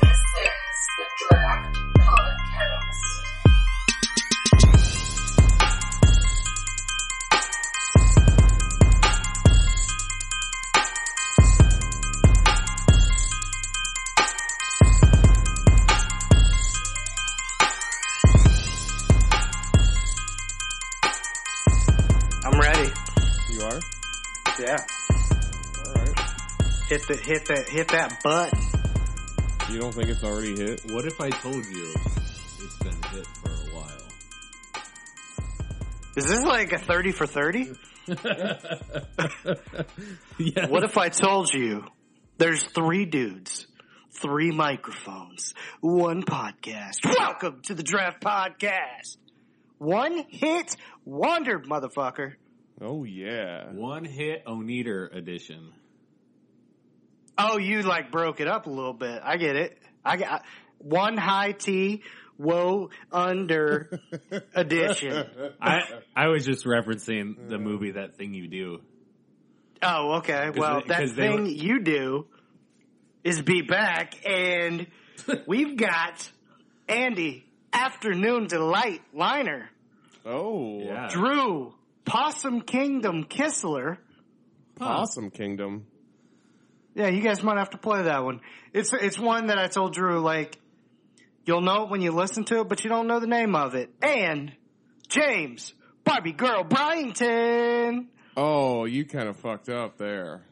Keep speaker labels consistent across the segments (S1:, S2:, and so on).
S1: This is the Draft Podcast.
S2: I'm ready.
S3: You are?
S2: Yeah.
S3: Alright.
S2: Hit the hit that hit that button.
S3: You don't think it's already hit?
S4: What if I told you it's been hit for a while?
S2: Is this like a thirty for thirty?
S4: yeah.
S2: What if I told you there's three dudes, three microphones, one podcast. Welcome to the Draft Podcast. One hit wonder, motherfucker.
S3: Oh yeah.
S4: One hit Oneater edition.
S2: Oh, you like broke it up a little bit. I get it. I got one high T, woe under edition.
S4: I I was just referencing the movie That Thing You Do.
S2: Oh, okay. Well,
S4: they-
S2: that
S4: 'cause they
S2: thing
S4: were-
S2: you do is be back, and we've got Andy Afternoon Delight Liner,
S3: Oh.
S4: Yeah.
S2: Drew Possum Kingdom Kissler.
S3: Awesome Kingdom.
S2: Yeah, you guys might have to play that one. It's it's one that I told Drew like you'll know it when you listen to it, but you don't know the name of it. And James Barbie Girl Bryington.
S3: Oh, you kind of fucked up there.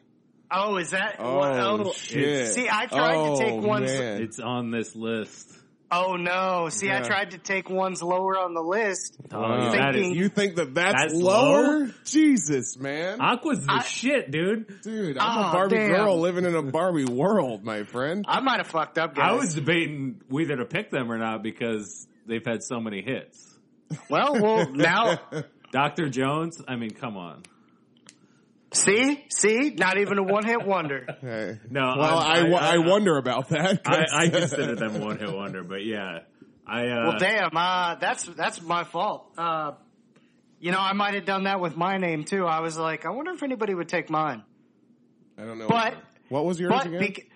S2: Oh, is that?
S3: Oh, shit.
S2: See, I tried
S3: Oh,
S2: to take one. s-
S3: man.
S4: It's on this list.
S2: Oh no! See, I
S3: Yeah.
S2: tried to take ones lower on the list.
S3: Wow.
S4: uh, that
S2: thinking-
S4: is,
S3: you think that that's,
S4: That's
S3: lower?
S4: low?
S3: Jesus, man.
S4: Aqua's the shit, dude.
S3: Dude, I'm
S2: Aw,
S3: a Barbie
S2: damn.
S3: girl living in a Barbie world, my friend.
S2: I might have fucked up, guys.
S4: I was debating whether to pick them or not because they've had so many hits.
S2: well, well, now
S4: Dr. Jones, I mean, come on.
S2: see, see, not even a one-hit wonder.
S3: Hey.
S4: No,
S3: Well, I,
S4: I-
S3: wo-
S4: I-
S3: I wonder about that.
S4: I,
S3: 'cause-
S4: I consider them one hit wonder, but yeah. I uh
S2: Well, damn, uh, that's that's my fault. Uh, you know, I might have done that with my name too. I was like, I wonder if anybody would take mine.
S3: I don't know.
S2: But-
S3: what was yours
S2: But
S3: again?
S2: bec-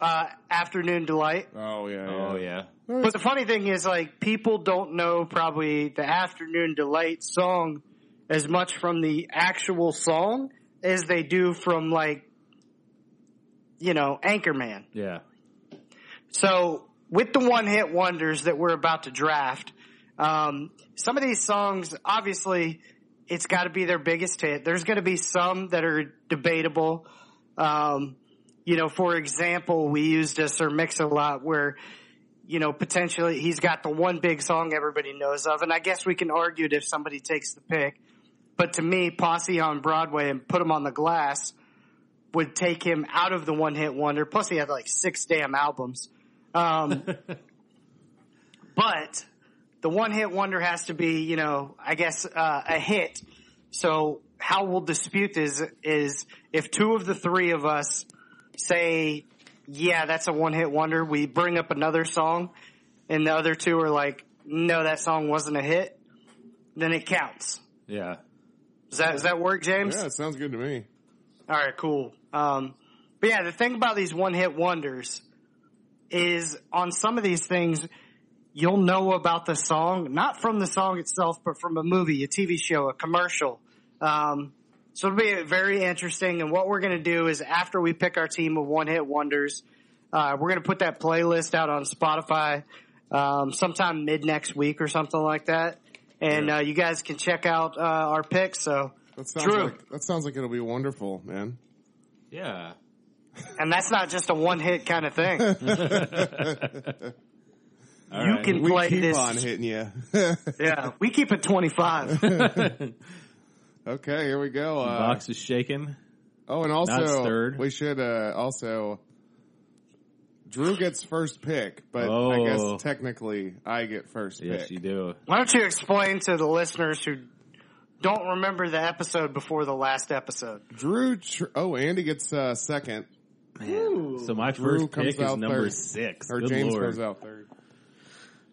S2: uh, afternoon delight.
S3: oh yeah.
S4: Oh yeah.
S2: But the funny thing is, like, people don't know probably the Afternoon Delight song as much from the actual song as they do from, like, you know, Anchorman.
S4: Yeah.
S2: So, with the one hit wonders that we're about to draft, um, some of these songs, obviously, it's got to be their biggest hit. There's going to be some that are debatable. Um, you know, for example, we used this or mix a lot where, you know, potentially he's got the one big song everybody knows of. And I guess we can argue it if somebody takes the pick. But to me, Posse on Broadway and Put Him on the Glass would take him out of the one hit wonder. Plus, he had like six damn albums. Um, but the one hit wonder has to be, you know, I guess uh, a hit. So how we'll dispute this is if two of the three of us say, yeah, that's a one hit wonder, we bring up another song, and the other two are like, no, that song wasn't a hit, then it counts.
S4: Yeah.
S2: Does that, does that work, James?
S3: Yeah, it sounds good to me.
S2: All right, cool. Um, but yeah, the thing about these one hit wonders is on some of these things, you'll know about the song, not from the song itself, but from a movie, a TV show, a commercial. Um, so it'll be very interesting. And what we're going to do is after we pick our team of one hit wonders, uh, we're going to put that playlist out on Spotify, um, sometime mid next week or something like that. And, uh, you guys can check out, uh, our picks. So,
S3: That sounds
S2: Drew.
S3: like that sounds like it'll be wonderful, man.
S4: Yeah.
S2: and that's not just a one hit kind of thing.
S4: All
S2: you
S4: right.
S2: can
S3: We
S2: play
S3: keep
S2: this.
S3: on hitting you.
S2: Yeah, we keep it 25.
S3: okay, here we go.
S4: The
S3: Uh,
S4: box is shaking.
S3: oh, and
S4: not
S3: also
S4: stirred.
S3: we should uh, also Drew gets first pick, but I
S4: Oh.
S3: guess technically I get first
S4: Yes,
S3: pick.
S4: you do.
S2: Why don't you explain to the listeners who don't remember the episode before the last episode?
S3: Drew. Tr- oh, Andy gets uh, second.
S4: So my
S3: Drew
S4: first
S3: comes
S4: pick is
S3: out
S4: number
S3: third.
S4: six.
S3: Or
S4: Good
S3: James
S4: lord.
S3: comes out third.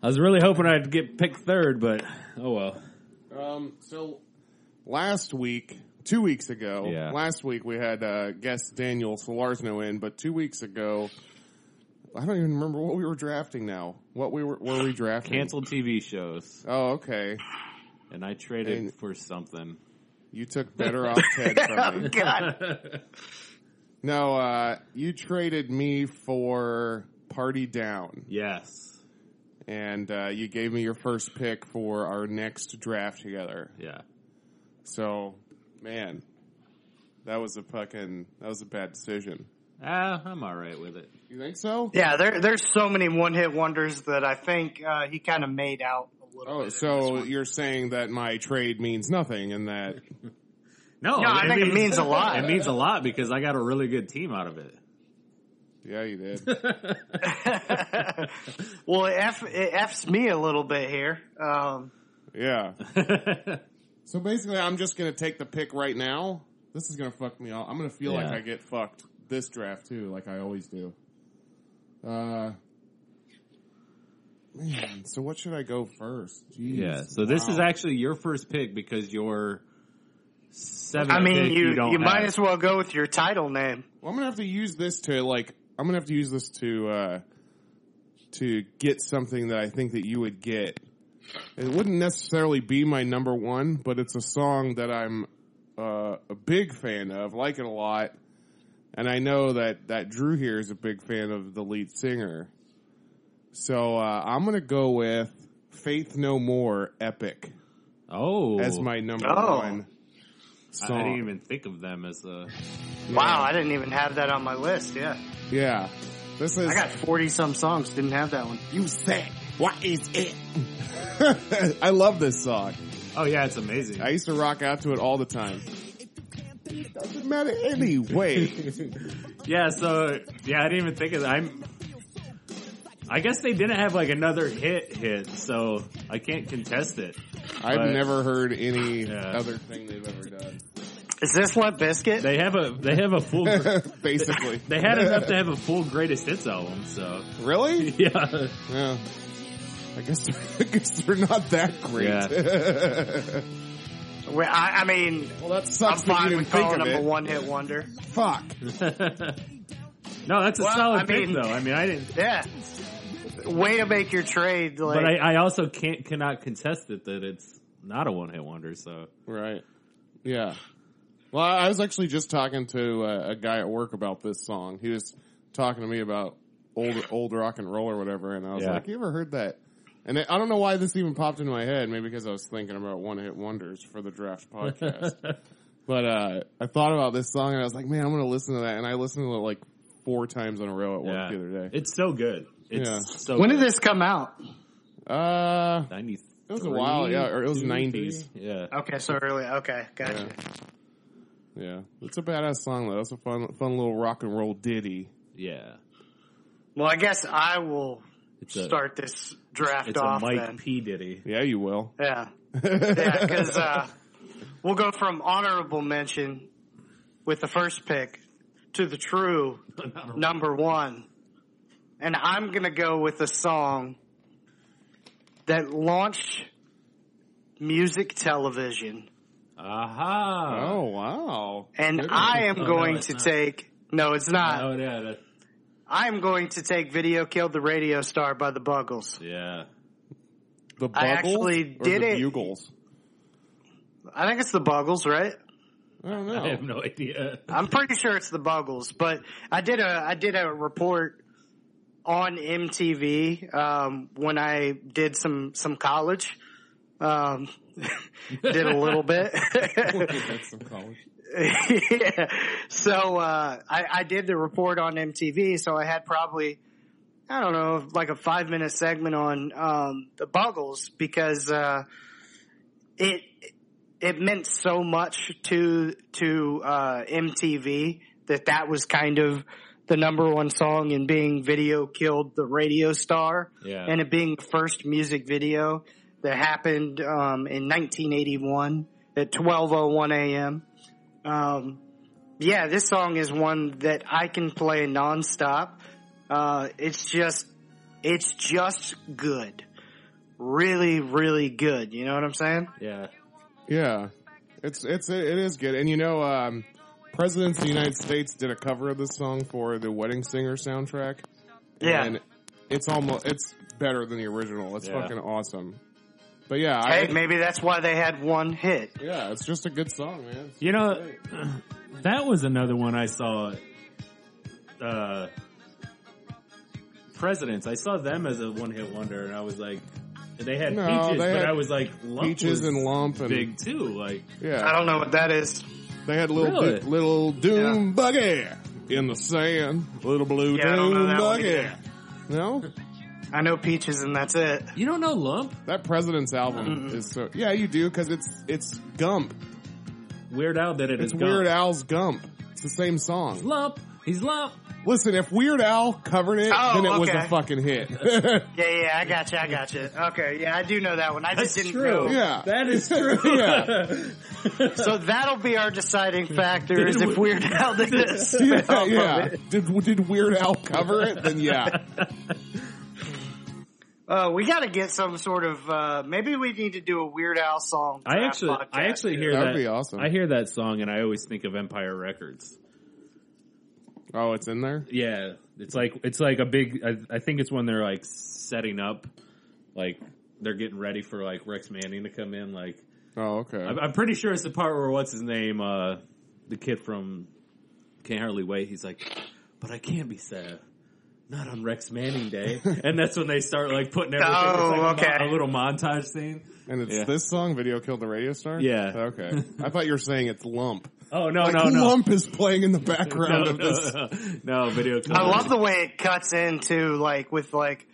S4: I was really hoping I'd get picked third, but oh well.
S3: Um, so last week, two weeks ago,
S4: Yeah.
S3: last week we had uh, guest Daniel Solarsno in, but two weeks ago, I don't even remember what we were drafting now. What we were were we drafting?
S4: Canceled TV shows,
S3: Oh, okay.
S4: and I traded
S3: And-
S4: for something.
S3: You took better off Ted from
S2: Oh
S3: me.
S2: God!
S3: No, uh, you traded me for Party Down,
S4: Yes.
S3: and uh, you gave me your first pick for our next draft together.
S4: Yeah.
S3: So, man, that was a fucking that was a bad decision.
S4: Ah, I'm all right with it.
S3: You think so?
S2: Yeah, there, there's so many one-hit wonders that I think uh, he kind of made out a little.
S3: Oh,
S2: bit.
S3: so you're saying that my trade means nothing and that
S4: No,
S2: No, I think it means a lot.
S4: It means a lot because I got a really good team out of it.
S3: yeah, you did.
S2: Well, it, F, it f's me a little bit here. Um,
S3: Yeah. so basically I'm just going to take the pick right now. This is going to fuck me all. I'm going to feel like
S4: Yeah.
S3: I get fucked this draft too, like I always do. Uh Man, so what should I go first? Jeez.
S4: yeah. So this is
S3: Wow.
S4: actually your first pick because you're seven.
S2: I mean, you
S4: don't
S2: you,
S4: have.
S2: might as well go with your title name.
S3: Well, I'm gonna have to use this to like. I'm gonna have to use this to uh, to get something that I think that you would get. It wouldn't necessarily be my number one, but it's a song that I'm uh, a big fan of, like it a lot, and I know that that Drew here is a big fan of the lead singer. So uh, I'm gonna go with "Faith No More" epic
S4: Oh,
S3: as my number
S2: Oh.
S3: one
S4: I
S3: song.
S4: didn't even think of them as a.
S2: Wow, I didn't even have that on my list. Yeah,
S3: yeah, this is
S2: I got forty some songs. Didn't have that one.
S3: You say, what is it? I love this song.
S4: Oh yeah, it's amazing.
S3: I used to rock out to it all the time. It doesn't matter anyway.
S4: Yeah, so yeah, I didn't even think of that. I'm. I guess they didn't have like another hit hit, so I can't contest it.
S3: I've
S4: But-
S3: never heard any
S4: Yeah.
S3: other thing they've ever done.
S2: Is this Limp Biscuit?
S4: They have a they have a full. gr-
S3: Basically.
S4: they had enough to have a full greatest hits album. So
S3: Really?
S4: yeah,
S3: Yeah. I guess, I guess they're not that great.
S2: Well, I, I mean,
S3: well, that
S2: I'm
S3: sucks that you
S2: fine
S3: didn't
S2: with
S3: think
S2: calling
S3: of
S2: him a
S3: it.
S2: one-hit wonder.
S3: Fuck.
S4: no, that's a
S2: Well,
S4: solid
S2: I
S4: pick
S2: mean-
S4: though. I mean, I didn't,
S2: Yeah, way to make your trade. Like,
S4: but I, I also can't cannot contest it that it's not a one hit wonder. So
S3: Right. Yeah. Well, I was actually just talking to uh, a guy at work about this song. He was talking to me about old old rock and roll or whatever, and I was
S4: Yeah.
S3: like, "You ever heard that?" And I I don't know why this even popped into my head. Maybe because I was thinking about one hit wonders for the draft podcast. but uh, I thought about this song and I was like, "Man, I'm going to listen to that." And I listened to it like four times in a row at work
S4: yeah,
S3: the other day.
S4: it's so good. It's
S3: Yeah.
S4: so.
S2: when
S4: good.
S2: did this come out?
S3: Uh,
S4: Ninety.
S3: It was a while, yeah, or it was 90s.
S4: Yeah.
S2: Okay, so early. Okay, gotcha.
S3: yeah. yeah, it's a badass song though. It's a fun, fun little rock and roll ditty.
S4: Yeah.
S2: Well, I guess I will
S4: It's a,
S2: start this draft
S4: It's a
S2: off
S4: Mike
S2: then.
S4: P Diddy.
S3: Yeah, you will.
S2: yeah, yeah, because uh, we'll go from honorable mention with the first pick to the true number one, and I'm gonna go with a song that launched music television,
S4: Aha.
S3: Oh wow!
S2: and
S3: Good one.
S2: I am
S4: Oh, no,
S2: going
S4: it's
S2: to
S4: not.
S2: take. No, it's not.
S4: Oh yeah, that,
S2: I am going to take "Video Killed the Radio Star" by the Buggles.
S4: yeah.
S3: the
S2: I
S3: Buggles
S2: actually
S3: or
S2: did
S3: the
S2: it.
S3: Bugles.
S2: I think it's the Buggles, right?
S3: I don't
S4: I have
S3: know.
S4: no idea.
S2: I'm pretty sure it's the Buggles, but I did a I did a report on MTV um, when I did some some college. Um, did a little bit.
S3: That's some college.
S2: yeah. So uh, I, I did the report on MTV, so I had probably I don't know like a five minute segment on um, the Buggles because uh, it it meant so much to to uh, MTV that that was kind of the number one song and being video killed the radio star
S4: Yeah.
S2: and it being the first music video that happened oh um, in 1981 at 12:01 a.m. Um, yeah, this song is one that I can play nonstop. Uh, it's just, it's just good. Really, really good. You know what I'm saying?
S4: Yeah.
S3: Yeah, it's it's it is good, and you know, um, presidents of the United States did a cover of this song for the Wedding Singer soundtrack.
S2: Yeah.
S3: and it's almost it's better than the original. It's
S4: Yeah.
S3: fucking awesome. But yeah,
S2: Hey,
S3: I,
S2: maybe that's why they had one hit.
S3: yeah, it's just a good song, man.
S4: You know, that was another one I saw. Uh, Presidents. I saw them as a one-hit wonder, and I was like, they had
S3: No,
S4: peaches,
S3: they
S4: but
S3: had
S4: I was like, Lump
S3: Peaches
S4: was
S3: and Lump and
S4: big too. Like,
S2: I
S3: yeah,
S2: don't know what that is.
S3: they had little
S4: Really?
S3: do- little doom buggy in the sand, little blue
S2: Yeah, I don't know
S3: doom
S2: that one
S3: buggy.
S2: either.
S3: No,
S2: I know peaches and that's it.
S4: you don't know Lump?
S3: that president's album is so yeah, you do because it's it's Gump.
S4: Weird Al did it
S3: It's
S4: as
S3: Weird
S4: Gump.
S3: Al's Gump. It's the same song.
S4: Lump. He's Lump.
S3: Listen, if Weird Al covered it,
S2: Oh,
S3: then it was
S2: okay.
S3: a fucking hit.
S2: Yeah, yeah, I gotcha, I gotcha. Okay, yeah, I do know that one. I just didn't know.
S3: yeah.
S4: That is true.
S3: Yeah.
S2: So that'll be our deciding factor is if Weird Al did this.
S3: yeah, yeah. Did did Weird Al cover it? Then yeah.
S2: Uh, we got to get some sort of. Uh, maybe we need to do a Weird Al song.
S4: I
S2: draft
S4: actually,
S2: podcast.
S4: I actually hear
S3: That'd
S4: that.
S3: be awesome.
S4: I hear that song, and I always think of Empire Records.
S3: Oh, it's in there.
S4: Yeah, it's like it's like a big. I, I think it's when they're like setting up, like they're getting ready for like Rex Manning to come in. Like
S3: Oh, okay.
S4: I'm, I'm pretty sure it's the part where what's his name, uh, the kid from Can't Hardly Wait. He's like, but I can't be sad. Not on Rex Manning Day, and that's when they start like putting everything. it's
S2: Oh,
S4: like a mo-
S2: okay.
S4: A little montage scene.
S3: And it's
S4: Yeah.
S3: this song, "Video Killed the Radio Star."
S4: Yeah.
S3: Okay. I thought you were saying it's Lump.
S4: Oh no,
S3: Like,
S4: no, no,
S3: Lump is playing in the
S4: no,
S3: background
S4: no,
S3: of this.
S4: no, no, video.
S2: I love the way it cuts into like with like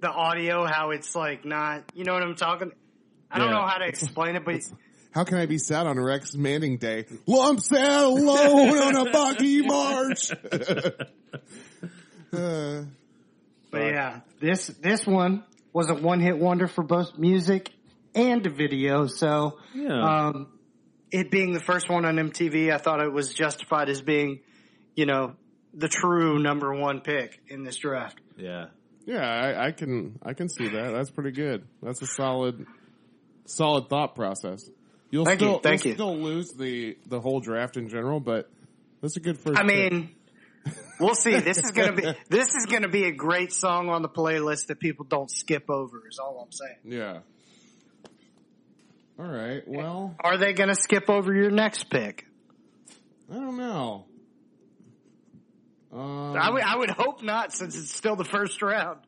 S2: the audio, how it's like not. You know what I'm talking? I don't
S4: Yeah.
S2: know how to explain it, but
S3: How can I be sad on Rex Manning Day? Lump sat alone on a buggy march. uh,
S2: but yeah, this this one was a one hit wonder for both music and video. So
S4: Yeah.
S2: um, it being the first one on MTV, I thought it was justified as being, you know, the true number one pick in this draft.
S4: yeah.
S3: yeah, I, I can I can see that. That's pretty good. That's a solid solid thought process. You'll
S2: Thank you,
S3: still
S2: thank
S3: you'll
S2: you.
S3: still lose the the whole draft in general, but that's a good first.
S2: I
S3: pick.
S2: mean, we'll see. This is gonna be this is gonna be a great song on the playlist that people don't skip over. Is all I'm saying.
S3: yeah. All right. Well,
S2: Are they gonna skip over your next pick?
S3: I don't know. Um,
S2: I would I would hope not, since it's still the first round.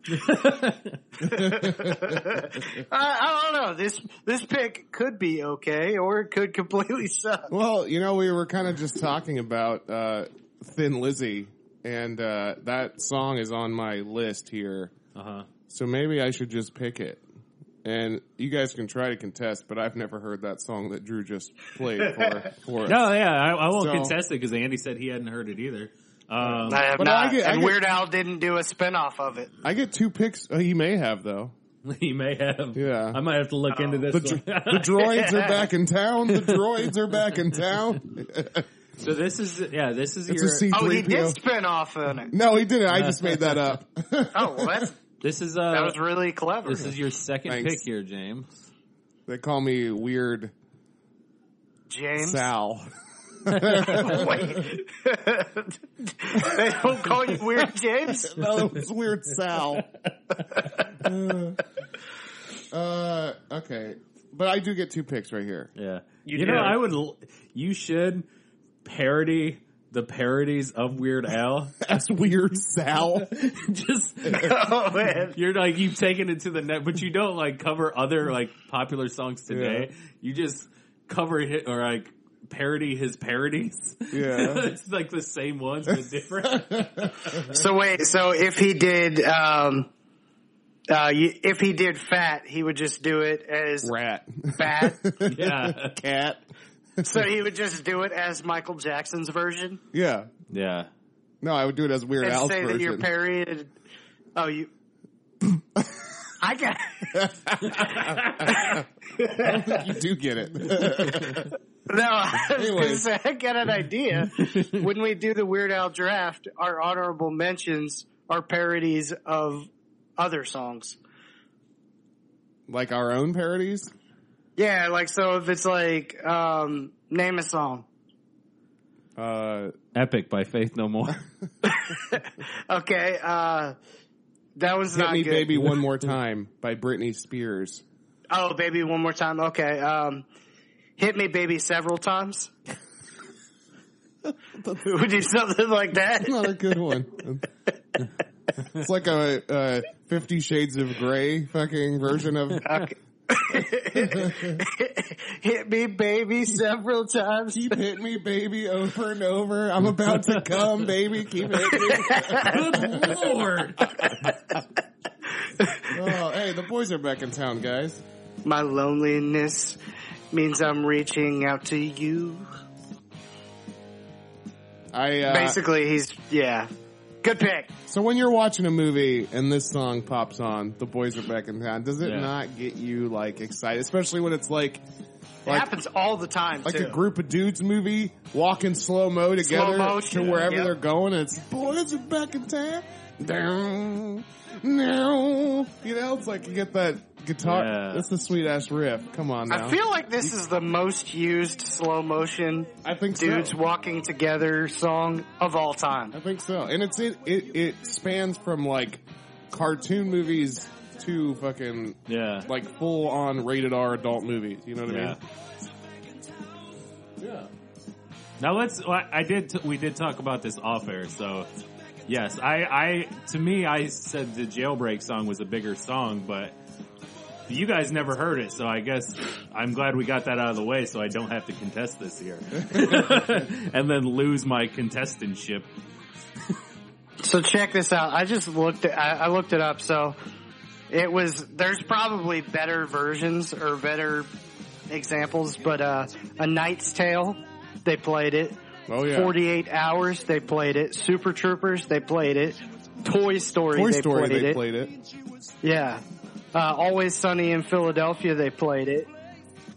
S2: I, I don't know. This this pick could be okay, or it could completely suck.
S3: Well, you know, we were kind of just talking about uh, Thin Lizzy, and uh, that song is on my list here.
S4: Uh huh.
S3: So maybe I should just pick it. And you guys can try to contest, but I've never heard that song that Drew just played for, for us.
S4: No, yeah, I, I won't
S3: So-
S4: contest it because Andy said he hadn't heard it either. Um,
S2: I have
S3: But
S2: not.
S3: I get- I
S2: and
S3: get-
S2: Weird Al didn't do a spinoff of it.
S3: I get two picks. Oh, he may have, though.
S4: he may have.
S3: Yeah.
S4: I might have to look into this.
S3: The, dr-
S4: one.
S3: the droids are back in town. The droids are back in town.
S4: so this is yeah, this is
S3: It's
S4: your
S3: a C3PO.
S2: Oh, he did spin off on it.
S3: No, he didn't. I just made that up.
S2: Oh, well, that's,
S4: this is
S2: that
S4: uh
S2: was really clever.
S4: this is your second
S3: Thanks.
S4: pick here, James.
S3: they call me Weird
S2: James.
S3: Sal.
S2: Wait. they don't call you Weird James?
S3: no, it's weird Sal. uh, okay. But I do get two picks right here.
S4: Yeah,
S2: You
S4: you, know
S2: did.
S4: I would. l- You should parody the parodies of Weird Al.
S3: That's weird Sal.
S4: Just
S2: Oh, man.
S4: you're like you've taken it to the net, but you don't like cover other like popular songs today. You just cover hit or like parody his parodies.
S3: Yeah.
S4: it's like the same ones but different.
S2: So wait, so if he did, um, uh, you- if he did fat, he would just do it as
S3: Rat.
S2: fat.
S4: yeah,
S3: Cat.
S2: so he would just do it as Michael Jackson's version
S3: Yeah.
S4: yeah.
S3: No, I would do it as Weird
S2: and
S3: Al's
S2: say that you're
S3: version.
S2: parried. Oh, you. I got.
S3: you do get it.
S2: No, I was
S3: Anyway.
S2: gonna say, I got an idea. when we do the Weird Al draft, our honorable mentions are parodies of other songs.
S3: like our own parodies.
S2: Yeah, like so if it's like um name a song.
S3: Uh,
S4: Epic by Faith No More.
S2: Okay, uh that one's
S3: Hit
S2: not
S3: Me
S2: good.
S3: Baby One More Time by Britney Spears.
S2: Oh, baby one more time. Okay. Um Hit me baby several times. we do something like that.
S3: Not a good one. it's like a uh, Fifty Shades of Grey fucking version of.
S2: Hit me baby several times.
S3: Keep hitting me, baby, over and over. I'm about to come, baby. Keep hitting me.
S4: Good lord.
S3: Oh, hey, the boys are back in town, guys.
S2: My loneliness means I'm reaching out to you.
S3: I uh,
S2: Basically, he's yeah. Good pick.
S3: so when you're watching a movie and this song pops on, the boys are back in town. Does it
S4: Yeah.
S3: not get you like excited, especially when it's like
S2: it
S3: like
S2: happens all the time.
S3: like
S2: too.
S3: a group of dudes movie walking slow mo
S2: Slow
S3: together to
S2: motion,
S3: wherever
S2: yeah.
S3: they're going. And it's boys are back in town. Down, now, you know, it's like you get that guitar.
S4: Yeah.
S3: That's a sweet ass riff. Come on, now.
S2: I feel like this is the most used slow motion
S3: I think so.
S2: dudes walking together song of all
S3: I
S2: time.
S3: think so. And it's it it, it spans from like cartoon movies to fucking
S4: Yeah.
S3: like full on rated R adult movies. You know what
S4: Yeah.
S3: I mean? Yeah.
S4: Now let's. well, I did. T- we did talk about this off air. So, yes, I. I to me, I said the jailbreak song was a bigger song, but you guys never heard it. So I guess I'm glad we got that out of the way, so I don't have to contest this year, and then lose my contestantship.
S2: So check this out. I just looked. At, I, I looked it up. So it was. There's probably better versions or better examples, but uh, a Knight's Tale. They played it.
S3: Oh yeah.
S2: 48 Hours, they played it. Super Troopers, they played it. Toy Story,
S3: Toy
S2: they
S3: Story.
S2: played
S3: they
S2: it.
S3: played it.
S2: Yeah. Uh, Always Sunny in Philadelphia, they played it.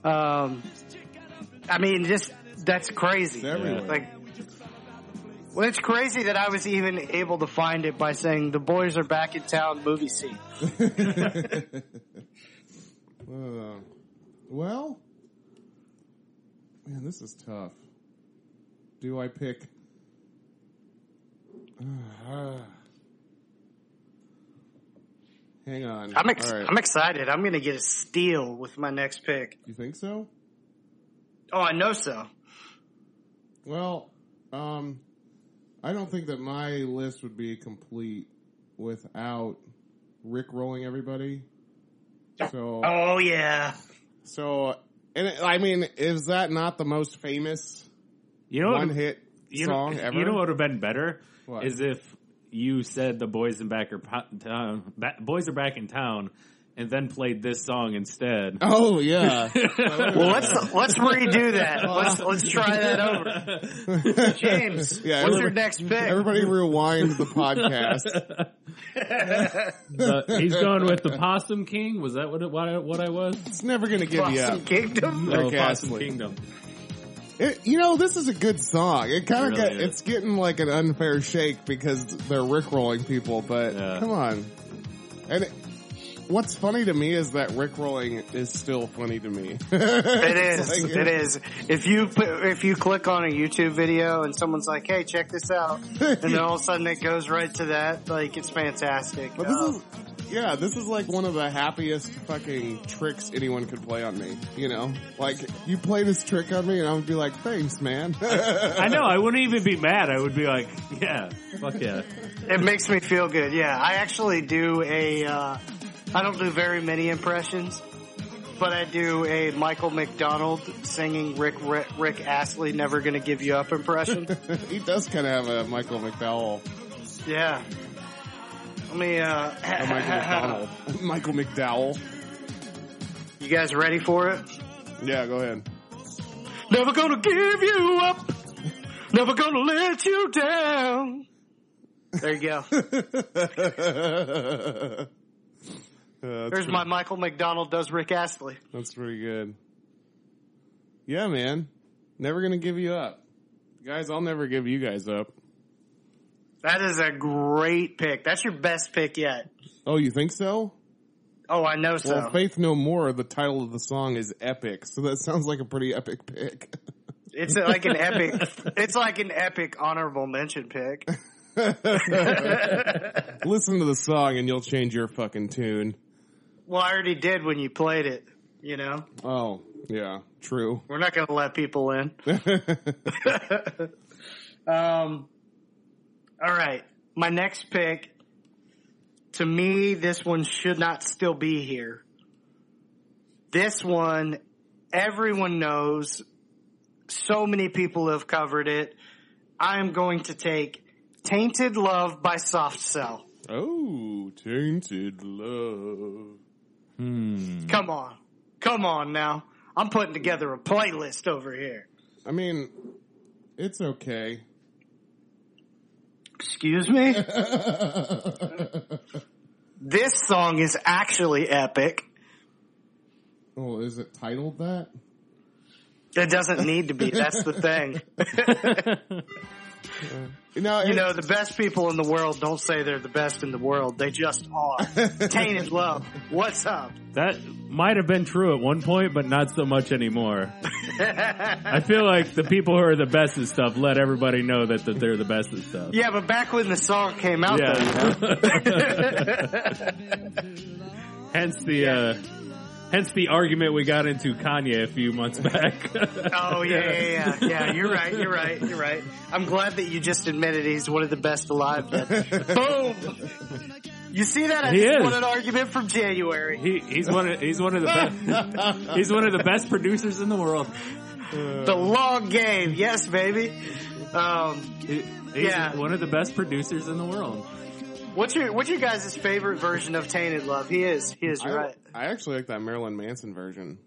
S2: Um, I mean, just, that's crazy.
S3: It's everywhere.
S2: Like, well, it's crazy that I was even able to find it by saying the boys are back in town movie scene.
S3: Uh, well, man, this is tough. Do I pick? Ah. hang on.
S2: I'm, ex-
S3: All right.
S2: I'm excited. I'm going to get a steal with my next pick.
S3: you think so?
S2: Oh, I know so.
S3: Well, um, I don't think that my list would be complete without Rick rolling everybody. So,
S2: Oh, yeah.
S3: so, and it- I mean, is that not the most famous
S4: You know, what-
S3: one hit
S4: Oh. you
S3: song
S4: know,
S3: ever?
S4: You know what would have been better
S3: What?
S4: is if you said the boys in back are po- town, ba- boys are back in town, and then played this song instead.
S3: Oh yeah,
S2: Well, let's let's redo that. Let's let's try that over. James,
S3: Yeah,
S2: what's your
S3: everybody-
S2: next pick?
S3: everybody rewind the podcast.
S4: The- he's going with the Possum King. Was that what it, what, I, what I was?
S3: It's never gonna give
S2: Possum
S3: you up.
S2: Kingdom.
S3: Rick
S4: Oh, Possum
S3: Astley.
S4: Kingdom.
S3: It, you know, this is a good song. It kind of
S4: It really
S3: get,
S4: is.
S3: it's getting like an unfair shake because they're rickrolling people, but
S4: Yeah.
S3: come on. And it, what's funny to me is that rickrolling is still funny to me.
S2: It
S3: It's
S2: is.
S3: like-
S2: It is. If you put- if you click on a YouTube video and someone's like, "Hey, check this out," and then all of a sudden it goes right to that, like it's fantastic. Um,
S3: But this is, yeah, this is like one of the happiest fucking tricks anyone could play on me. You know, like you play this trick on me, and I would be like, "Thanks, man."
S4: I know. I wouldn't even be mad. I would be like, yeah, fuck yeah.
S2: It makes me feel good. Yeah, I actually do a. Uh, I don't do very many impressions, but I do a Michael McDonald singing Rick Rick, Rick Astley "Never Gonna Give You Up" impression.
S3: he does kind of have a Michael McDowell,
S2: yeah. Let me. Uh,
S3: a Oh, Michael McDonald, Michael McDowell.
S2: you guys ready for it?
S3: Yeah, go ahead.
S2: Never gonna give you up. Never gonna let you down. There you go.
S3: that's
S2: There's
S3: pretty-
S2: my Michael McDonald does Rick Astley.
S3: That's pretty good. Yeah, man. Never gonna give you up. Guys, I'll never give you guys up.
S2: That is a great pick. That's your best pick yet.
S3: Oh, you think so?
S2: Oh, I know so.
S3: Well, Faith No More, the title of the song is epic, so that sounds like a pretty epic pick.
S2: It's like an epic. It's like an epic honorable mention pick.
S3: Listen to the song and you'll change your fucking tune.
S2: Well, I already did when you played it. You know,
S3: Oh, yeah, true.
S2: we're not going to let people in. um, all right, my next pick. To me, this one should not still be here. This one, everyone knows. So many people have covered it. I am going to take "Tainted Love" by Soft Cell.
S3: Oh, tainted love.
S2: Come on. Come on now. I'm putting together a playlist over here.
S3: I mean, it's okay.
S2: Excuse me? this song is actually epic.
S3: Oh, is it titled that?
S2: It doesn't need to be. That's the thing.
S3: No,
S2: You know, the best people in the world don't say they're the best in the world. They just are. Tainted love. What's up?
S4: That might have been true at one point, but not so much anymore. I feel like the people who are the best at stuff let everybody know that, that they're the best at stuff.
S2: Yeah, but back when the song came out, though, you know,
S4: hence the, uh, hence the argument we got into Kanye a few months back.
S2: Oh yeah, yeah, yeah, yeah. You're right. You're right. You're right. I'm glad that you just admitted he's one of the best alive. Then. Boom. You see that? I
S4: He
S2: just
S4: is.
S2: won an argument from January.
S4: He, he's one of he's one of the best he's one of the best producers in the world.
S2: The long game. Yes, baby. Um,
S4: He- he's
S2: Yeah.
S4: one of the best producers in the world.
S2: what's your what's your guys' favorite version of Tainted Love? He is. He is.
S3: I,
S2: You're right.
S3: I actually like that Marilyn Manson version.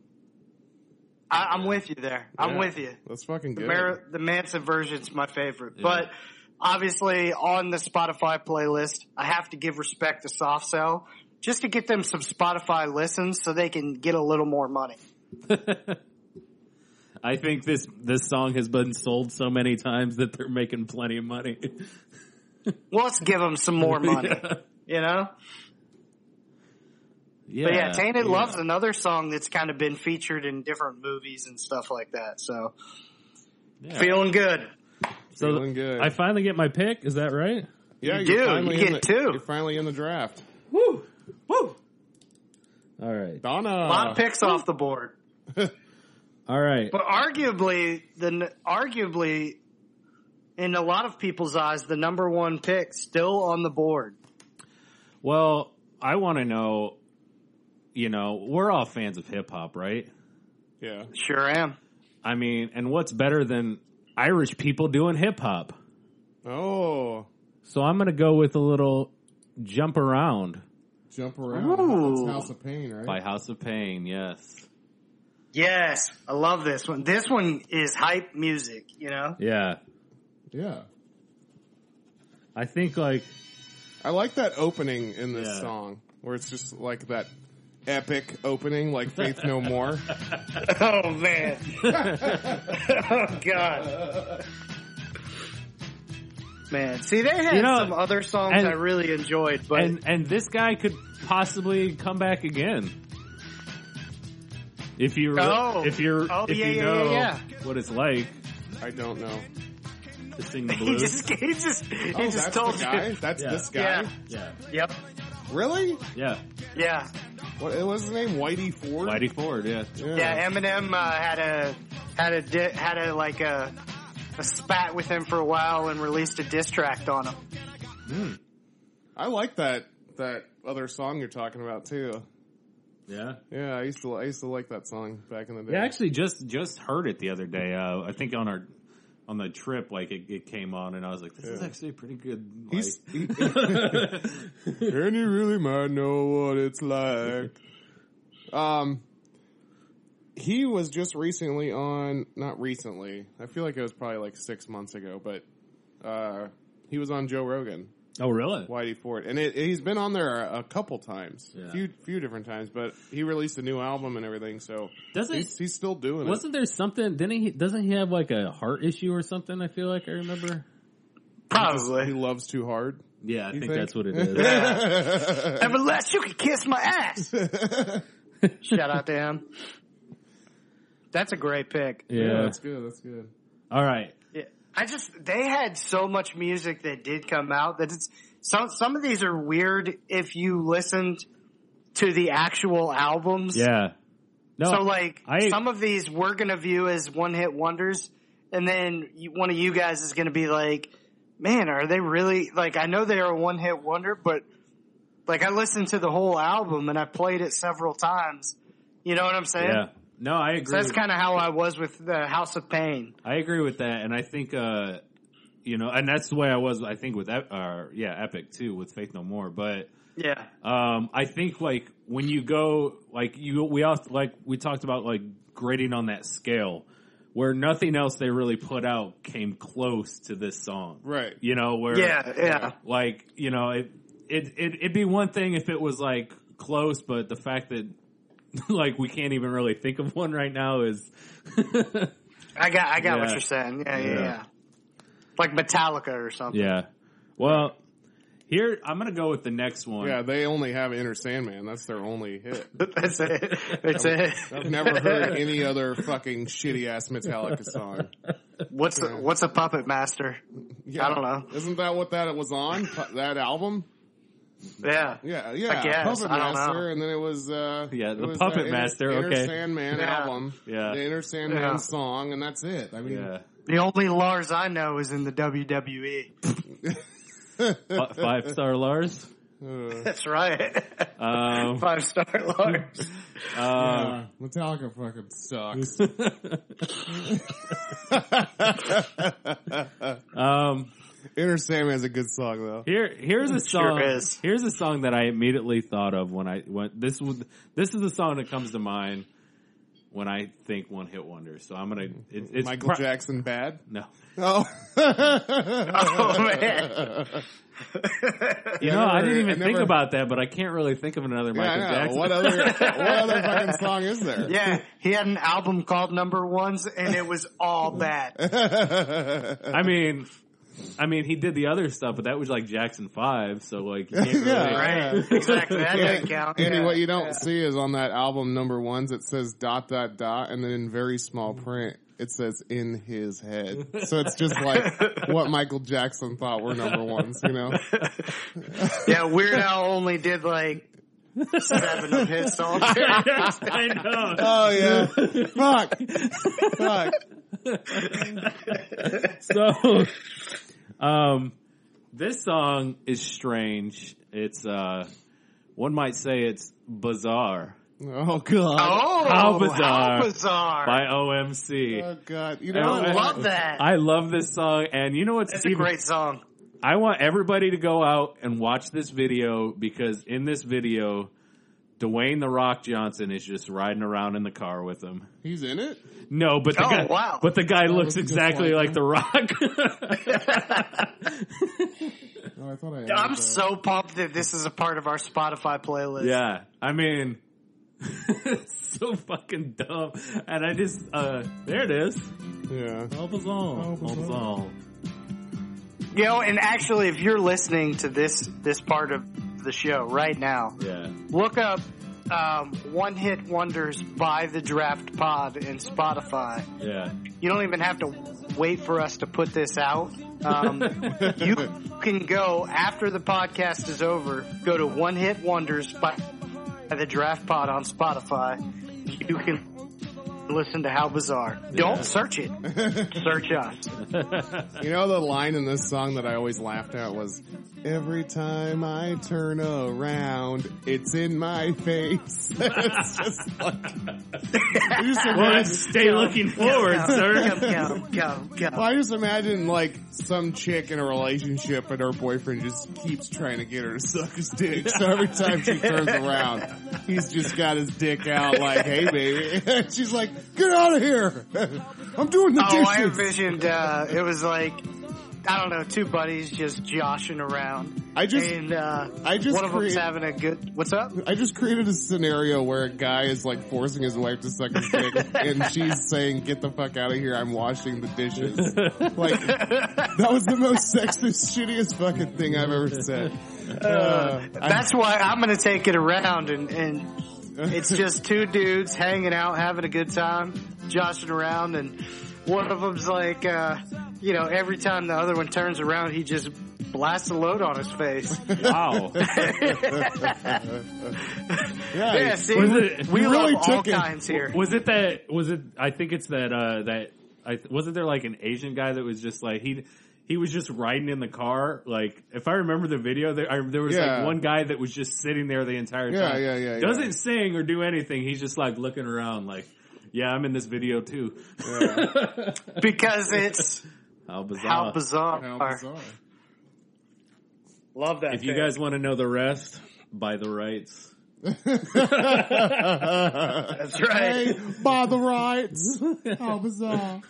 S2: I, I'm with you there. I'm
S3: Yeah.
S2: with you.
S3: That's fucking
S2: The,
S3: good.
S2: Mar- the Manson version's my favorite, but obviously on the Spotify playlist, I have to give respect to Soft Cell just to get them some Spotify listens so they can get a little more money.
S4: I think this this song has been sold so many times that they're making plenty of money.
S2: Well, let's give them some more money, you know.
S4: Yeah,
S2: But yeah, Tainted
S4: yeah.
S2: Love's another song that's kind of been featured in different movies and stuff like that. So
S4: Yeah.
S2: feeling good.
S4: So
S3: Feeling good.
S4: I finally get my pick. Is that right?
S3: yeah,
S2: you do. You
S3: finally
S2: get
S3: in the,
S2: two.
S3: You're finally in the draft.
S4: Woo, woo. All right,
S3: Donna.
S2: A lot of picks off the board,
S4: all right.
S2: but arguably the arguably in a lot of people's eyes, the number one pick still on the board.
S4: Well, I want to know. You know, we're all fans of hip hop, right?
S3: Yeah.
S2: Sure am.
S4: I mean, and what's better than Irish people doing hip hop?
S3: Oh,
S4: So I'm gonna go with a little jump around
S3: jump around.
S2: Ooh.
S3: That's House of Pain, right?
S4: by House of Pain. Yes.
S2: Yes, I love this one. This one is hype music, you know?
S4: Yeah.
S3: Yeah.
S4: I think like
S3: I like that opening in this
S4: Yeah.
S3: song where it's just like that epic opening, like Faith No More.
S2: Oh man. oh god. Man, see they had
S4: You know,
S2: some other songs
S4: and-
S2: I really enjoyed, but
S4: and and this guy could possibly come back again. If you re-
S2: Oh.
S4: if you're
S2: Oh,
S4: if
S2: yeah,
S4: you
S2: yeah,
S4: know
S2: yeah,
S4: what it's like
S3: I don't know.
S4: to sing the
S2: he
S4: blues.
S2: just he just he
S3: Oh,
S2: just
S3: that's
S2: told
S3: the guy.
S2: you.
S3: That's
S4: Yeah.
S3: this guy.
S2: Yeah.
S4: yeah.
S2: Yep.
S3: Really?
S4: Yeah.
S2: Yeah.
S3: What what was his name? Whitey Ford.
S4: Whitey Ford, yeah.
S3: Yeah.
S2: Yeah, Eminem uh, had a had a di- had a like a a spat with him for a while and released a diss track on him.
S3: I like that that other song you're talking about too.
S4: Yeah.
S3: Yeah, I used to I used to like that song back in the day.
S4: Yeah, I actually just just heard it the other day. Uh, I think on our on the trip, like it, it came on, and I was like, "This is
S3: Yeah.
S4: actually pretty good."
S3: He's-
S4: like-
S3: and you really might know what it's like. Um, he was just recently on, not recently, I feel like it was probably like six months ago, but, uh, he was on Joe Rogan.
S4: Oh, really?
S3: Whitey Ford, and it, he's been on there a, a couple times,
S4: Yeah.
S3: few few different times. But he released a new album and everything, so
S4: Doesn't-
S3: he's, he's still doing it.
S4: Wasn't there something? Didn't he? Doesn't he have like a heart issue or something? I feel like I remember.
S3: He
S2: Probably.
S3: loves too hard.
S4: Yeah, I think,
S3: think?
S4: that's what it is.
S2: Nevertheless, you can kiss my ass. Shout out to him. That's a great pick.
S4: yeah.
S3: that's good. That's good.
S4: All right.
S2: Yeah. I just they had so much music that did come out that it's some some of these are weird if you listened to the actual albums.
S4: Yeah. No.
S2: So like
S4: I-
S2: some of these we're gonna view as one hit wonders, and then you, one of you guys is gonna be like, "Man, are they really like? I know they're a one hit wonder, but like I listened to the whole album and I played it several times. You know what I'm saying?
S4: yeah. No, I agree.
S2: So that's kind of how I was with the House of Pain.
S4: I agree with that, and I think, uh, you know, and that's the way I was. I think with, Ep- uh, yeah, Epic too, with Faith No More. But
S2: Yeah,
S4: um, I think like when you go, like you, we all like we talked about like grading on that scale, where nothing else they really put out came close to this song,
S3: Right.
S4: You know, where
S2: yeah, yeah.
S4: like you know it, it it it'd be one thing if it was like close but the fact that like we can't even really think of one right now is
S2: I got, I got what
S4: Yeah.
S2: you're saying. Yeah, yeah, yeah,
S4: Yeah.
S2: Like Metallica or something.
S4: yeah well here i'm gonna go with the next one
S3: Yeah, they only have Inner Sandman. That's their only hit.
S2: That's it. That's it.
S3: I've never heard any other fucking shitty ass Metallica song.
S2: What's a, what's a puppet master?
S3: Yeah,
S2: I don't know.
S3: Isn't that what that was on Pu- that album?
S2: Yeah.
S3: Yeah, yeah.
S2: guess.
S3: Puppet
S2: I don't
S3: Master,
S2: know.
S3: and then it was uh,
S4: Yeah, the
S3: it was
S4: Puppet
S3: that
S4: Master,
S3: Inner,
S4: okay.
S3: Inner Sandman
S2: Yeah.
S3: album.
S4: Yeah.
S3: the Inner Sandman
S2: Yeah.
S3: song, and that's it. I mean,
S4: yeah
S2: The only Lars I know is in the E. WWE.
S4: Fi- five star lars
S3: uh,
S2: That's right.
S4: um
S2: Five star Lars.
S4: uh,
S3: yeah, Metallica fucking sucks.
S4: um
S3: Inner Sandman is a good song though.
S4: Here, here's a
S2: Sure
S4: song.
S2: is.
S4: Here's a song that I immediately thought of when I when this was this is the song that comes to mind when I think one hit wonders. So I'm gonna. It, it's
S3: Michael
S4: pro-
S3: Jackson bad.
S4: No,
S3: Oh,
S2: Oh man.
S4: you
S3: Yeah,
S4: know
S3: I
S4: I
S3: never-
S4: didn't
S3: I
S4: even think
S3: never-
S4: about that, but I can't really think of another
S3: yeah, I
S4: Michael
S3: know.
S4: Jackson.
S3: What other what other fucking song is there?
S2: Yeah, he had an album called Number Ones, and it was all bad.
S4: I mean, I mean, he did the other stuff, but that was like Jackson Five. So like, you can't
S3: Yeah,
S4: really-
S2: Right. Exactly. That didn't count.
S3: Andy,
S2: Yeah.
S3: what you don't see is on that album number ones, it says dot dot dot, and then in very small print, it says in his head. So it's just like what Michael Jackson thought were number ones, you know?
S2: Yeah, Weird Al only did like seven of his songs.
S4: Yes, I know.
S3: Oh yeah, fuck, fuck.
S4: So, um, this song is strange. It's uh, one might say it's bizarre.
S3: Oh god,
S2: Oh,
S4: How bizarre.
S2: How bizarre.
S4: by OMC.
S3: oh god. You
S4: And
S3: know,
S2: I
S3: what?
S2: love that.
S4: I love this song, and you know what's
S2: That's a
S4: even-
S2: great song.
S4: I want everybody to go out and watch this video because in this video, Dwayne the Rock Johnson is just riding around in the car with him.
S3: he's in it.
S4: No, but the
S2: Oh,
S4: guy,
S2: wow.
S4: but the guy
S3: looks
S4: looks
S3: just
S4: exactly
S3: like
S4: like, the Rock.
S3: Oh, I thought I. added
S2: I'm
S3: that.
S2: so pumped that this is a part of our Spotify playlist.
S4: yeah, I mean. it's so fucking dumb, and I just uh there it is.
S3: Yeah.
S4: All bizarre.
S3: All bizarre.
S4: All bizarre.
S2: You know, and actually, if you're listening to this this part of the show right now,
S4: Yeah,
S2: look up um, One Hit Wonders by the Draft Pod in Spotify.
S4: yeah.
S2: You don't even have to wait for us to put this out. Um, you can go after the podcast is over, go to One Hit Wonders by the Draft Pod on Spotify. You can listen to How Bizarre. Don't search it, search us.
S3: You know the line in this song that I always laughed at was, "Every time I turn around, it's in my face." it's just like, I just
S4: Well,
S3: imagine,
S4: stay looking forward, sir.
S2: Come, come, come, come.
S3: I just imagine like some chick in a relationship and her boyfriend just keeps trying to get her to suck his dick. So every time she turns around, he's just got his dick out like, "Hey, baby." She's like, "Get out of here! I'm doing the
S2: Oh, I
S3: dishes."
S2: envisioned uh, it was like I don't know, two buddies just joshing around,
S3: I just
S2: and uh,
S3: I just
S2: one of them's
S3: create-
S2: having a good. What's up?
S3: I just created a scenario where a guy is like forcing his wife to suck his dick, and she's saying, "Get the fuck out of here! I'm washing the dishes." Like that was the most sexist, shittiest fucking thing I've ever said. Uh, I-
S2: That's why I'm going to take it around and, and
S3: Uh,
S2: it's just two dudes hanging out, having a good time, joshing around and one of them's like, uh, you know, every time the other one turns around, he just blasts a load on his face.
S4: Wow.
S3: yeah,
S2: yeah, see,
S4: Was it-
S2: we
S3: you really
S2: love all
S3: took it.
S2: kinds here.
S4: was it that? Was it? I think it's that. Uh, that I wasn't there like an Asian guy that was just like he. He was just riding in the car. Like, if I remember the video, there, I, there was
S3: Yeah.
S4: like one guy that was just sitting there the entire
S3: Yeah,
S4: time.
S3: yeah, yeah, yeah.
S4: Doesn't sing or do anything. He's just like looking around, like, yeah, I'm in this video too.
S2: Because it's
S4: How bizarre.
S2: how bizarre.
S3: How bizarre.
S2: Love that.
S4: If you guys want to know the rest, buy the rights.
S2: That's right.
S3: Hey, by the rights. How bizarre.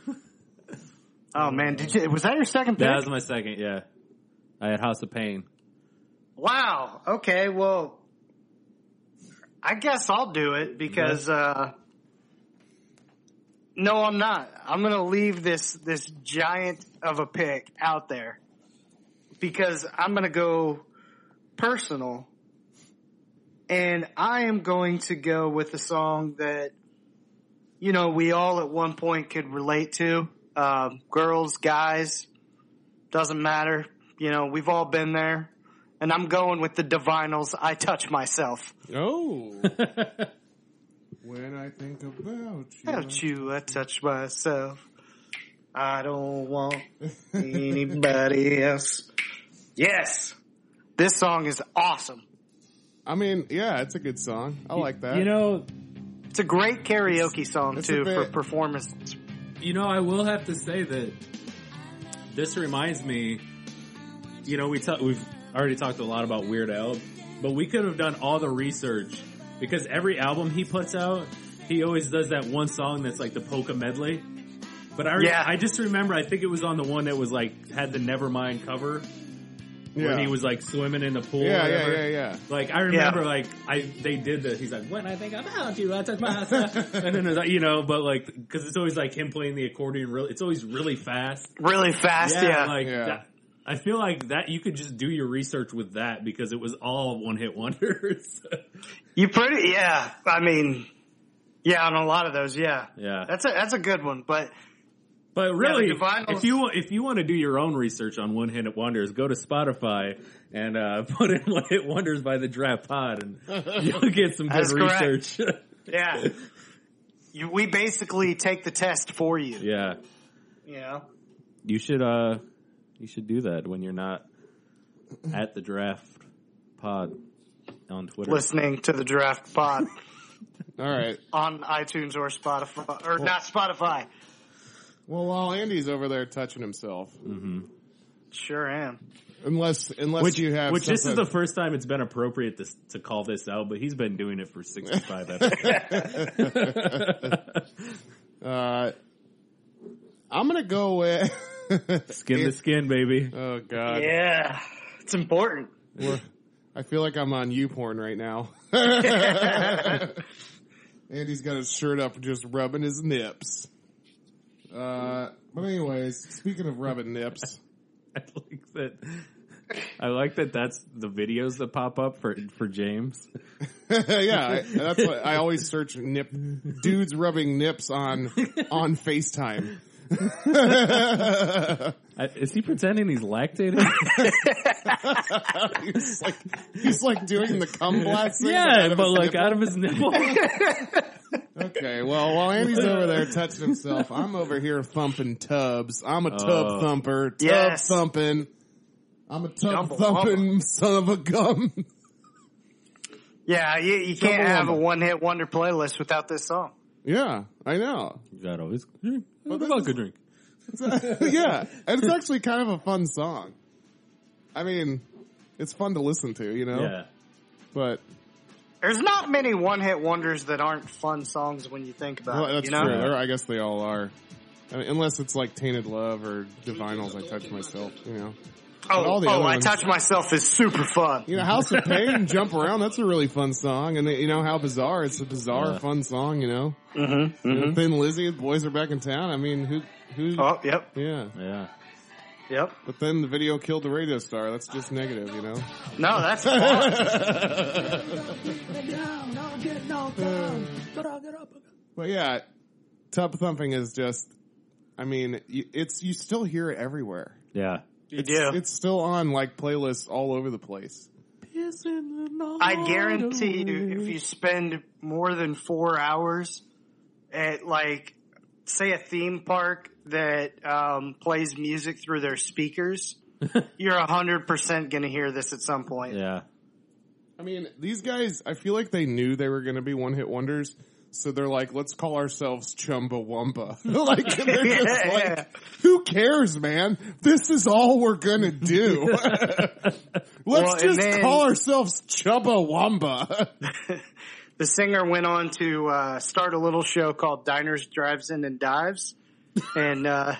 S2: Oh man, did you, was that your second pick?
S4: That was my second, yeah. I had House of Pain.
S2: Wow. Okay. Well, I guess I'll do it because, uh, no, I'm not. I'm going to leave this, this giant of a pick out there because I'm going to go personal and I am going to go with a song that, you know, we all at one point could relate to, um, girls, guys, doesn't matter. You know, we've all been there and I'm going with the Divinals. I touch myself.
S3: Oh. when I think about you.
S2: Touch you, I touch myself. I don't want anybody else. Yes, this song is awesome.
S3: I mean, yeah, it's a good song. I like that.
S4: You know,
S2: It's a great karaoke song
S3: It's
S2: too
S3: a bit-
S2: for performance.
S4: You know, I will have to say that this reminds me. You know, we ta- we've already talked a lot about Weird Al, but we could have done all the research because every album he puts out, he always does that one song that's like the polka medley. But I, re-
S2: Yeah.
S4: I just remember, I think it was on the one that was like had the Nevermind cover
S3: yeah.
S4: when he was like swimming in the pool. or
S3: yeah, yeah,
S4: whatever.
S3: yeah, yeah.
S4: Like I remember, like I they did this. He's like, when I think about you, I touch my house. and then there's, like, you know, but like because it's always like him playing the accordion. Really, it's always really fast.
S2: Really fast, yeah.
S4: like
S3: Yeah.
S4: That, I feel like that you could just do your research with that because it was all one hit wonders.
S2: you pretty, yeah. I mean, yeah, on a lot of those, yeah.
S4: Yeah.
S2: That's a that's a good one, but
S4: but really,
S2: the vinyls-
S4: if you if you want to do your own research on one hit wonders, go to Spotify and uh, put in one hit wonders by the Draft Pod, and you'll get some good
S2: That's correct.
S4: research.
S2: yeah. You, we basically take the test for you.
S4: yeah.
S2: You know?
S4: You should uh you should do that when you're not at the draft pod on Twitter.
S2: listening to the draft pod.
S3: All right.
S2: on iTunes or Spotify, or not Spotify.
S3: Well, while Andy's over there touching himself,
S2: Sure am.
S3: unless unless
S4: which
S3: you have
S4: which this is
S3: something-
S4: the first time it's been appropriate to, to call this out, but he's been doing it for 65 episodes.
S3: Uh, I'm gonna go with
S4: skin to skin, baby.
S3: Oh God,
S2: Yeah, it's important.
S3: We're- I feel like I'm on U porn right now. Andy's got his shirt up, just rubbing his nips. Uh, but anyways, speaking of rubbing nips,
S4: I like that. I like that that's the videos that pop up for for James.
S3: yeah, I, that's what I always search nip dudes rubbing nips on on FaceTime.
S4: I, is he pretending he's lactating?
S3: he's like he's like doing the cum blast. thing, out
S4: yeah,
S3: of
S4: but
S3: his
S4: like
S3: nipple.
S4: out of his nipple.
S3: Okay, well, while Andy's over there touching himself, I'm over here thumping tubs. I'm a tub
S4: Oh.
S3: thumper. Tub
S2: Uh, Yes.
S3: thumping. I'm a tub
S2: Jumbo
S3: thumping
S2: wumbo.
S3: son of a gum.
S2: Yeah, you, you can't
S3: Number
S2: have a
S3: one.
S2: one-hit wonder playlist without this song.
S3: yeah, I know.
S4: Got all his drink.
S3: this
S4: vodka drink.
S3: yeah, and it's actually kind of a fun song. I mean, it's fun to listen to, you know?
S4: Yeah.
S3: But,
S2: There's not many one-hit wonders that aren't fun songs when you think about
S3: well,
S2: it.
S3: that's
S2: Uh, You know,
S3: true. Or I guess they all are. I mean, unless it's like Tainted Love or Divinals I Touch Myself, you know? But all
S2: Oh,
S3: the
S2: oh
S3: other
S2: I
S3: ones-
S2: touch myself is super fun.
S3: You know, House of Pain, Jump Around, that's a really fun song. And, you know, how bizarre. It's a bizarre,
S4: Yeah.
S3: fun song, you know.
S2: Mm-hmm.
S3: You know, Thin Lizzy, the boys are back in town. I mean, who, who,
S2: Oh, yep,
S3: yeah.
S4: Yeah.
S2: yep.
S3: But then the video killed the radio star. That's just negative, you know.
S2: No, that's fun.
S3: But yeah, tub thumping is just, I mean, you- it's, you still hear it everywhere.
S4: Yeah.
S2: you do.
S3: It's still on like playlists all over the place.
S2: I guarantee you, if you spend more than four hours at like, say a theme park that um, plays music through their speakers, you're hundred percent gonna hear this at some point.
S4: Yeah.
S3: I mean, these guys, I feel like they knew they were going to be one hit wonders. So they're like, let's call ourselves Chumbawamba. like, they're just
S2: Yeah,
S3: like,
S2: yeah.
S3: who cares, man? This is all we're going to do. let's
S2: Well, and
S3: just
S2: then-
S3: call ourselves Chumbawamba.
S2: The singer went on to uh, start a little show called Diners, Drives In, and Dives. And uh,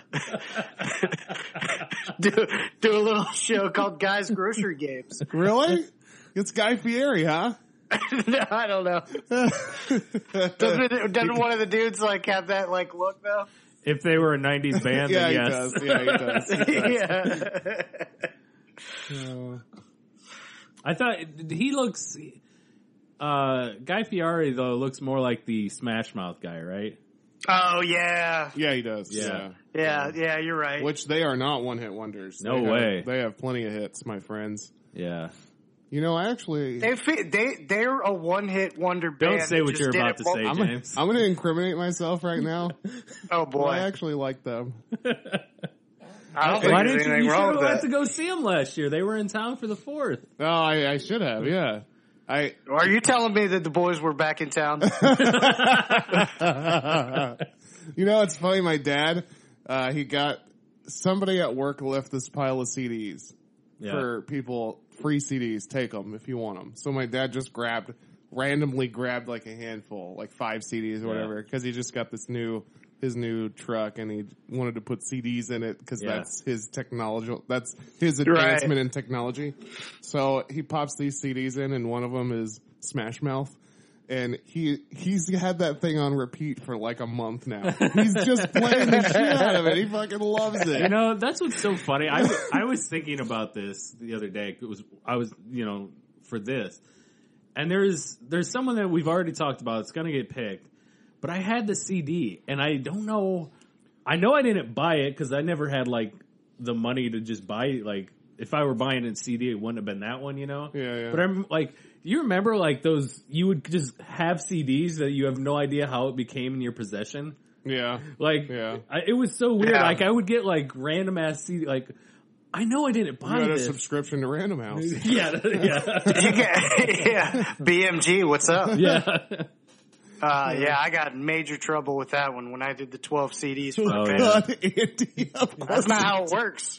S2: do do a little show called Guys Grocery Games.
S3: really? It's Guy Fieri, huh?
S2: I don't know. Doesn't, doesn't one of the dudes like have that like look though?
S4: If they were a 90s band,
S3: yeah,
S4: then
S3: he
S4: yes.
S3: does. Yeah, he does.
S2: yeah.
S3: Uh,
S4: I thought he looks. Uh, Guy Fieri though looks more like the Smash Mouth guy, right?
S2: Oh yeah.
S3: yeah, he does.
S4: Yeah.
S3: yeah.
S2: Yeah. Yeah. You're right.
S3: Which they are not one hit wonders.
S4: No
S3: They have-
S4: way.
S3: they have plenty of hits, my friends.
S4: Yeah.
S3: You know, I actually,
S2: they fit, they they're a one hit wonder band.
S4: say
S2: that
S4: what
S2: just
S4: you're
S2: did
S4: about
S2: it
S4: to
S2: mul-
S4: say.
S3: I'm, gonna-
S4: James.
S3: I'm going to incriminate myself right now.
S2: Oh
S3: But I
S2: boy.
S3: actually like them.
S2: I don't think there's anything wrong
S4: should've
S2: with
S4: went
S2: that.
S4: to go see him last year? They were in town for the fourth.
S3: Oh, I, I should have. Yeah. I,
S2: Are you telling me that the boys were back in town?
S3: you know, it's funny. My dad, uh, he got somebody at work left this pile of CDs
S4: Yeah.
S3: for people, free CDs. Take them if you want them. So my dad just grabbed, randomly grabbed like a handful, like five CDs or whatever, because he just got this new, his new truck and he wanted to put CDs in it because
S4: Yeah.
S3: that's his technology. That's his
S2: Right.
S3: advancement in technology. So he pops these CDs in and one of them is Smash Mouth. And he he's had that thing on repeat for like a month now. He's just playing the shit out of it. He fucking loves it.
S4: You know, that's what's so funny. I, I was thinking about this the other day. It was I was you know for this, and there's there's someone that we've already talked about. It's gonna get picked, but I had the CD, and I don't know. I know I didn't buy it because I never had like the money to just buy like. If I were buying a CD, it wouldn't have been that one, you know.
S3: Yeah, yeah.
S4: But I'm like, do you remember like those? You would just have CDs that you have no idea how it became in your possession.
S3: yeah.
S4: Like,
S3: Yeah.
S4: I, it was so weird.
S2: Yeah.
S4: Like, I would get like random ass CD. Like, I know I didn't
S3: You
S4: buy
S3: got a
S4: this.
S3: subscription to Random House.
S4: yeah, yeah,
S2: You get- yeah. BMG, what's up?
S4: yeah.
S2: Uh, yeah, I got in major trouble with that one when I did the 12 CDs. For
S4: Oh,
S2: a
S4: yeah.
S2: band.
S3: God, Andy, of
S2: That's
S3: course.
S2: not how it works.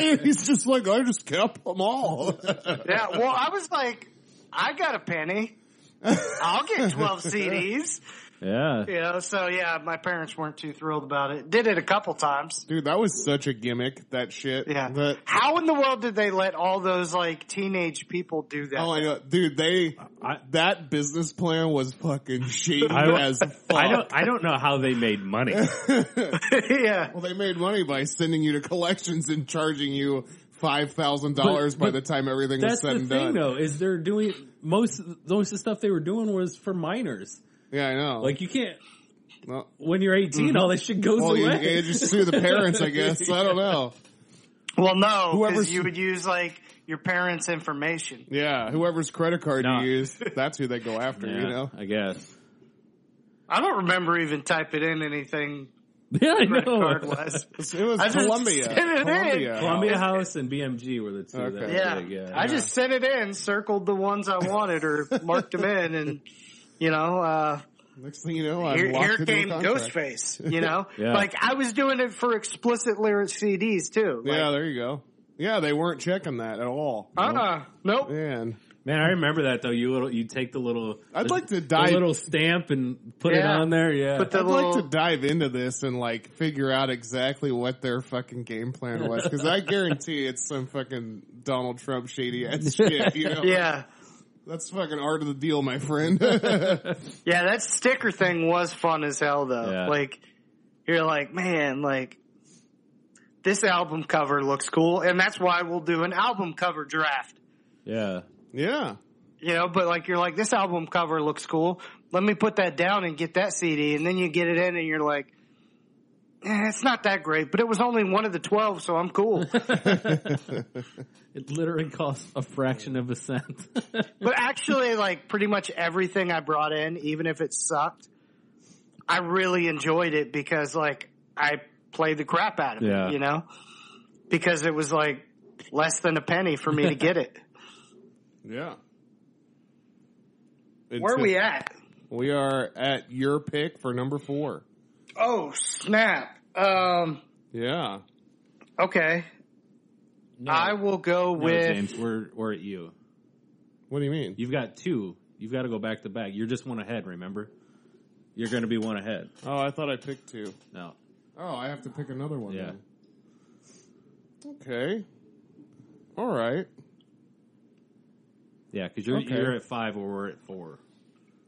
S3: Andy's just like, I just kept them all.
S2: Yeah, well, I was like, I got a penny. I'll get 12 CDs.
S4: yeah.
S2: You know, so yeah, my parents weren't too thrilled about it. Did it a couple times.
S3: Dude, that was such a gimmick, that shit.
S2: Yeah.
S3: That-
S2: how in the world did they let all those like teenage people do that?
S3: oh, I know. Dude, they,
S4: I-
S3: that business plan was fucking shady
S4: I-
S3: as fuck.
S4: I don't. I don't know how they made money.
S2: yeah.
S3: Well, they made money by sending you to collections and charging you five thousand dollars
S4: But-
S3: by
S4: but
S3: the time everything was
S4: That's
S3: said
S4: the
S3: and
S4: thing,
S3: done.
S4: though, is they're doing most most of the stuff they were doing was for minors.
S3: Yeah, I know.
S4: Like, you can't
S3: well, mm-hmm.
S4: when you're 18, all that shit goes
S3: well, you,
S4: away.
S3: you just sue the parents, I guess. I don't know.
S2: Well, no,
S3: Whoever's-
S2: because you would use like your parents' information.
S3: Yeah, whoever's credit card
S4: Nah.
S3: you use, that's who they go after.
S4: Yeah,
S3: You know.
S4: I guess.
S2: I don't remember even typing in anything
S4: Yeah, I
S2: credit card
S4: know.
S2: wise.
S3: It was
S2: I just
S3: Columbia.
S2: sent it in.
S3: Columbia.
S4: Columbia House and BMG were the two.
S3: Okay.
S4: That were
S2: Yeah.
S4: big, yeah.
S2: I just sent it in, circled the ones I wanted or marked them in and you know, uh
S3: Next thing you know, I'm
S2: here,
S3: locked
S2: here
S3: into a
S2: came
S3: contract.
S2: Ghostface, you know?
S4: Yeah.
S2: Like I was doing it for explicit lyric CDs too. Like,
S3: yeah, there you go. Yeah, they weren't checking that at all.
S2: uh-uh. Nope.
S3: Man,
S4: Man, I remember that though. You little, you take the little.
S3: I'd
S4: the-
S3: like to
S4: the
S3: dive-
S4: little stamp and put it
S2: Yeah.
S4: on there. Yeah,
S2: But the-
S3: I'd
S2: little-
S3: like to dive into this and like figure out exactly what their fucking game plan was because I guarantee it's some fucking Donald Trump shady ass shit. You know?
S2: Yeah.
S3: that's fucking art of the deal, my friend.
S2: Yeah, that sticker thing was fun as hell though.
S4: Yeah.
S2: Like you're like, man, like this album cover looks cool and that's why we'll do an album cover draft.
S4: yeah,
S3: yeah,
S2: You know, but like you're like this album cover looks cool. Let me put that down and get that CD and then you get it in and you're like eh, it's not that great, but it was only one of the 12, so I'm cool.
S4: it literally costs a fraction of a cent.
S2: But actually, like pretty much everything I brought in, even if it sucked, I really enjoyed it because like I played the crap out of
S4: Yeah.
S2: it, you know? Because it was like less than a penny for me to get it.
S3: yeah.
S2: Where are
S3: It's-
S2: we at?
S3: We are at your pick for number four.
S2: Oh, snap. Um,
S3: Yeah.
S2: okay. I will go
S4: No,
S2: with,
S4: James, we're we're at you.
S3: What do you mean?
S4: You've got two. You've got to go back to back. You're just one ahead. Remember, you're going to be one ahead.
S3: Oh, I thought I picked two.
S4: No,
S3: Oh, I have to pick another one.
S4: Yeah.
S3: then. Okay. All right.
S4: yeah, because you're
S3: Okay.
S4: you're at five or we're at four.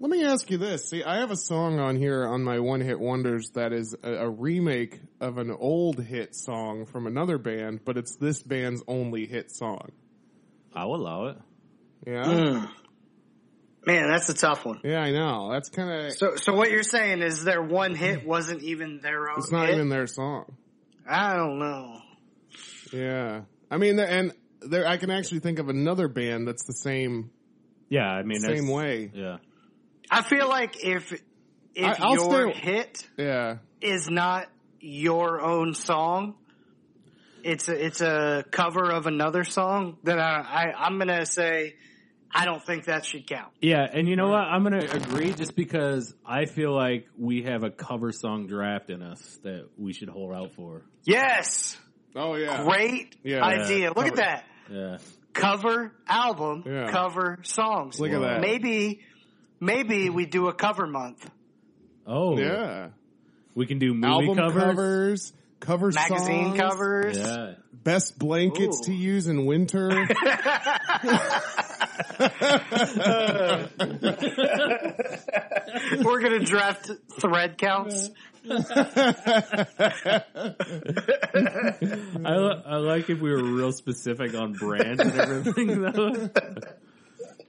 S3: Let me ask you this. See, I have a song on here on my One Hit Wonders that is a, a remake of an old hit song from another band, but it's this band's only hit song.
S4: I'll allow it.
S3: Yeah.
S2: Mm. man, that's a tough one.
S3: Yeah, I know. That's kind of.
S2: So, so what you're saying is their one hit wasn't even their own.
S3: It's not
S2: hit?
S3: even their song.
S2: I don't know.
S3: Yeah. I mean, and there, I can actually think of another band that's the same
S4: Yeah, I mean
S3: same
S4: that's-
S3: way.
S4: Yeah,
S2: I feel like if if
S3: I- I'll
S2: your
S3: stay-
S2: hit
S3: Yeah.
S2: is not your own song, it's a, it's a cover of another song, then I, I I'm gonna say I don't think that should count.
S4: yeah, and you know what? I'm gonna agree just because I feel like we have a cover song draft in us that we should hold out for.
S2: Yes,
S3: Oh yeah.
S2: great
S3: Yeah.
S2: idea. Look at that
S4: Yeah,
S2: cover album,
S3: Yeah.
S2: cover songs.
S3: Look at that.
S2: Maybe maybe we do a cover month.
S4: Oh,
S3: Yeah.
S4: We can do movie
S3: Album
S4: covers.
S3: covers, cover
S2: Magazine
S3: songs,
S2: covers.
S4: Yeah,
S3: best blankets
S2: Ooh.
S3: to use in winter.
S2: We're gonna draft thread counts.
S4: I, li- I like if we were real specific on brand and everything though.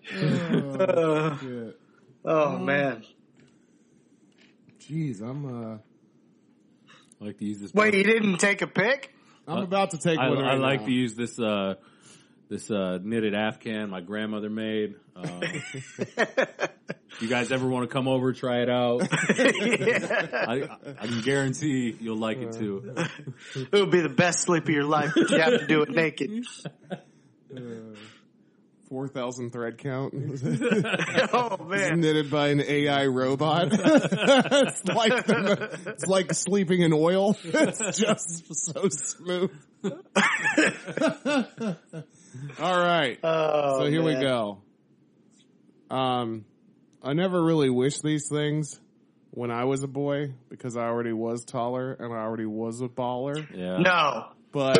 S2: Uh,
S3: Shit.
S2: oh man.
S3: Jeez, I'm uh,
S4: I like to use this.
S2: Wait, you didn't take a pick?
S3: I'm about to take
S4: Uh, I,
S3: one.
S4: I
S3: right
S4: like
S3: now.
S4: to use this uh, this uh, knitted afghan my grandmother made. Um, you guys ever want to come over, try it out? I, I can guarantee you'll like
S3: Uh,
S4: it too.
S2: It would be the best sleep of your life, but you have to do it naked.
S3: four thousand thread count.
S2: Oh man.
S3: Knitted by an AI robot. it's, like the- it's like sleeping in oil. It's just so smooth. All right.
S2: Oh,
S3: so here we
S2: man.
S3: go. Um, I never really wished these things when I was a boy because I already was taller and I already was a baller.
S4: Yeah.
S2: No.
S3: But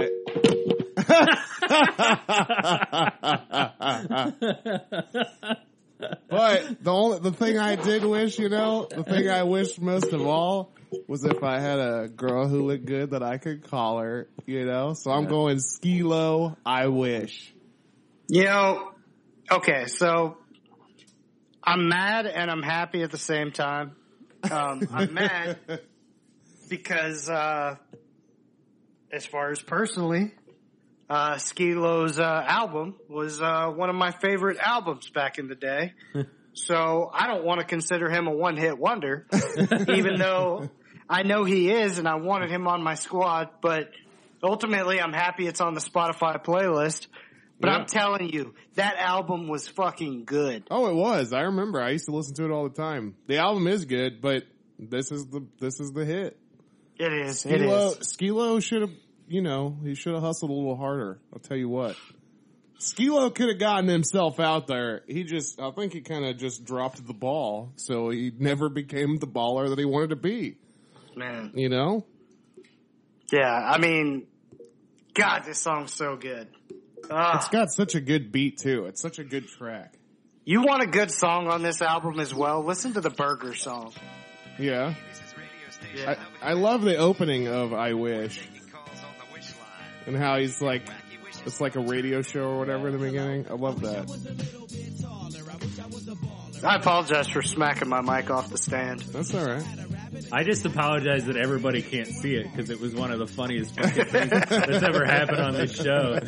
S3: but the only the thing I did wish, you know, the thing I wished most of all was if I had a girl who looked good that I could call her, you know. So I'm going ski low. I wish.
S2: You know, okay, so I'm mad and I'm happy at the same time. Um, I'm mad because, uh, as far as personally, uh, Ski Lo's uh, album was uh, one of my favorite albums back in the day. so I don't want to consider him a one hit wonder, even though I know he is and I wanted him on my squad, but ultimately I'm happy it's on the Spotify playlist. But
S3: Yeah.
S2: I'm telling you, that album was fucking good.
S3: Oh, it was. I remember. I used to listen to it all the time. The album is good, but this is the this is the hit.
S2: It is. it
S3: Skilo
S2: is.
S3: Skilo should have, you know, he should have hustled a little harder. I'll tell you what. Skilo could have gotten himself out there. He just, I think he kind of just dropped the ball, so he never became the baller that he wanted to be.
S2: man.
S3: You know,
S2: Yeah, I mean, God, this song's so good. Ah,
S3: it's got such a good beat too. It's such a good track.
S2: you want a good song on this album as well? Listen to the Burger song.
S3: Yeah, I,
S2: Yeah,
S3: I love the opening of "I Wish" and how he's like, it's like a radio show or whatever in the beginning. I love that.
S2: I apologize for smacking my mic off the stand.
S3: That's all right.
S4: I just apologize that everybody can't see it because it was one of the funniest fucking things that's ever happened on this show.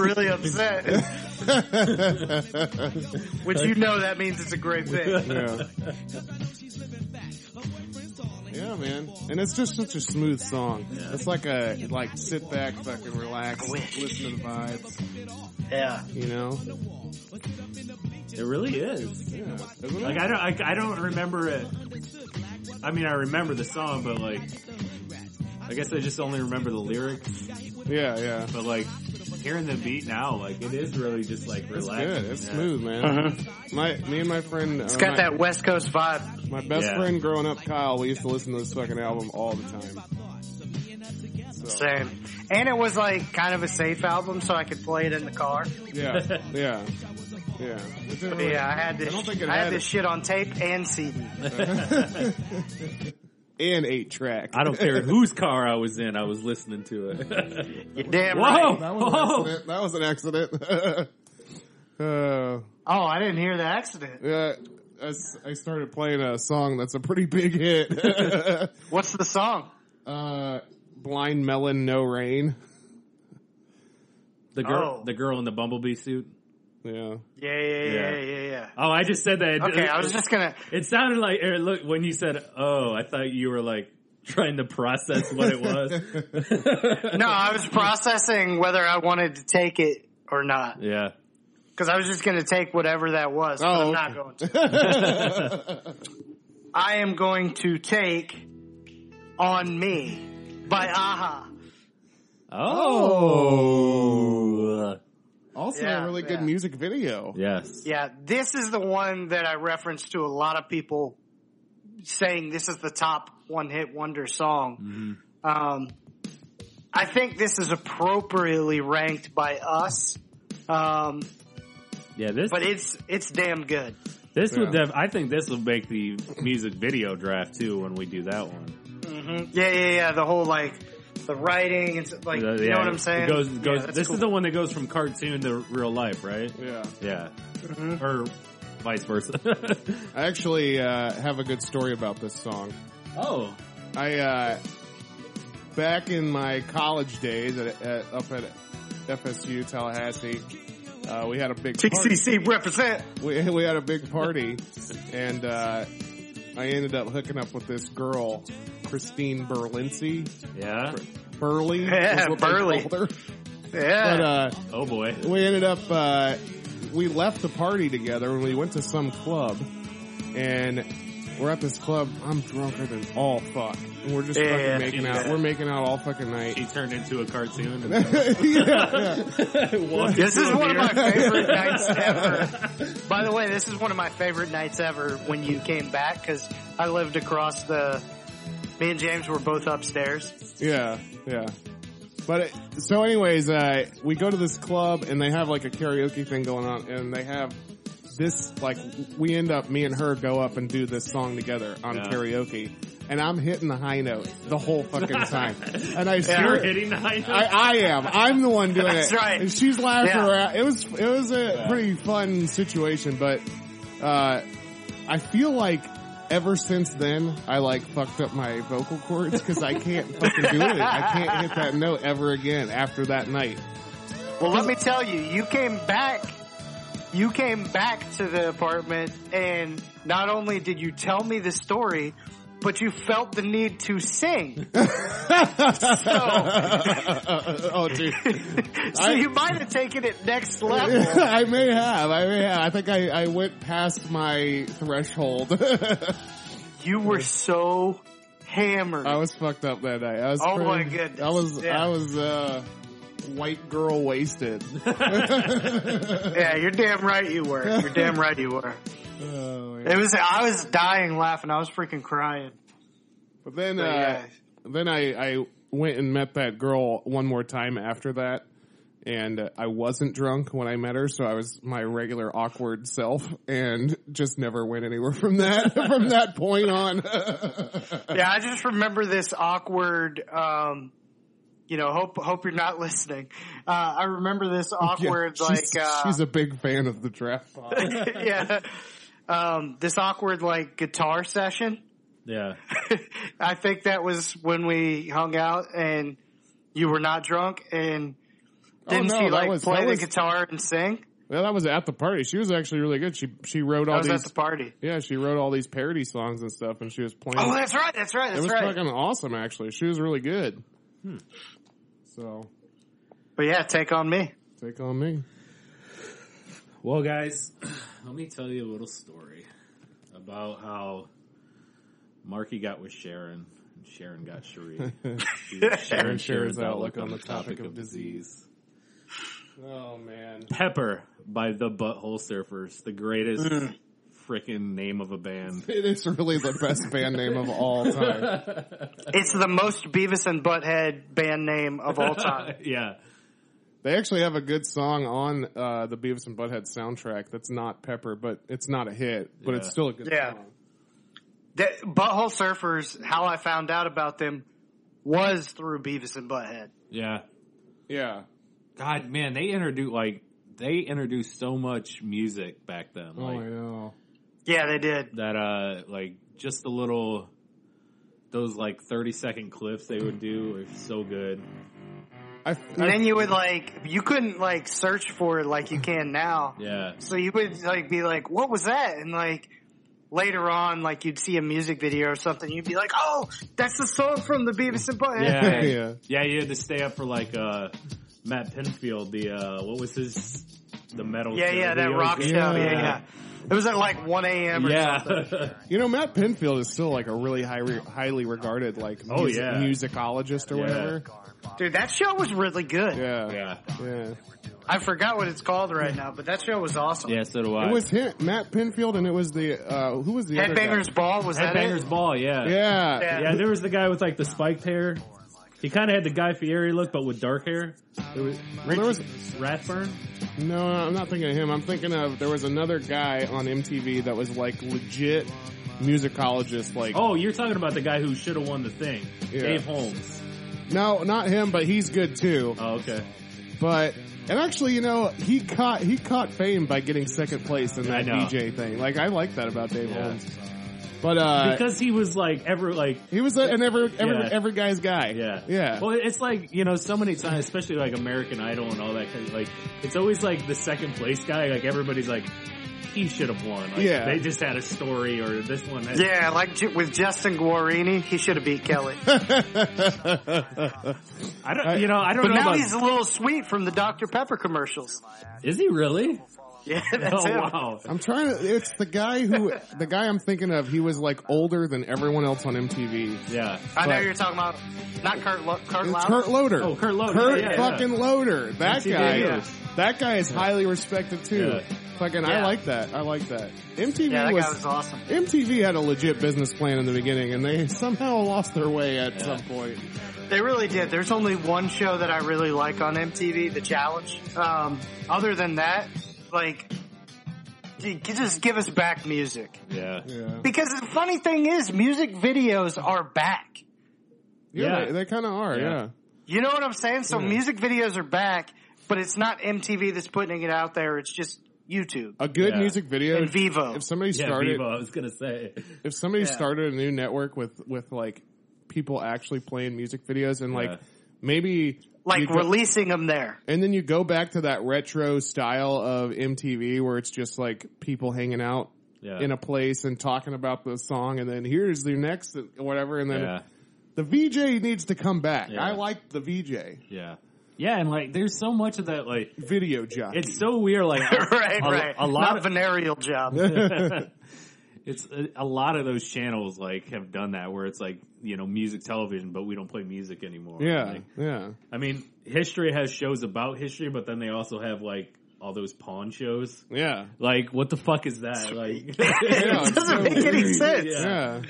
S2: really upset. Which you know that means it's a great thing.
S3: Yeah. Yeah, man, and it's just such a smooth song. It's like a like sit back, fucking relax, listen to the vibes.
S2: Yeah.
S3: You know,
S4: It really is.
S3: yeah. Isn't it?
S4: Like I don't, I, I don't remember it. I mean, I remember the song, but like, I guess I just only remember the lyrics.
S3: yeah, yeah.
S4: But like, hearing the beat now, like it is really just like relaxing.
S3: Good, it's
S4: Yeah. Uh-huh.
S3: smooth, man. My, me and my friend,
S2: It's
S3: uh,
S2: got
S3: my-
S2: that West Coast vibe.
S3: My best
S4: Yeah.
S3: friend growing up, Kyle, we used to listen to this fucking album all the time.
S2: Same. And it was like kind of a safe album, so I could play it in the car.
S3: Yeah, yeah, yeah. It didn't really-
S2: Yeah, I had
S3: I
S2: this.
S3: don't think it
S2: I
S3: had
S2: had this
S3: it.
S2: shit on tape and CD.
S3: and eight track.
S4: I don't care whose car I was in, I was listening to it.
S2: You damn
S4: Whoa!
S2: right.
S3: That was an accident. That was an accident. uh,
S2: Oh, I didn't hear the accident.
S3: yeah, I s- I started playing a song that's a pretty big hit.
S2: What's the song?
S3: uh, Blind Melon, No Rain.
S4: the girl,
S2: Oh.
S4: the girl in the bumblebee suit.
S3: Yeah.
S2: Yeah, yeah, yeah,
S4: Yeah.
S2: yeah, yeah.
S4: Oh, I just said that.
S2: Okay, I was just gonna.
S4: It sounded like er, look when you said, "Oh," I thought you were like trying to process what it was.
S2: No, I was processing whether I wanted to take it or not
S4: Yeah.
S2: because I was just gonna take whatever that was. but
S3: Oh,
S2: I'm
S3: okay.
S2: not going to. I am going to take on me by Aha.
S4: Oh.
S3: Also,
S2: Yeah,
S3: a really
S2: yeah.
S3: good music video.
S4: Yes.
S2: Yeah, this is the one that I referenced to a lot of people saying this is the top one hit wonder song.
S4: Mm-hmm.
S2: Um, I think this is appropriately ranked by us, um,
S4: Yeah. This.
S2: but it's it's damn good.
S4: this would.
S3: Yeah.
S4: Def- I think this will make the music video draft too when we do that one.
S2: hmm Yeah, yeah, yeah. The whole like the writing and s- like you
S4: Uh, Mm-hmm. yeah,
S2: know what I'm saying.
S4: It goes. it goes
S2: Yeah, that's
S4: this
S2: cool.
S4: is the one that goes from cartoon to real life, right?
S3: Yeah.
S4: Yeah.
S2: Mm-hmm.
S4: Or vice versa.
S3: I actually uh, have a good story about this song.
S4: oh.
S3: I uh, back in my college days at, at, up at FSU Tallahassee, uh, we had a big party.
S2: TCC represent.
S3: We, we had a big party, and uh, I ended up hooking up with this girl, Christine Berlincy.
S4: Yeah.
S3: Burley,
S2: Yeah,
S3: is what they
S2: Burley.
S3: called her.
S2: Yeah,
S3: But uh,
S4: Oh boy.
S3: we ended up uh, we left the party together and we went to some club and we're at this club i'm drunker than all fuck and we're just
S2: Yeah,
S3: fucking
S2: yeah,
S3: making out
S4: yeah.
S3: we're making out all fucking night
S4: He turned into a cartoon. And
S3: yeah, yeah.
S4: Walked
S2: This
S4: into
S2: is
S4: a
S2: one of
S4: mirror.
S2: my favorite nights ever. By the way, this is one of my favorite nights ever when you came back because I lived across the. Me and James were both upstairs.
S3: Yeah, yeah. But it, so, anyways, uh, we go to this club and they have like a karaoke thing going on, and they have this like we end up me and her go up and do this song together on
S4: Yeah.
S3: karaoke, and I'm hitting the high note the whole fucking time, and I
S4: You're
S3: swear.
S4: hitting the high note.
S3: I, I am. I'm the one doing
S2: That's
S3: it.
S2: right.
S3: And she's laughing
S2: Yeah.
S3: her out. It was it was a pretty fun situation, but uh, I feel like ever since then I like fucked up my vocal cords because I can't fucking do it. I can't hit that note ever again after that night.
S2: Well, let me tell you, you came back. You came back to the apartment, and not only did you tell me the story, but you felt the need to sing.
S3: oh, dude.
S2: So you might have taken it next level.
S3: I may have. I may have. I think I, I went past my threshold.
S2: You were so hammered.
S3: I was fucked up that night. I was
S2: Oh
S3: pretty-
S2: my goodness.
S3: I was
S2: Yeah.
S3: I was uh white girl wasted. Oh,
S2: Yeah, you're damn right you were. You're damn right you were.
S3: Oh, man.
S2: It was. I was dying laughing. I was freaking crying.
S3: But then,
S2: But,
S3: uh,
S2: yeah.
S3: then I, I went and met that girl one more time after that, and uh, I wasn't drunk when I met her, so I was my regular awkward self, and just never went anywhere from that from that point on.
S2: Yeah, I just remember this awkward. Um, you know, hope hope you're not listening. Uh, I remember this
S3: Yeah,
S2: awkward
S3: she's-
S2: like. Uh,
S3: she's a big fan of the draft. pod.
S2: yeah. Um, this awkward like guitar session.
S4: Yeah.
S2: I think that was when we hung out and you were not drunk and didn't
S3: Oh, no,
S2: she
S3: that
S2: like
S3: was-
S2: play
S3: that
S2: the
S3: was-
S2: guitar and sing?
S3: well, that was at the party. She was actually really good. She she wrote
S2: I
S3: all
S2: was at
S3: these
S2: the party.
S3: yeah she wrote all these parody songs and stuff, and she was playing.
S2: Oh, that's right. That's right.
S3: it
S2: That's
S3: was
S2: right.
S3: fucking awesome. Actually, she was really good. So
S2: But yeah, take on me.
S3: take on me.
S4: Well, guys, let me tell you a little story about how Marky got with Sharon and Sharon got Cherie. She was
S3: Sharon shares outlook on the topic of disease. Oh man.
S4: Pepper by the Butthole Surfers, the greatest frickin' name of a band.
S3: It is really the best band name of all time.
S2: It's the most Beavis and Butthead band name of all time.
S4: yeah.
S3: They actually have a good song on uh, the Beavis and Butthead soundtrack that's not Pepper, but it's not a hit, but it's
S4: Yeah.
S3: still a good
S2: Yeah.
S3: song.
S2: That- Butthole Surfers, how I found out about them was through Beavis and Butthead.
S4: Yeah.
S3: Yeah.
S4: God, man, they introduced like they introduced so much music back then.
S3: Oh,
S4: Like
S3: I know.
S2: Yeah, they did.
S4: that uh like just the little those like 30 second clips they would do are so good.
S3: I,
S2: And then you would like, you couldn't like search for it like you can now.
S4: Yeah.
S2: So you would like be like, "What was that?" And like later on, like you'd see a music video or something, you'd be like, "Oh, that's the song from the Beavis and Butthead."
S4: Yeah.
S3: Yeah.
S4: Yeah, you had to stay up for like uh Matt Pinfield, the uh what was his the metal
S2: yeah,
S4: show
S2: yeah,
S4: he
S2: that
S4: always
S2: rock
S4: did?
S2: show. Yeah, yeah. It was at like one a.m. or something.
S4: Yeah.
S3: you know, Matt Pinfield is still like a really high, highly regarded like
S4: Oh,
S3: music-
S4: yeah.
S3: musicologist or
S4: Yeah.
S3: whatever.
S2: Dude, that show was really good.
S3: Yeah.
S4: yeah.
S3: Yeah.
S2: I forgot what it's called right now, but that show was awesome.
S4: Yeah, so do I.
S3: It was him, Matt Pinfield, and it was the uh, who was the other guy?
S2: Headbangers Ball was that
S4: Headbangers
S2: it?
S4: Ball, yeah.
S3: Yeah.
S2: Yeah.
S4: Yeah, there was the guy with like the spiked hair. He kind of had the Guy Fieri look, but with dark hair. There was
S3: Well, there was-
S4: Rathburn.
S3: No, I'm not thinking of him. I'm thinking of there was another guy on MTV that was like legit musicologist. Like,
S4: Oh, you're talking about the guy who should have won the thing,
S3: Yeah.
S4: Dave Holmes.
S3: no, not him, but he's good too.
S4: Oh, okay.
S3: But and actually, you know, he caught he caught fame by getting second place in
S4: I
S3: that
S4: know.
S3: DJ thing. Like, I like that about Dave
S4: Yeah.
S3: Holmes. But uh,
S4: Because he was like ever like
S3: he was a, an every every,
S4: Yeah.
S3: every guy's guy.
S4: Yeah.
S3: yeah.
S4: Well, it's like, you know, so many times, especially like American Idol and all that kind of like, it's always like the second place guy, like everybody's like, he should have won. Like,
S3: Yeah.
S4: They just had a story or this one. Had,
S2: Yeah, like Ju- with Justin Guarini, he should have beat Kelly.
S4: I
S3: Uh,
S4: don't, you know, I don't
S2: But
S4: know.
S2: now
S4: about-
S2: he's a little sweet from the Dr. Pepper commercials.
S4: is he really?
S2: Yeah, that's
S4: oh,
S2: him.
S4: wow.
S3: I'm trying to. It's the guy who the guy I'm thinking of. He was like older than everyone else on MTV.
S4: Yeah.
S2: I know
S3: But-
S2: you're talking about not Kurt Lo- Kurt
S3: It's
S2: Loud.
S3: Kurt Loader.
S4: Oh, Kurt Loder.
S3: Kurt
S4: Yeah, yeah.
S3: fucking Loader. That
S4: MTV,
S3: guy.
S4: yeah.
S3: That guy is highly respected too.
S4: Yeah.
S3: Fucking, I
S2: Yeah.
S3: like that. I like that. MTV
S2: yeah, that
S3: was,
S2: guy was awesome.
S3: MTV had a legit business plan in the beginning, and they somehow lost their way at some point.
S2: They really did. There's only one show that I really like on MTV, The Challenge. Um, other than that, like, dude, g- just give us back music.
S4: Yeah.
S3: Yeah,
S2: Because the funny thing is, music videos are back.
S3: yeah,
S4: Yeah.
S3: they, they kind of are.
S4: Yeah.
S3: Yeah.
S2: You know what I'm saying? So
S3: Yeah.
S2: music videos are back, but it's not MTV that's putting it out there. It's just YouTube
S3: a good
S4: Yeah.
S3: music video.
S2: and Vivo.
S3: If somebody
S4: Yeah,
S3: started,
S4: Vivo, I was going to say.
S3: if somebody
S2: Yeah.
S3: started a new network with with like people actually playing music videos and like
S4: Yeah.
S3: maybe you
S2: Like
S3: go-
S2: releasing them there.
S3: And then you go back to that retro style of MTV where it's just like people hanging out
S4: Yeah.
S3: in a place and talking about the song and then here's the next whatever and then
S4: yeah.
S3: the VJ needs to come back.
S4: Yeah.
S3: I like the VJ.
S4: Yeah. Yeah. And like, there's so much of that, like,
S3: Video jockey.
S4: it's so weird. Like,
S2: right,
S4: a,
S2: right.
S4: A lot
S2: Not
S4: of
S2: venereal job.
S4: uh, it's a, a lot of those channels like have done that where it's like you know music television, but we don't play music anymore.
S3: Yeah,
S4: Like,
S3: yeah.
S4: I mean, history has shows about history, but then they also have like all those pawn shows.
S3: Yeah.
S4: Like, what the fuck is that? Like,
S3: Yeah,
S2: it doesn't make any sense. Yeah.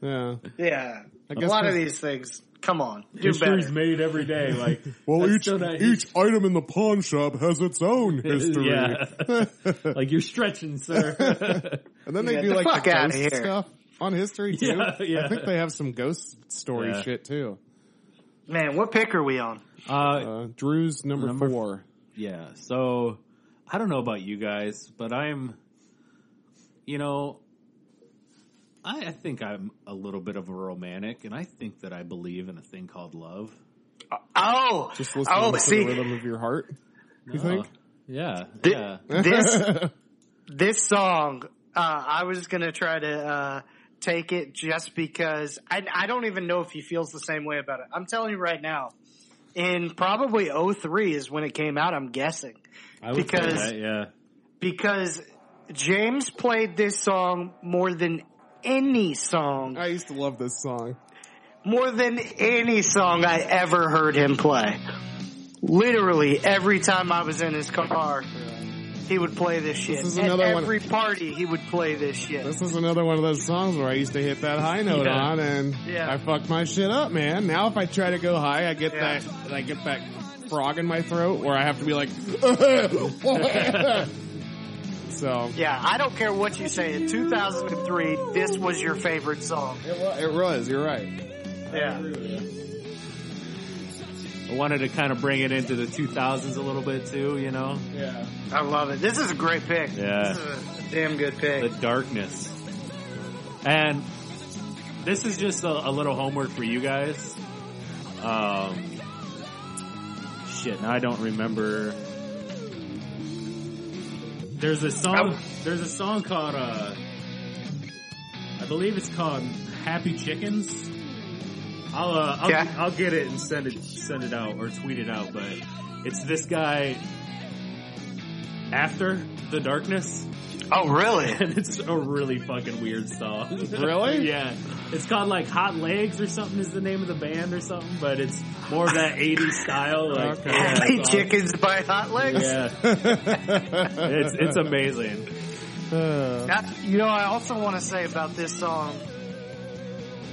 S3: Yeah. Yeah. I
S2: A
S3: guess
S2: lot of
S3: that's-
S2: these things. Come on. Do
S4: history's
S2: better.
S4: made every day. Like,
S3: Well,
S4: that's
S3: each,
S4: so nice.
S3: each item in the pawn shop has its own history.
S4: Yeah. like you're stretching, sir. Uh,
S3: And then they
S2: Yeah,
S3: do
S2: the
S3: like
S2: fuck
S3: the
S2: outta
S3: ghost
S2: here.
S3: stuff on history too.
S4: Yeah, yeah.
S3: I think they have some ghost story
S4: Yeah.
S3: shit too.
S2: Man, what pick are we on?
S4: uh,
S3: Uh, Drew's number,
S4: Number-
S3: four.
S4: yeah. So I don't know about you guys, but I'm, you know, I, I think I'm a little bit of a romantic, and I think that I believe in a thing called love.
S2: Oh,
S3: Just listen
S2: oh,
S3: to
S2: see,
S3: the rhythm of your heart. You
S4: No.
S3: think?
S4: Uh, Yeah.
S2: Thi-
S4: Yeah.
S2: this this song, uh, I was gonna try to uh, take it just because I, I don't even know if he feels the same way about it. I'm telling you right now, in probably '03 is when it came out. I'm guessing
S4: I would say
S2: Because-
S4: that, yeah.
S2: because James played this song more than any song,
S3: I used to love this song.
S2: more than any song I ever heard him play. Literally every time I was in his car. He would play this shit.
S3: is
S2: At
S3: another one-
S2: every party, he would play this shit.
S3: This is another one of those songs where I used to hit that high note
S4: Yeah.
S3: on, and
S2: Yeah.
S3: I fucked my shit up, man. Now if I try to go high, I get
S2: Yeah.
S3: that I get that frog in my throat where I have to be like, so
S2: Yeah, I don't care what you say. In 2003, this was your favorite song.
S3: it was. It was you're right.
S2: Yeah.
S4: I wanted to kind of bring it into the 2000s a little bit too, you know?
S3: Yeah.
S2: I love it. This is a great pick.
S4: Yeah.
S2: This is a damn good
S4: The
S2: pick.
S4: darkness. And this is just a, a little homework for you guys. Um, shit, now I don't remember. There's a song, there's a song called, uh, I believe it's called Happy Chickens. I'll, uh, I'll,
S2: Yeah.
S4: I'll get it and send it, send it out or tweet it out, but it's this guy after the darkness
S2: Oh, really?
S4: and it's a really fucking weird song.
S3: Really?
S4: yeah. It's called like Hot Legs or something is the name of the band or something, but it's more of that 80s style. Like,
S3: Okay.
S4: yeah,
S2: Happy
S4: it's all-
S2: chickens by Hot Legs.
S4: Yeah, it's it's amazing.
S3: Uh,
S2: That- you know, I also want to say about this song.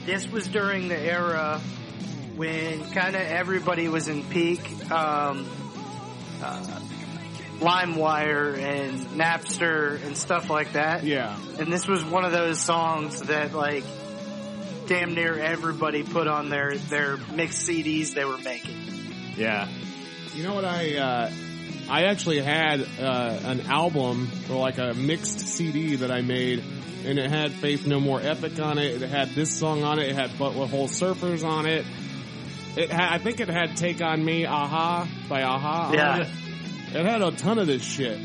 S2: This was during the era when kind of everybody was in peak um, uh, LimeWire and Napster and stuff like that.
S3: yeah.
S2: And this was one of those songs that like damn near everybody put on their their mixed CDs they were making.
S4: Yeah,
S3: You know what I? Uh, I actually had uh, an album or like a mixed CD that I made, and it had "Faith No More" epic on it. It had this song on it. It had "Butthole Surfers" on it. It ha- I think it had "Take on Me," "Aha" by Aha. on
S2: Yeah.
S3: it. it had a ton of this shit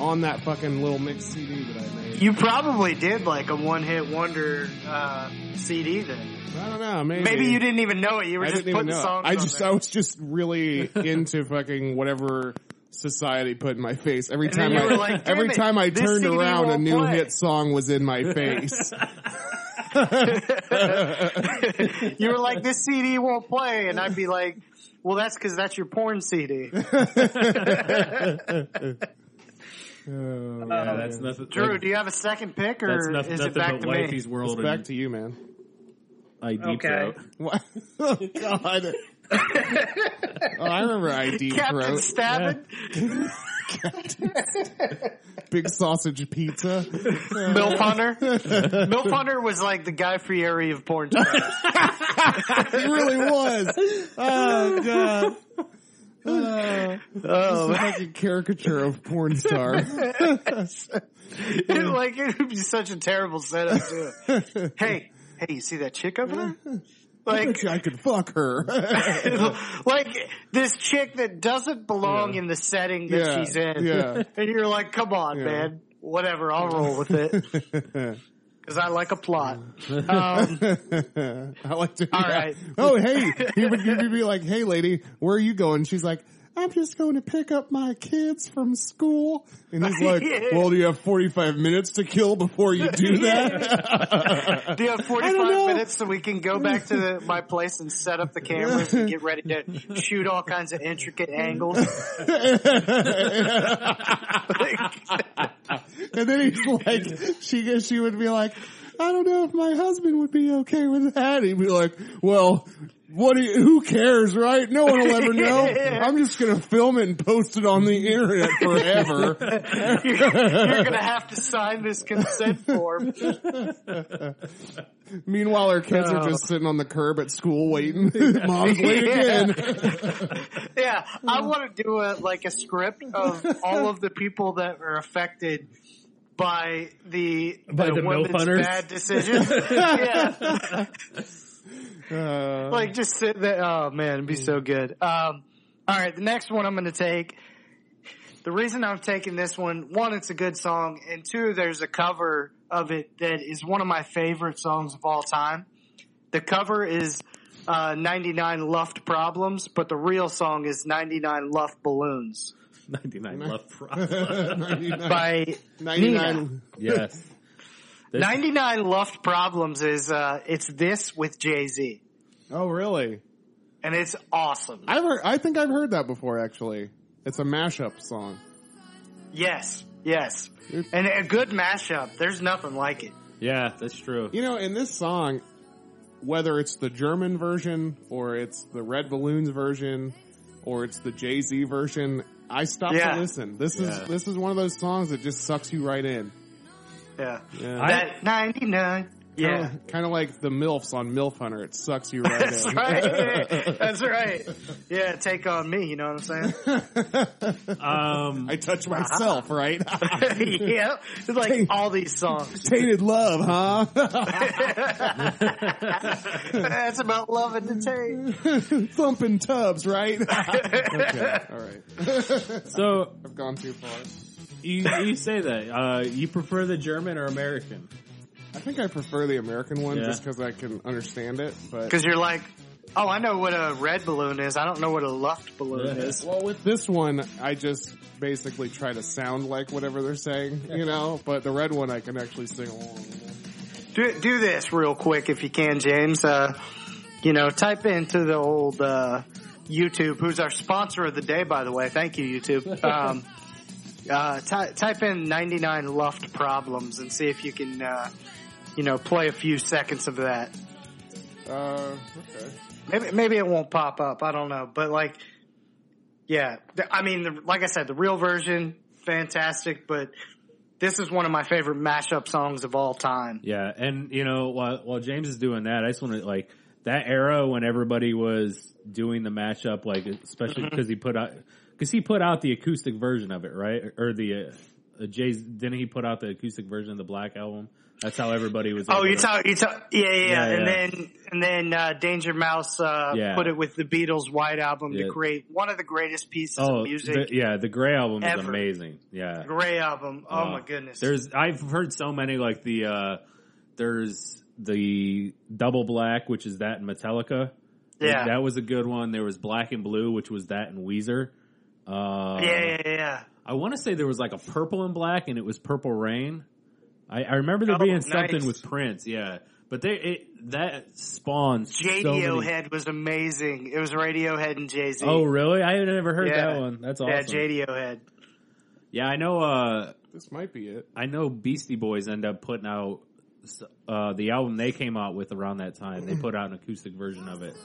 S3: on that fucking little mixed CD that I made.
S2: You probably did like a one hit wonder uh, CD then.
S3: I don't know, maybe
S2: Maybe you didn't even know it. You were
S3: I
S2: just
S3: didn't
S2: putting
S3: even know.
S2: songs.
S3: I
S2: on
S3: just
S2: there.
S3: I was just really into fucking whatever society put in my face. Every
S2: then
S3: time
S2: you
S3: I
S2: were like, "Damn
S3: every
S2: it,
S3: time I
S2: this
S3: turned
S2: CD
S3: around, a
S2: won't
S3: new
S2: play."
S3: hit song was in my face.
S2: you were like, this CD won't play, and I'd be like, well, that's because that's your porn CD.
S3: Oh,
S4: yeah,
S3: man.
S4: that's nothing.
S2: Um, Drew, do you have a second pick, or
S4: that's nothing,
S2: is
S4: nothing
S2: it back
S4: but
S2: to me?
S4: Wifey's world.
S3: it's back to you, man.
S4: and ID
S2: Okay.
S4: Pro.
S3: What? God. oh, I remember ID
S2: Captain
S3: Throat,
S2: Stabbin,
S3: Big Sausage Pizza.
S2: Milf Hunter. Milf Hunter was like the Guy Fieri of porn stars.
S3: It really was. Oh god. Oh,
S2: Oh,
S3: it's a fucking caricature of porn star.
S2: It, like it would be such a terrible setup. Too. hey, hey, you see that chick over there? Like,
S3: I could fuck her.
S2: like this chick that doesn't belong in the setting that
S3: Yeah,
S2: she's in.
S3: yeah.
S2: And you're like, come on,
S3: Yeah.
S2: man. Whatever, I'll roll with it because I like a plot. Um,
S3: I like to.
S2: All right.
S3: Oh, hey. He would, he would be like, hey, lady, where are you going? She's like, I'm just going to pick up my kids from school. And he's like,
S2: Yeah.
S3: well, do you have 45 minutes to kill before you do that?
S2: Do you have
S3: I don't
S2: 45
S3: know.
S2: minutes so we can go back to the, my place and set up the cameras and get ready to shoot all kinds of intricate angles?
S3: and then he's like, she goes, she would be like, I don't know if my husband would be okay with that. He'd be like, well, what do you, who cares, right? No one will ever know. I'm just going to film it and post it on the internet forever.
S2: you're you're going to have to sign this consent form.
S3: Meanwhile, our kids are just sitting on the curb at school waiting. Mom's late again.
S2: Yeah, I want to do a like a script of all of the people that are affected by the
S5: By the
S2: women's
S5: milf-hunters?
S2: bad decisions. yeah,
S3: Uh,
S2: like just sit there. Oh man, it'd be
S5: Mm.
S2: so good. Um, all right, the next one I'm going to take. The reason I'm taking this one, one, it's a good song, and two, there's a cover of it that is one of my favorite songs of all time. The cover is uh, 99 Luft Problems, but the real song is 99 Luft Balloons.
S5: 99 Love Problem.
S3: 99.
S2: by 99.
S3: 99.
S5: yes. This-
S2: 99 Luft Problems is, uh, it's this with Jay-Z.
S3: Oh, really?
S2: And it's awesome.
S3: I've heard, I think I've heard that before, actually. It's a mashup song.
S2: Yes, yes. And a good mashup. There's nothing like it.
S5: Yeah, that's true.
S3: You know, in this song, whether it's the German version or it's the Red Balloons version or it's the Jay Z version, I stop
S2: Yeah.
S3: to listen. This
S5: Yeah.
S3: is this is one of those songs that just sucks you right in.
S2: Yeah.
S3: Yeah.
S2: That 99. Yeah.
S3: Kind of like the MILFs on MILF Hunter. It sucks you right
S2: That's
S3: in.
S2: right. Yeah, That's right. Yeah, take on me, you know what I'm saying?
S4: Um,
S3: I touch myself, right?
S2: yeah. It's like all these songs.
S3: Tainted love, huh?
S2: That's about love and the
S3: Thumping tubs, right? okay. All right.
S4: so
S3: I've gone too far.
S4: you, you say that uh, you prefer the German or American?
S3: I think I prefer the American one
S4: Yeah.
S3: just because I can understand it. But
S2: Because you're like, oh, I know what a red balloon is. I don't know what a luft balloon
S4: Yeah.
S2: is.
S3: well, with this one, I just basically try to sound like whatever they're saying, you know. But the red one, I can actually sing along.
S2: do, do this real quick if you can, James. Uh, you know, type into the old uh, YouTube, who's our sponsor of the day, by the way. Thank you, YouTube. Um, uh, ty- type in 99 Luft Problems and see if you can, uh, you know, play a few seconds of that.
S3: Uh, okay.
S2: Maybe, maybe it won't pop up. I don't know. But, like, yeah. Th- I mean, the, like I said, the real version, fantastic. But this is one of my favorite mashup songs of all time.
S4: Yeah, and you know while while James is doing that, I just want to like that era when everybody was doing the mashup, like especially
S2: Mm-hmm.
S4: because he put out because he put out the acoustic version of it, right? Or the uh, uh, Jay's didn't he put out the acoustic version of the Black album? That's how everybody was.
S2: Oh,
S4: able
S2: you
S4: to-
S2: talk, you talk, yeah, yeah, yeah.
S4: Yeah,
S2: and
S4: yeah.
S2: then and then uh, Danger Mouse uh,
S4: Yeah.
S2: put it with the Beatles' White Album
S4: Yeah.
S2: to create one of the greatest pieces
S4: Oh,
S2: of music.
S4: the- yeah, the Gray album is
S2: Ever.
S4: amazing. Yeah,
S2: Gray album. Oh
S4: Uh,
S2: my goodness.
S4: There's I've heard so many like the uh there's the double black, which is that in Metallica.
S2: Yeah.
S4: that was a good one. There was black and blue, which was that in Weezer. Uh,
S2: yeah, yeah, yeah.
S4: I want to say there was like a purple and black, and it was Purple Rain. I, I remember there
S2: Oh,
S4: being
S2: nice.
S4: something with Prince. Yeah, but they it, that spawned so many-
S2: Radiohead was amazing. It was Radiohead and Jay Z.
S4: Oh really? I had never heard
S2: Yeah.
S4: that one. That's awesome.
S2: yeah, Radiohead.
S4: yeah, I know. uh
S3: This might be it.
S4: I know Beastie Boys end up putting out uh, the album they came out with around that time. They put out an acoustic version of it.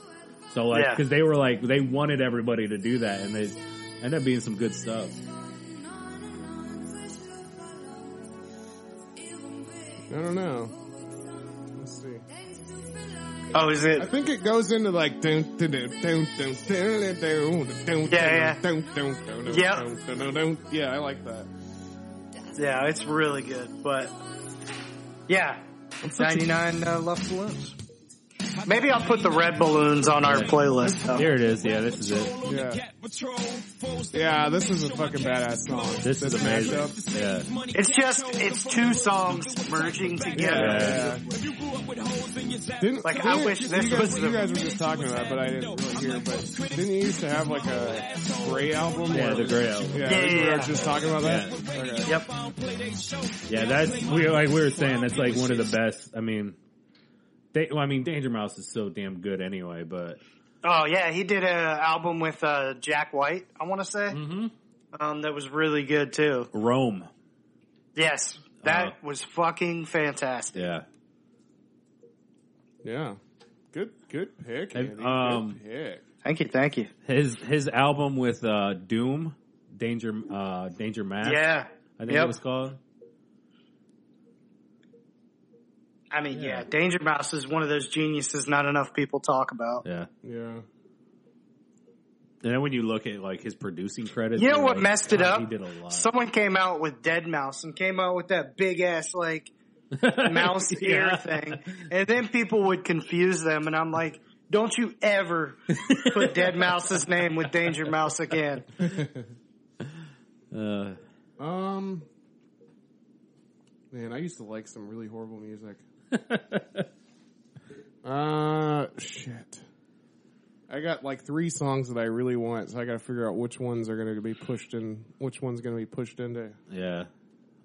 S4: So like,
S2: Mm-hmm. Yeah.
S4: because they were like, they wanted everybody to do that, and they end up being some good stuff.
S3: I don't know. Let's see.
S2: Oh, is
S3: I
S2: it?
S3: think it goes into like dun dun dun dun dun dun dun dun
S2: Yeah, yeah.
S3: dun dun dun dun
S2: Yep.
S3: dun dun dun dun. Yeah, I like that.
S2: Yeah, it's really good. But yeah, ninety nine uh, Left Balloons. Maybe I'll put the red balloons on our playlist. Though.
S4: Here it is. Yeah, this is it.
S3: Yeah. Yeah, this is a fucking badass song.
S5: This is amazing.
S3: mashup.
S5: Yeah.
S2: It's just it's two songs merging together.
S3: Yeah. Didn't,
S2: Like, I
S3: didn't-
S2: wish
S3: you
S2: this
S3: guys,
S2: was the-
S3: you guys were just talking about, but I didn't really hear. But didn't you used to have like a Gray album?
S5: Yeah,
S3: or-
S5: the Grey album.
S3: Yeah,
S2: Yeah,
S3: we
S2: yeah,
S3: were
S2: yeah.
S3: just talking about that. Okay.
S2: Yep.
S5: Yeah, that's we like we were saying that's like one of the best. I mean, they, well, I mean, Danger Mouse is so damn good anyway. But
S2: Oh yeah, he did a album with uh, Jack White. I want to say
S4: Mm-hmm.
S2: um, that was really good too.
S5: Rome,
S2: Yes, that
S5: Uh,
S2: was fucking fantastic.
S5: yeah,
S3: Yeah. Good, good pick.
S5: Have-
S3: Andy.
S5: um,
S3: good pick.
S2: Thank you, thank you.
S5: his his album with uh, Doom, Danger, uh, Danger Mask.
S2: Yeah,
S5: I think
S2: Yep.
S5: it was called.
S2: I mean, yeah. Danger Mouse is one of those geniuses not enough people talk about.
S5: Yeah,
S3: Yeah.
S5: and then when you look at like his producing credits,
S2: You know
S5: you're
S2: what
S5: like,
S2: messed it
S5: "God,
S2: up?
S5: He did a lot.
S2: Someone came out with Dead Mouse and came out with that big ass like mouse ear
S5: Yeah.
S2: thing, and then people would confuse them. And I'm like, don't you ever put Dead Mouse's name with Danger Mouse again?
S5: Uh,
S3: Um, man, I used to like some really horrible music. uh, shit. I got like three songs that I really want, so I got to figure out which ones are going to be pushed in, which one's going to be pushed into
S5: yeah,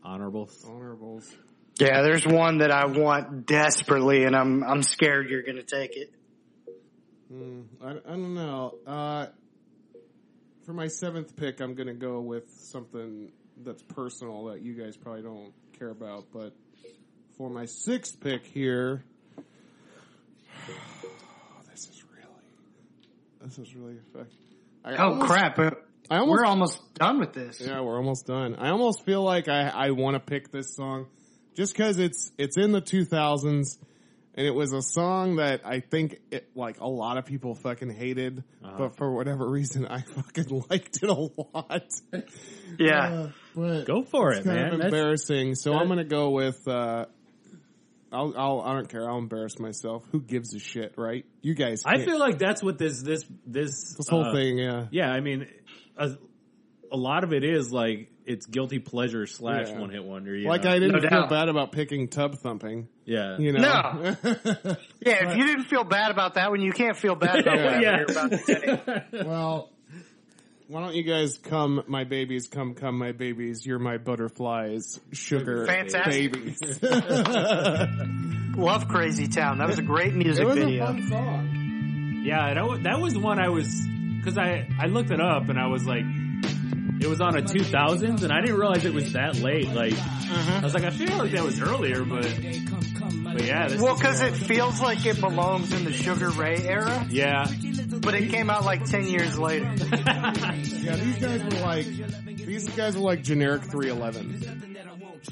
S5: honorables.
S3: honorables.
S2: Yeah, there's one that I want desperately, and I'm I'm scared you're gonna take it.
S3: Hmm, I, I don't know. Uh, for my seventh pick, I'm going to go with something that's personal that you guys probably don't care about, but for my sixth pick here, this is really, this is really effective. I
S2: Oh
S3: almost-
S2: crap! uh,
S3: I almost,
S2: We're almost done with this.
S3: yeah, we're almost done. I almost feel like I, I want to pick this song just because it's it's in the 2000s, and it was a song that I think it, like a lot of people fucking hated,
S5: Uh-huh.
S3: but for whatever reason I fucking liked it a lot.
S2: Yeah.
S3: Uh, but
S5: Go for
S3: it's
S5: it,
S3: kind
S5: man.
S3: of
S5: That's-
S3: embarrassing. So I'm gonna go with. Uh, I'll, I'll I don't care. I'll embarrass myself. Who gives a shit, right? You guys.
S5: I
S3: can't-
S5: feel like that's what this this this
S3: this whole
S5: uh,
S3: thing. Yeah.
S5: Yeah, I mean, a, a lot of it is like it's guilty pleasure slash
S3: Yeah.
S5: one hit wonder. You
S3: Like
S5: know?
S3: I didn't
S2: No
S3: feel
S2: doubt.
S3: bad about picking tub thumping.
S5: yeah,
S3: You know.
S2: No. Yeah, if you didn't feel bad about that one, you can't feel bad about what
S5: Yeah.
S2: you're about to take.
S3: Well, why don't you guys come, my babies, come, come, my babies. You're my butterflies, sugar
S2: Fantastic.
S3: babies.
S2: Love Crazy Town. That was a great music
S3: it was a
S2: video.
S3: fun song.
S4: Yeah, that was, that was one I was because I I looked it up and I was like, it was on a 2000s and I didn't realize it was that late. Like
S3: Mm-hmm.
S4: I was like, I feel like that was earlier, but but yeah, this
S2: Well,
S4: is-
S2: because it feels like it belongs in the Sugar Ray era,
S4: yeah,
S2: but it came out like 10 years later.
S3: Yeah, these guys were like, these guys were like generic 311.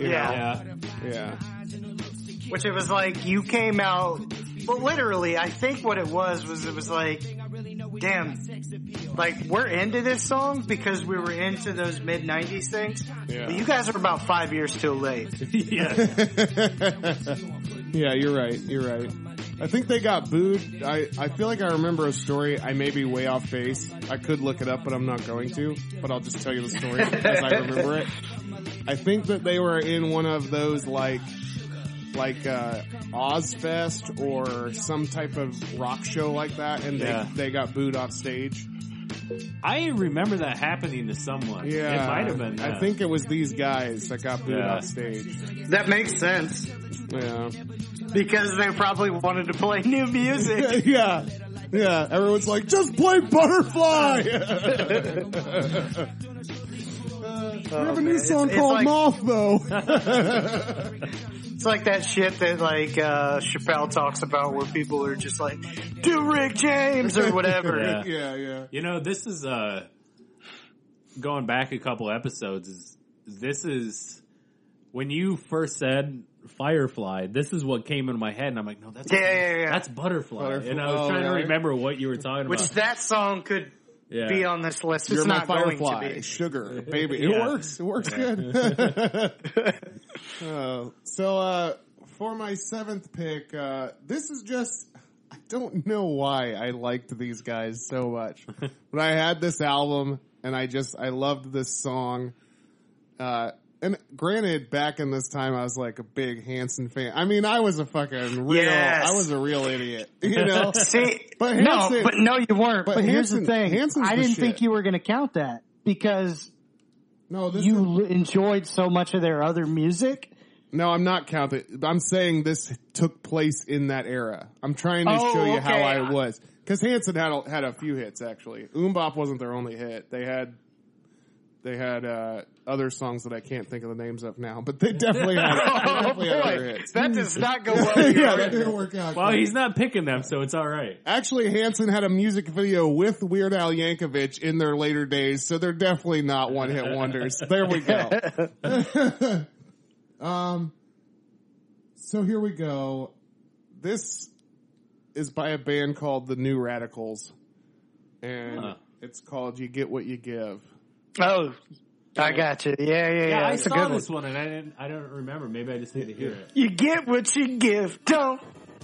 S3: You
S2: Yeah.
S4: yeah,
S3: know? Yeah.
S2: Which it was like, you came out, but literally, I think what it was, was it was like, damn, like we're into this song because we were into those mid 90s things,
S3: Yeah.
S2: but you guys are about five years too late.
S4: yeah.
S3: yeah, you're right. You're right. I think they got booed. I, I feel like I remember a story. I may be way off base. I could look it up, but I'm not going to. But I'll just tell you the story as I remember it. I think that they were in one of those like, like, uh, Ozfest or some type of rock show like that and
S4: Yeah.
S3: they, they got booed off stage.
S4: I remember that happening to someone.
S3: Yeah.
S4: it might have been.
S3: I
S4: them.
S3: think it was these guys that got booed
S4: Yeah.
S3: off stage.
S2: That makes sense
S3: Yeah.
S2: because they probably wanted to play new music.
S3: yeah. Yeah, everyone's like, just play Butterfly! we have a new
S2: man.
S3: song
S2: It's- it's
S3: called
S2: like-
S3: Moth, though.
S2: It's like that shit that like uh, Chappelle talks about, where people are just like, "Do Rick James" or whatever.
S4: Yeah.
S3: yeah, yeah.
S4: You know, this is uh going back a couple episodes is this is when you first said Firefly, this is what came into my head and I'm like, no, that's
S2: Yeah, yeah, yeah.
S4: that's butterfly.
S3: Butterfly.
S4: And I was
S3: Oh,
S4: trying to
S3: really?
S4: remember what you were talking
S2: Which
S4: about.
S2: that song could
S4: yeah.
S2: be on this list. It's
S3: You're my
S2: not going to
S3: Firefly,
S2: be.
S3: sugar, baby. It
S4: Yeah.
S3: works. It works good. Uh, so, uh, for my seventh pick, uh, this is just, I don't know why I liked these guys so much, but I had this album and I just I loved this song. Uh, and granted, back in this time, I was like a big Hanson fan. I mean, I was a fucking real,
S2: Yes.
S3: I was a real idiot, you know.
S2: See,
S3: But
S2: no,
S3: Hanson-
S2: but no, you weren't. But,
S3: but
S2: here's the
S3: Hanson-
S2: thing:
S3: Hanson's
S2: I
S3: the
S2: didn't think
S3: shit.
S2: you were going to count that because
S3: no, this
S2: you l- enjoyed so much of their other music.
S3: no, I'm not counting. I'm saying this took place in that era. I'm trying to
S2: Oh,
S3: show you how
S2: okay.
S3: I was because Hanson had a, had a few hits actually. Oombop wasn't their only hit. They had they had uh, other songs that I can't think of the names of now, but they definitely had,
S2: Oh,
S3: they definitely had other hits.
S2: that does not go well. with
S3: yeah,
S2: your-
S3: that didn't work out.
S4: Well, he's not picking them, so it's all right.
S3: Actually, Hanson had a music video with Weird Al Yankovic in their later days, so they're definitely not one hit wonders. There we go. um, so here we go. This is by a band called the New Radicals, and
S4: Huh.
S3: it's called "You Get What You Give."
S2: oh, I got you. Yeah, yeah, yeah.
S4: Yeah, I
S2: It's a
S4: saw
S2: good
S4: this
S2: one.
S4: one, and I didn't. I don't remember. Maybe I just need to hear it.
S2: You get what you give. Don't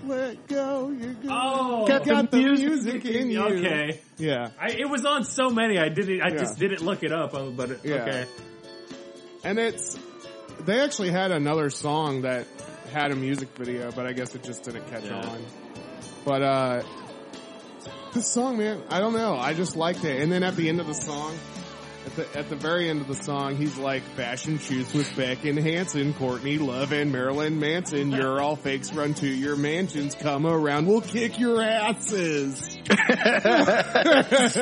S3: Let go, you're good.
S4: Oh,
S2: Got
S3: got the
S2: the music
S3: music in you.
S4: okay.
S3: Yeah.
S4: I, it was on so many. I didn't. I just
S3: Yeah.
S4: didn't look it up. uh, But
S3: Yeah.
S4: okay,
S3: And it's they actually had another song that had a music video, but I guess it just didn't catch
S4: Yeah.
S3: on. But uh this song, man, I don't know. I just liked it. And then at the end of the song, at the at the very end of the song, he's like, "Fashion shoots with Beck and Hanson, Courtney Love and Marilyn Manson. You're all fakes. Run to your mansions. Come around. We'll kick your asses." and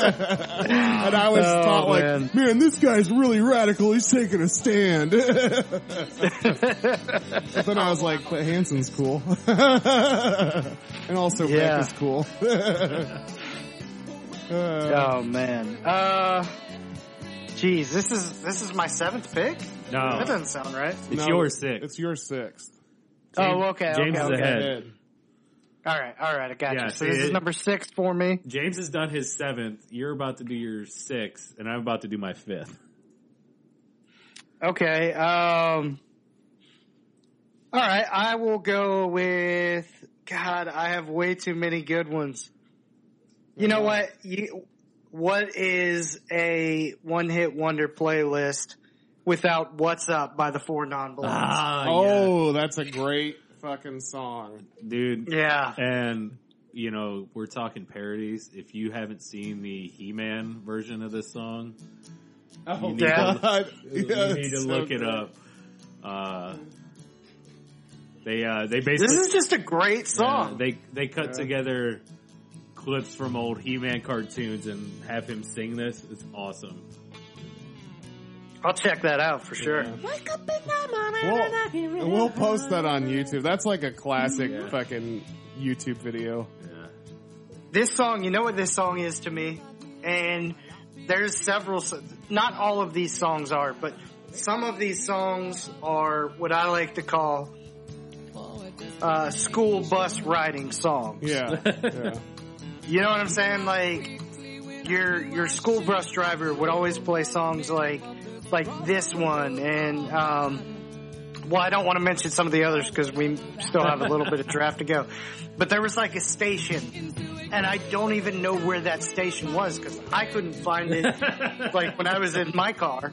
S3: I was
S2: Oh,
S3: thought like,
S2: man.
S3: man. this guy's really radical. He's taking a stand." but then I was like, "But Hanson's cool, and also
S2: Yeah.
S3: Beck is cool." Uh,
S2: Oh man. Uh Jeez, this is this is my seventh pick. That
S4: no,
S2: doesn't sound right.
S3: No,
S4: it's your sixth.
S3: It's your sixth.
S2: oh, okay.
S5: James
S2: okay,
S5: is
S2: okay.
S5: ahead.
S2: All right, all right, I got
S4: Yeah,
S2: you. So
S4: see,
S2: this is
S4: it-
S2: number six for me.
S4: James has done his seventh. You're about to do your sixth, and I'm about to do my fifth.
S2: Okay. Um. All right, I will go with. God, I have way too many good ones. You know what? You, what is a one-hit wonder playlist without "What's Up" by the Four Non Blondes?
S4: Ah,
S3: Oh, that's a great fucking song.
S4: yeah. dude.
S2: yeah.
S4: And you know, we're talking parodies. If you haven't seen the He-Man version of this song,
S3: Oh,
S4: need
S2: to-
S4: you need to look it up. Uh, they uh, they basically
S2: This is just a great
S4: Yeah,
S2: song.
S4: they they cut
S3: Yeah.
S4: together clips from old He-Man cartoons and have him sing this. It's awesome.
S2: I'll check that out for sure.
S3: We'll, we'll post that on YouTube. That's like a classic
S4: Yeah.
S3: fucking YouTube video.
S4: Yeah.
S2: This song, you know what this song is to me, and there's several. s- Not all of these songs are, but some of these songs are what I like to call uh, school bus riding songs.
S3: Yeah. yeah.
S2: You know what I'm saying? Like your your school bus driver would always play songs like like this one and um well, I don't want to mention some of the others because we still have a little bit of draft to go. But there was like a station, and I don't even know where that station was because I couldn't find it. like when I was in my car,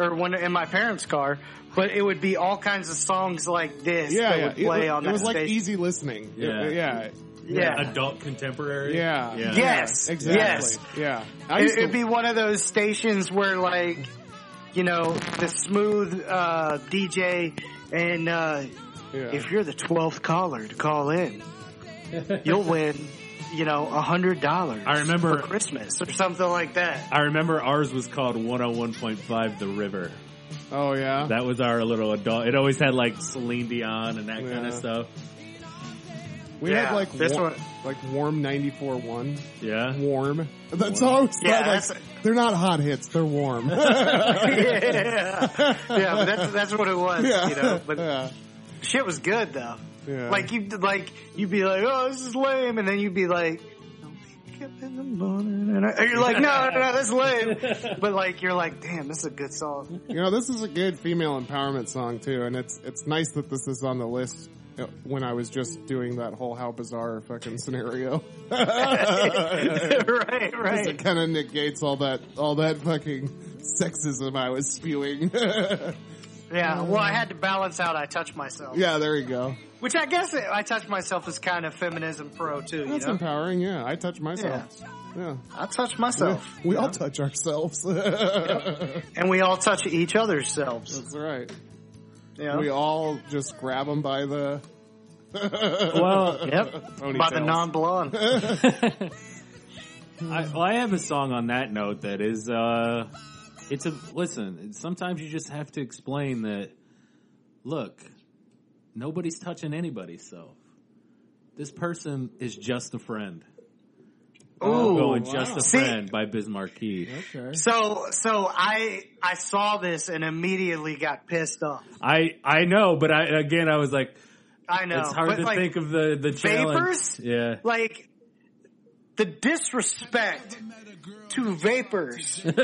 S2: or when in my parents' car. But it would be all kinds of songs like this
S3: Yeah,
S2: that
S3: yeah.
S2: would play
S3: it,
S2: on
S3: it
S2: that
S3: was like
S2: station.
S3: easy listening.
S4: Yeah.
S3: It- yeah.
S2: yeah,
S4: Adult contemporary.
S3: Yeah.
S4: Yeah.
S2: Yes.
S3: Exactly.
S2: Yes.
S3: Yeah. I used
S2: It, would
S3: to-
S2: be one of those stations where like, you know, the smooth uh, DJ and uh,
S3: yeah.
S2: if you're the twelfth caller to call in, you'll win, you know, a hundred dollars.
S4: I remember-
S2: for Christmas or something like that.
S4: I remember ours was called 101.5 The River.
S3: oh yeah.
S4: That was our little adult. It always had like Celine Dion and that kind
S3: Yeah.
S4: of stuff.
S3: we
S2: yeah,
S3: had like
S2: this one-
S3: warm, like warm ninety four one.
S4: Yeah.
S3: Warm. That's always
S2: Yeah,
S3: thought, like,
S2: that's-
S3: they're not hot hits. They're warm.
S2: yeah, yeah, but that's that's what it was, you know. But
S3: yeah.
S2: shit was good though.
S3: Yeah.
S2: Like you like you'd be like, oh, this is lame, and then you'd be like, "Don't wake up in the morning," and I- and you're like, no, no, no, that's lame. But like you're like, damn, this is a good song.
S3: You know, this is a good female empowerment song too, and it's it's nice that this is on the list uh, when I was just doing that whole how bizarre fucking scenario.
S2: right,
S3: It
S2: right.
S3: kind of negates all that all that fucking sexism I was spewing.
S2: Yeah. Well, I had to balance out. I touch myself,
S3: yeah, there you go.
S2: which I guess it, I touch myself is kind of feminism pro too. You
S3: That's
S2: know,
S3: empowering. Yeah, I touch myself. Yeah,
S2: I touch myself,
S3: we all touch ourselves.
S2: and we all touch each other's selves.
S3: That's right.
S2: You know?
S3: We all just grab them by the
S4: Well,
S2: Yep. By the
S3: Ponytails.
S2: non-blonde.
S4: I, well, I have a song on that note that is, uh, it's a, listen, sometimes you just have to explain that, look, nobody's touching anybody's self. This person is just a friend.
S3: Oh,
S2: Ooh.
S4: Going Just a
S2: See-
S4: Friend by Biz Marquee.
S3: okay.
S2: So, so I I saw this and immediately got pissed off.
S4: I, I know, but I, again, I was like,
S2: I know.
S4: it's hard
S2: but
S4: to
S2: like,
S4: think of the, the challenge.
S2: vapors?
S4: Yeah.
S2: Like the disrespect to vapors.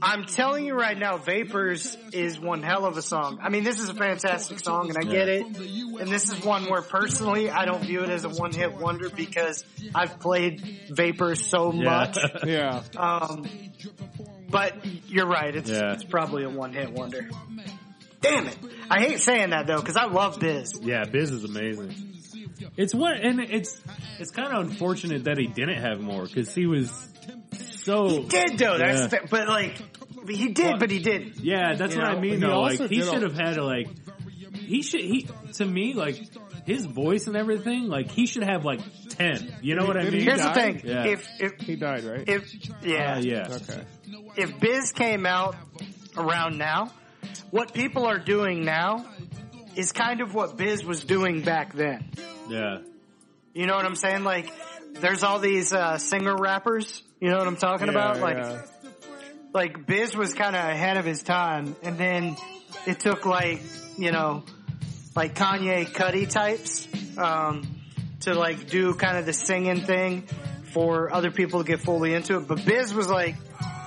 S2: I'm telling you right now, vapors is one hell of a song. I mean, this is a fantastic song, and I get it. And this is one where personally I don't view it as a one-hit wonder because I've played vapors so
S4: Yeah.
S2: much.
S3: Yeah,
S2: Um, but you're right. It's,
S4: Yeah.
S2: it's probably a one hit wonder. Damn it. I hate saying that though, cause I love Biz.
S4: Yeah, Biz is amazing. It's what, and it's it's kind of unfortunate that he didn't have more because he was so.
S2: He did though. That's
S4: Yeah.
S2: the, but like, he did, but he didn't.
S4: Yeah, that's
S2: You
S4: what
S2: know,
S4: I mean.
S3: but he
S4: Though, like
S3: also
S4: he
S3: did a-
S4: should have had a, like he should he to me like his voice and everything like he should have like ten. You know what I
S3: Didn't
S4: mean?
S3: he
S2: Here's the
S3: died?
S2: thing.
S4: Yeah.
S2: If, if,
S3: he died, right?
S2: if, yeah,
S4: Uh, yeah,
S3: okay.
S2: if Biz came out around now, what people are doing now is kind of what Biz was doing back then.
S4: yeah,
S2: You know what I'm saying? Like, there's all these uh, singer rappers. You know what I'm talking
S3: Yeah,
S2: about? Like,
S3: yeah.
S2: like Biz was kind of ahead of his time, and then it took like you know, like Kanye Cuddy types um, to like do kind of the singing thing for other people to get fully into it. But Biz was like,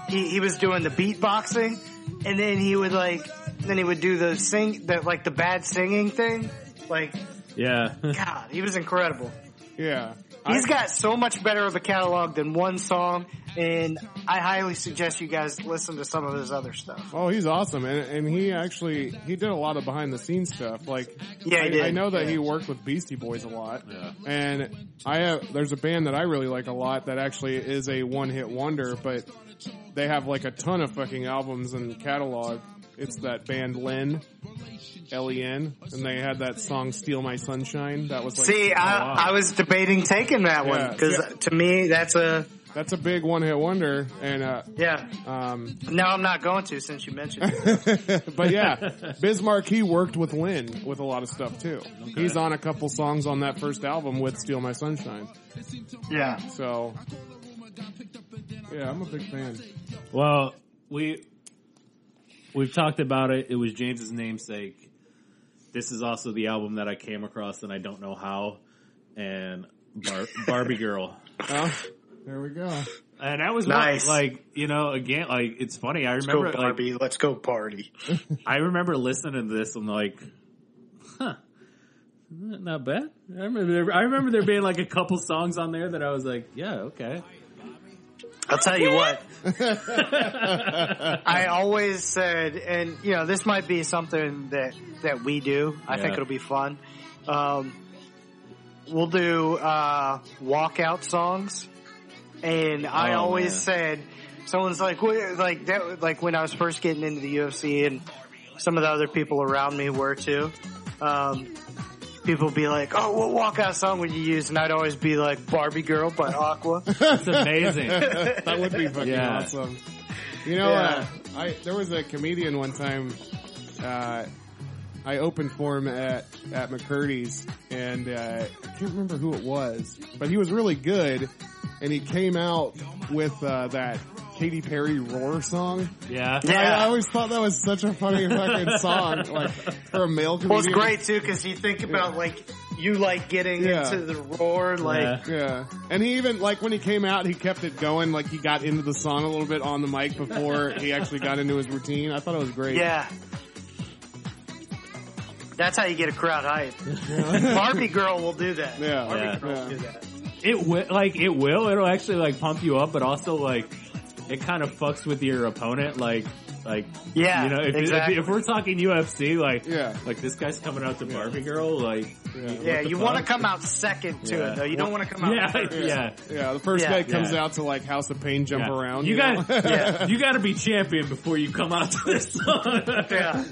S2: he, he was doing the beatboxing, and then he would like, then he would do the sing, the, like the bad singing thing. Like,
S4: yeah.
S2: God, he was incredible.
S3: yeah.
S2: He's
S3: I-
S2: got so much better of a catalog than one song, and I highly suggest you guys listen to some of his other stuff.
S3: Oh, he's awesome, and, and he actually he did a lot of behind the scenes stuff. Like,
S2: Yeah, he
S3: I,
S2: did.
S3: I know that
S2: Yeah.
S3: he worked with Beastie Boys a lot,
S4: Yeah.
S3: and I have there's a band that I really like a lot that actually is a one hit wonder, but they have like a ton of fucking albums and catalog. It's that band Len, L E N, and they had that song "Steal My Sunshine." That was like
S2: See,
S4: wow.
S2: I, I was debating taking that one
S3: Yeah.
S2: because
S3: Yeah.
S2: to me that's a
S3: that's a big one hit wonder, and uh,
S2: yeah.
S3: um,
S2: No, I'm not going to since you mentioned it.
S3: but yeah, Biz Markie worked with Lynn with a lot of stuff too. He's on a couple songs on that first album with Steal My Sunshine.
S2: yeah,
S3: So, yeah, I'm a big fan.
S4: Well, we we've talked about it. It was James's namesake. This is also the album that I came across, and I don't know how. And Bar- Barbie Girl.
S3: Oh, there we go.
S4: And that was
S2: Nice.
S4: nice. like you know again like it's funny. I
S2: let's go
S4: remember like
S2: Barbie, let's go party.
S4: I remember listening to this and like, huh, not bad. I remember there, I remember there being like a couple songs on there that I was like, yeah, okay,
S2: I'll tell you what. I always said, and you know, this might be something that that we do. I
S4: Yeah.
S2: think it'll be fun. Um, we'll do uh, walkout songs, and I
S4: Oh,
S2: always said,
S4: man.
S2: someone's like, what, like that, like when I was first getting into the UFC, and some of the other people around me were too. Um, people would be like, "Oh, what walkout song would you use?" And I'd always be like, "Barbie Girl" by Aqua.
S4: it's amazing.
S3: That would be fucking
S4: Yeah.
S3: awesome. You know,
S2: Yeah.
S3: uh, I there was a comedian one time. Uh, I opened for him at at McCurdy's, and uh, I can't remember who it was, but he was really good, and he came out with uh, that Katy Perry roar song.
S4: yeah,
S2: Yeah.
S3: I, I always thought that was such a funny fucking song, like for a male comedian.
S2: Well, it's great too because you think about like you like getting
S3: Yeah.
S2: into the roar, like
S4: Yeah.
S3: Yeah, and he even like when he came out, he kept it going. Like he got into the song a little bit on the mic before he actually got into his routine. I thought it was great.
S2: yeah. That's how you get a crowd hype. Barbie girl will do that.
S3: Yeah.
S2: Barbie
S4: Yeah.
S2: girl will do that.
S4: It will, like, it will. It'll actually like pump you up, but also like, it kind of fucks with your opponent. Like, like,
S2: Yeah,
S4: you know, if,
S2: exactly.
S4: if, if we're talking UFC, like,
S3: Yeah.
S4: like this guy's coming out to Barbie Girl, like,
S2: Yeah,
S4: the
S2: you want to
S4: fuck?
S2: come out second to
S4: Yeah.
S2: it though. You don't want to come out.
S4: yeah,
S2: first.
S4: yeah.
S3: Yeah, the first
S2: Yeah.
S3: guy comes
S4: Yeah.
S3: out to like House of Pain jump
S4: Yeah.
S3: around.
S4: You,
S3: know?
S4: got
S2: Yeah.
S4: you got to be champion before you come out to this song.
S2: Yeah.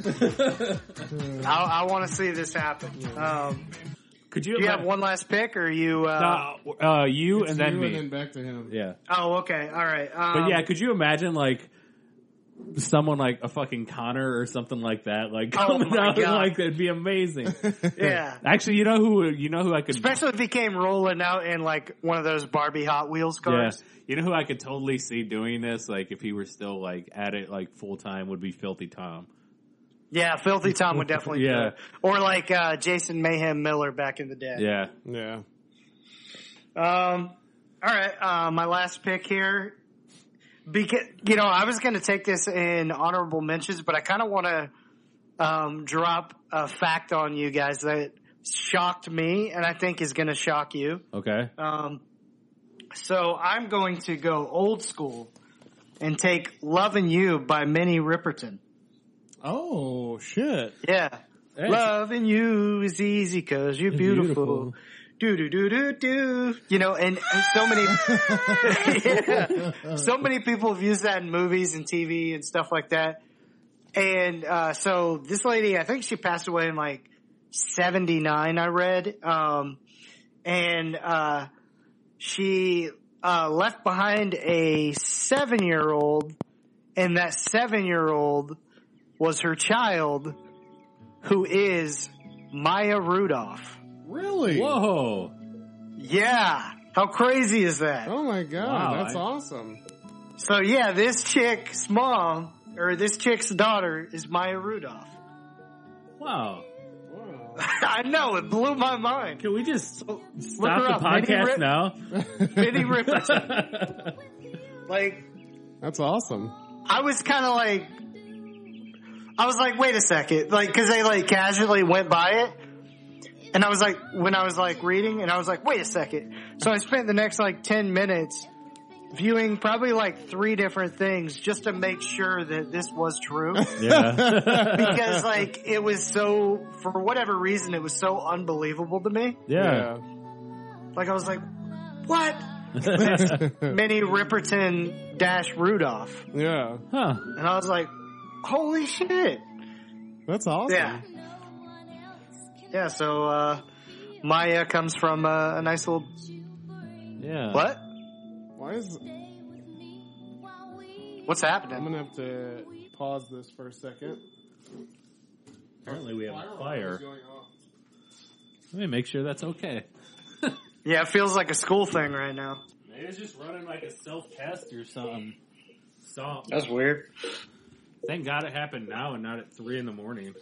S2: I, I want to see this happen. Um,
S4: Could you?
S2: do you have one last pick, or you? Uh,
S4: Uh, uh, you
S3: It's
S4: and then
S3: you
S4: me.
S3: and then back to him.
S4: yeah.
S2: Oh, okay, all right. Um,
S4: But yeah, could you imagine like someone like a fucking Connor or something like that, like
S2: Oh
S4: coming
S2: my
S4: out and,
S2: God.
S4: like that'd be amazing.
S2: yeah.
S4: Actually, you know who you know who I could
S2: Especially if he came rolling out in like one of those Barbie Hot Wheels
S4: yeah,
S2: cars.
S4: you know who I could totally see doing this, like if he were still like at it like full time would be Filthy Tom.
S2: Yeah, Filthy Tom would definitely. do
S4: Yeah.
S2: it. Or like uh, Jason Mayhem Miller back in the day.
S4: Yeah.
S3: Yeah.
S2: Um, all right, uh, my last pick here. Because you know, I was going to take this in honorable mentions, but I kind of want to um, drop a fact on you guys that shocked me, and I think is going to shock you.
S4: Okay.
S2: Um, so I'm going to go old school and take "Loving You" by Minnie Riperton.
S3: Oh shit.
S2: Yeah. Loving you is easy cause you're beautiful.
S3: beautiful.
S2: Do do do do do. You know, and, and so many, Yeah. so many people have used that in movies and TV and stuff like that. And, uh, so this lady, I think she passed away in like 79, I read. Um, and, uh, she, uh, left behind a seven year old and that seven year old was her child who is Maya Rudolph.
S3: Really?
S4: Whoa.
S2: Yeah. How crazy is that?
S3: Oh my god,
S4: Wow,
S3: that's
S4: I-
S3: awesome.
S2: So yeah, this chick's mom or this chick's daughter is Maya Rudolph.
S4: Wow.
S3: Wow.
S2: I know it blew my mind.
S4: Can we just stop
S2: her
S4: the
S2: up. Minnie
S4: podcast
S2: Rip-
S4: now?
S2: Minnie Riperton. Like
S3: That's awesome.
S2: I was kind of like, I was like, wait a second, like because they like casually went by it, and I was like, when I was like reading, and I was like, wait a second. So I spent the next like ten minutes viewing probably like three different things just to make sure that this was true
S4: yeah.
S2: because like it was so for whatever reason it was so unbelievable to me.
S4: Yeah.
S2: Like I was like, what? That's Minnie Riperton dash Rudolph,
S3: Yeah. Yeah.
S4: Huh.
S2: and I was like, holy shit.
S3: That's awesome.
S2: Yeah. Yeah, so uh, Maya comes from uh, a nice little
S4: Yeah.
S2: what?
S3: Why is
S2: What's
S3: I'm
S2: happening?
S3: gonna have to pause this for a second.
S4: Apparently we have a
S3: What's
S4: fire.
S3: going on?
S4: Let me make sure that's okay.
S2: Yeah, it feels like a school thing right now.
S4: Maybe it's just running like a self test or something. So
S2: That's weird.
S4: thank God it happened now and not at three in the morning.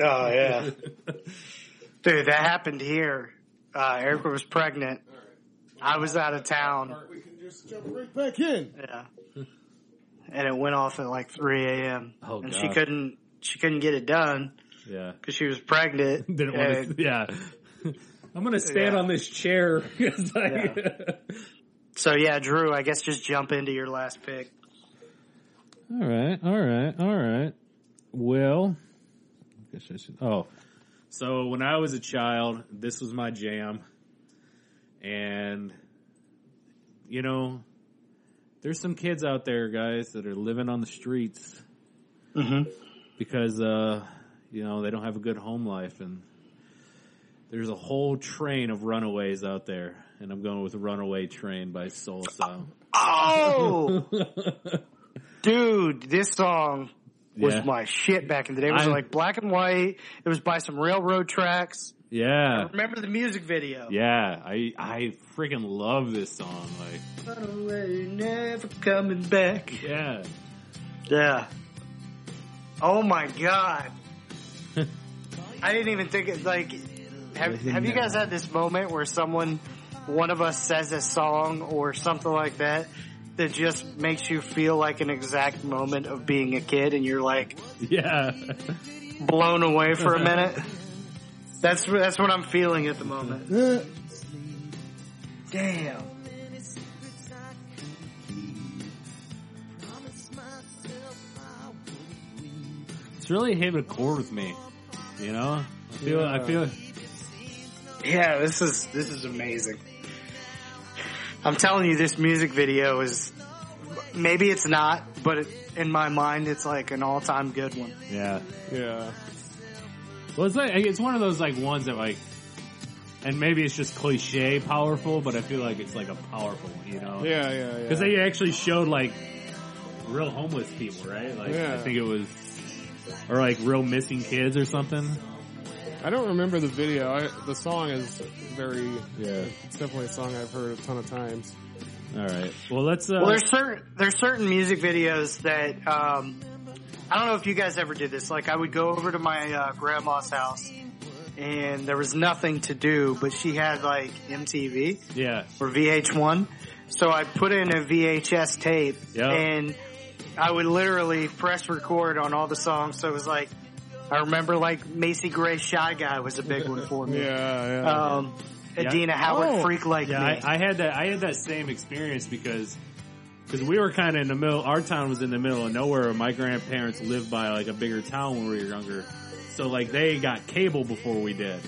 S2: Oh yeah, dude, that happened here. Uh, Erica was pregnant. I was out of town.
S3: We can just jump right back in.
S2: Yeah, and it went off at like 3 a.m.
S4: Oh,
S2: and she
S4: God.
S2: couldn't she couldn't get it done
S4: Yeah.
S2: because she was pregnant.
S4: Didn't
S2: And-
S4: want to, yeah. I'm gonna stand
S2: Yeah.
S4: on this chair. 'cause I-
S2: so yeah, Drew, I guess just jump into your last pick.
S4: All right, all right, all right. Well, I guess I should. Oh, so when I was a child, this was my jam, and you know, there's some kids out there, guys, that are living on the streets because uh, you know they don't have a good home life, and there's a whole train of runaways out there, and I'm going with "Runaway Train" by Soul Asylum.
S2: Oh, dude, this song was
S4: Yeah.
S2: my shit back in the day. It was
S4: I-
S2: like black and white. It was by some railroad tracks.
S4: Yeah.
S2: Remember the music video?
S4: Yeah, I I freaking love this song. Like,
S2: Run away, never coming back.
S4: yeah,
S2: Yeah. Oh my god. I didn't even think it. Like, have have you guys had this moment where someone, one of us says a song or something like that? That just makes you feel like an exact moment of being a kid, and you're like,
S5: Yeah.
S2: blown away for a minute. That's that's what I'm feeling at the moment.
S3: Eh,
S2: Damn.
S4: It's really hitting a chord with me. You know, I feel. I feel.
S2: Yeah, this is this is amazing. I'm telling you, this music video is maybe it's not, but it, in my mind, it's like an all-time good one.
S4: Yeah.
S3: yeah.
S4: Well, it's like it's one of those like ones that like, and maybe it's just cliche powerful, but I feel like it's like a powerful. You know.
S3: Yeah, yeah, yeah.
S4: Because they actually showed like real homeless people, right? Like
S3: Yeah.
S4: I think it was, or like real missing kids or something.
S3: I don't remember the video. I, the song is very,
S4: Yeah.
S3: it's definitely a song I've heard a ton of times.
S4: All right. Well, let's. Uh,
S2: Well, there's certain there's certain music videos that um, I don't know if you guys ever did this. Like, I would go over to my uh, grandma's house, and there was nothing to do, but she had like MTV.
S4: yeah.
S2: or VH1. So I put in a VHS tape
S4: Yeah.
S2: and I would literally press record on all the songs. So it was like, I remember like Macy Gray Shy Guy was a big one for
S3: Yeah,
S2: me.
S3: yeah.
S5: Uh,
S2: Um,
S4: Yeah.
S2: Adina Howard
S3: Oh.
S2: Freak Like
S4: Yeah,
S2: Me.
S4: I, I had that. I had that same experience because because we were kind of in the middle. Our town was in the middle of nowhere. My grandparents lived by like a bigger town when we were younger, so like they got cable before we did.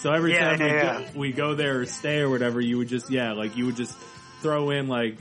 S4: So every
S2: Yeah,
S4: time we,
S2: yeah,
S4: go, we go there or stay or whatever, you would just yeah, like you would just throw in like.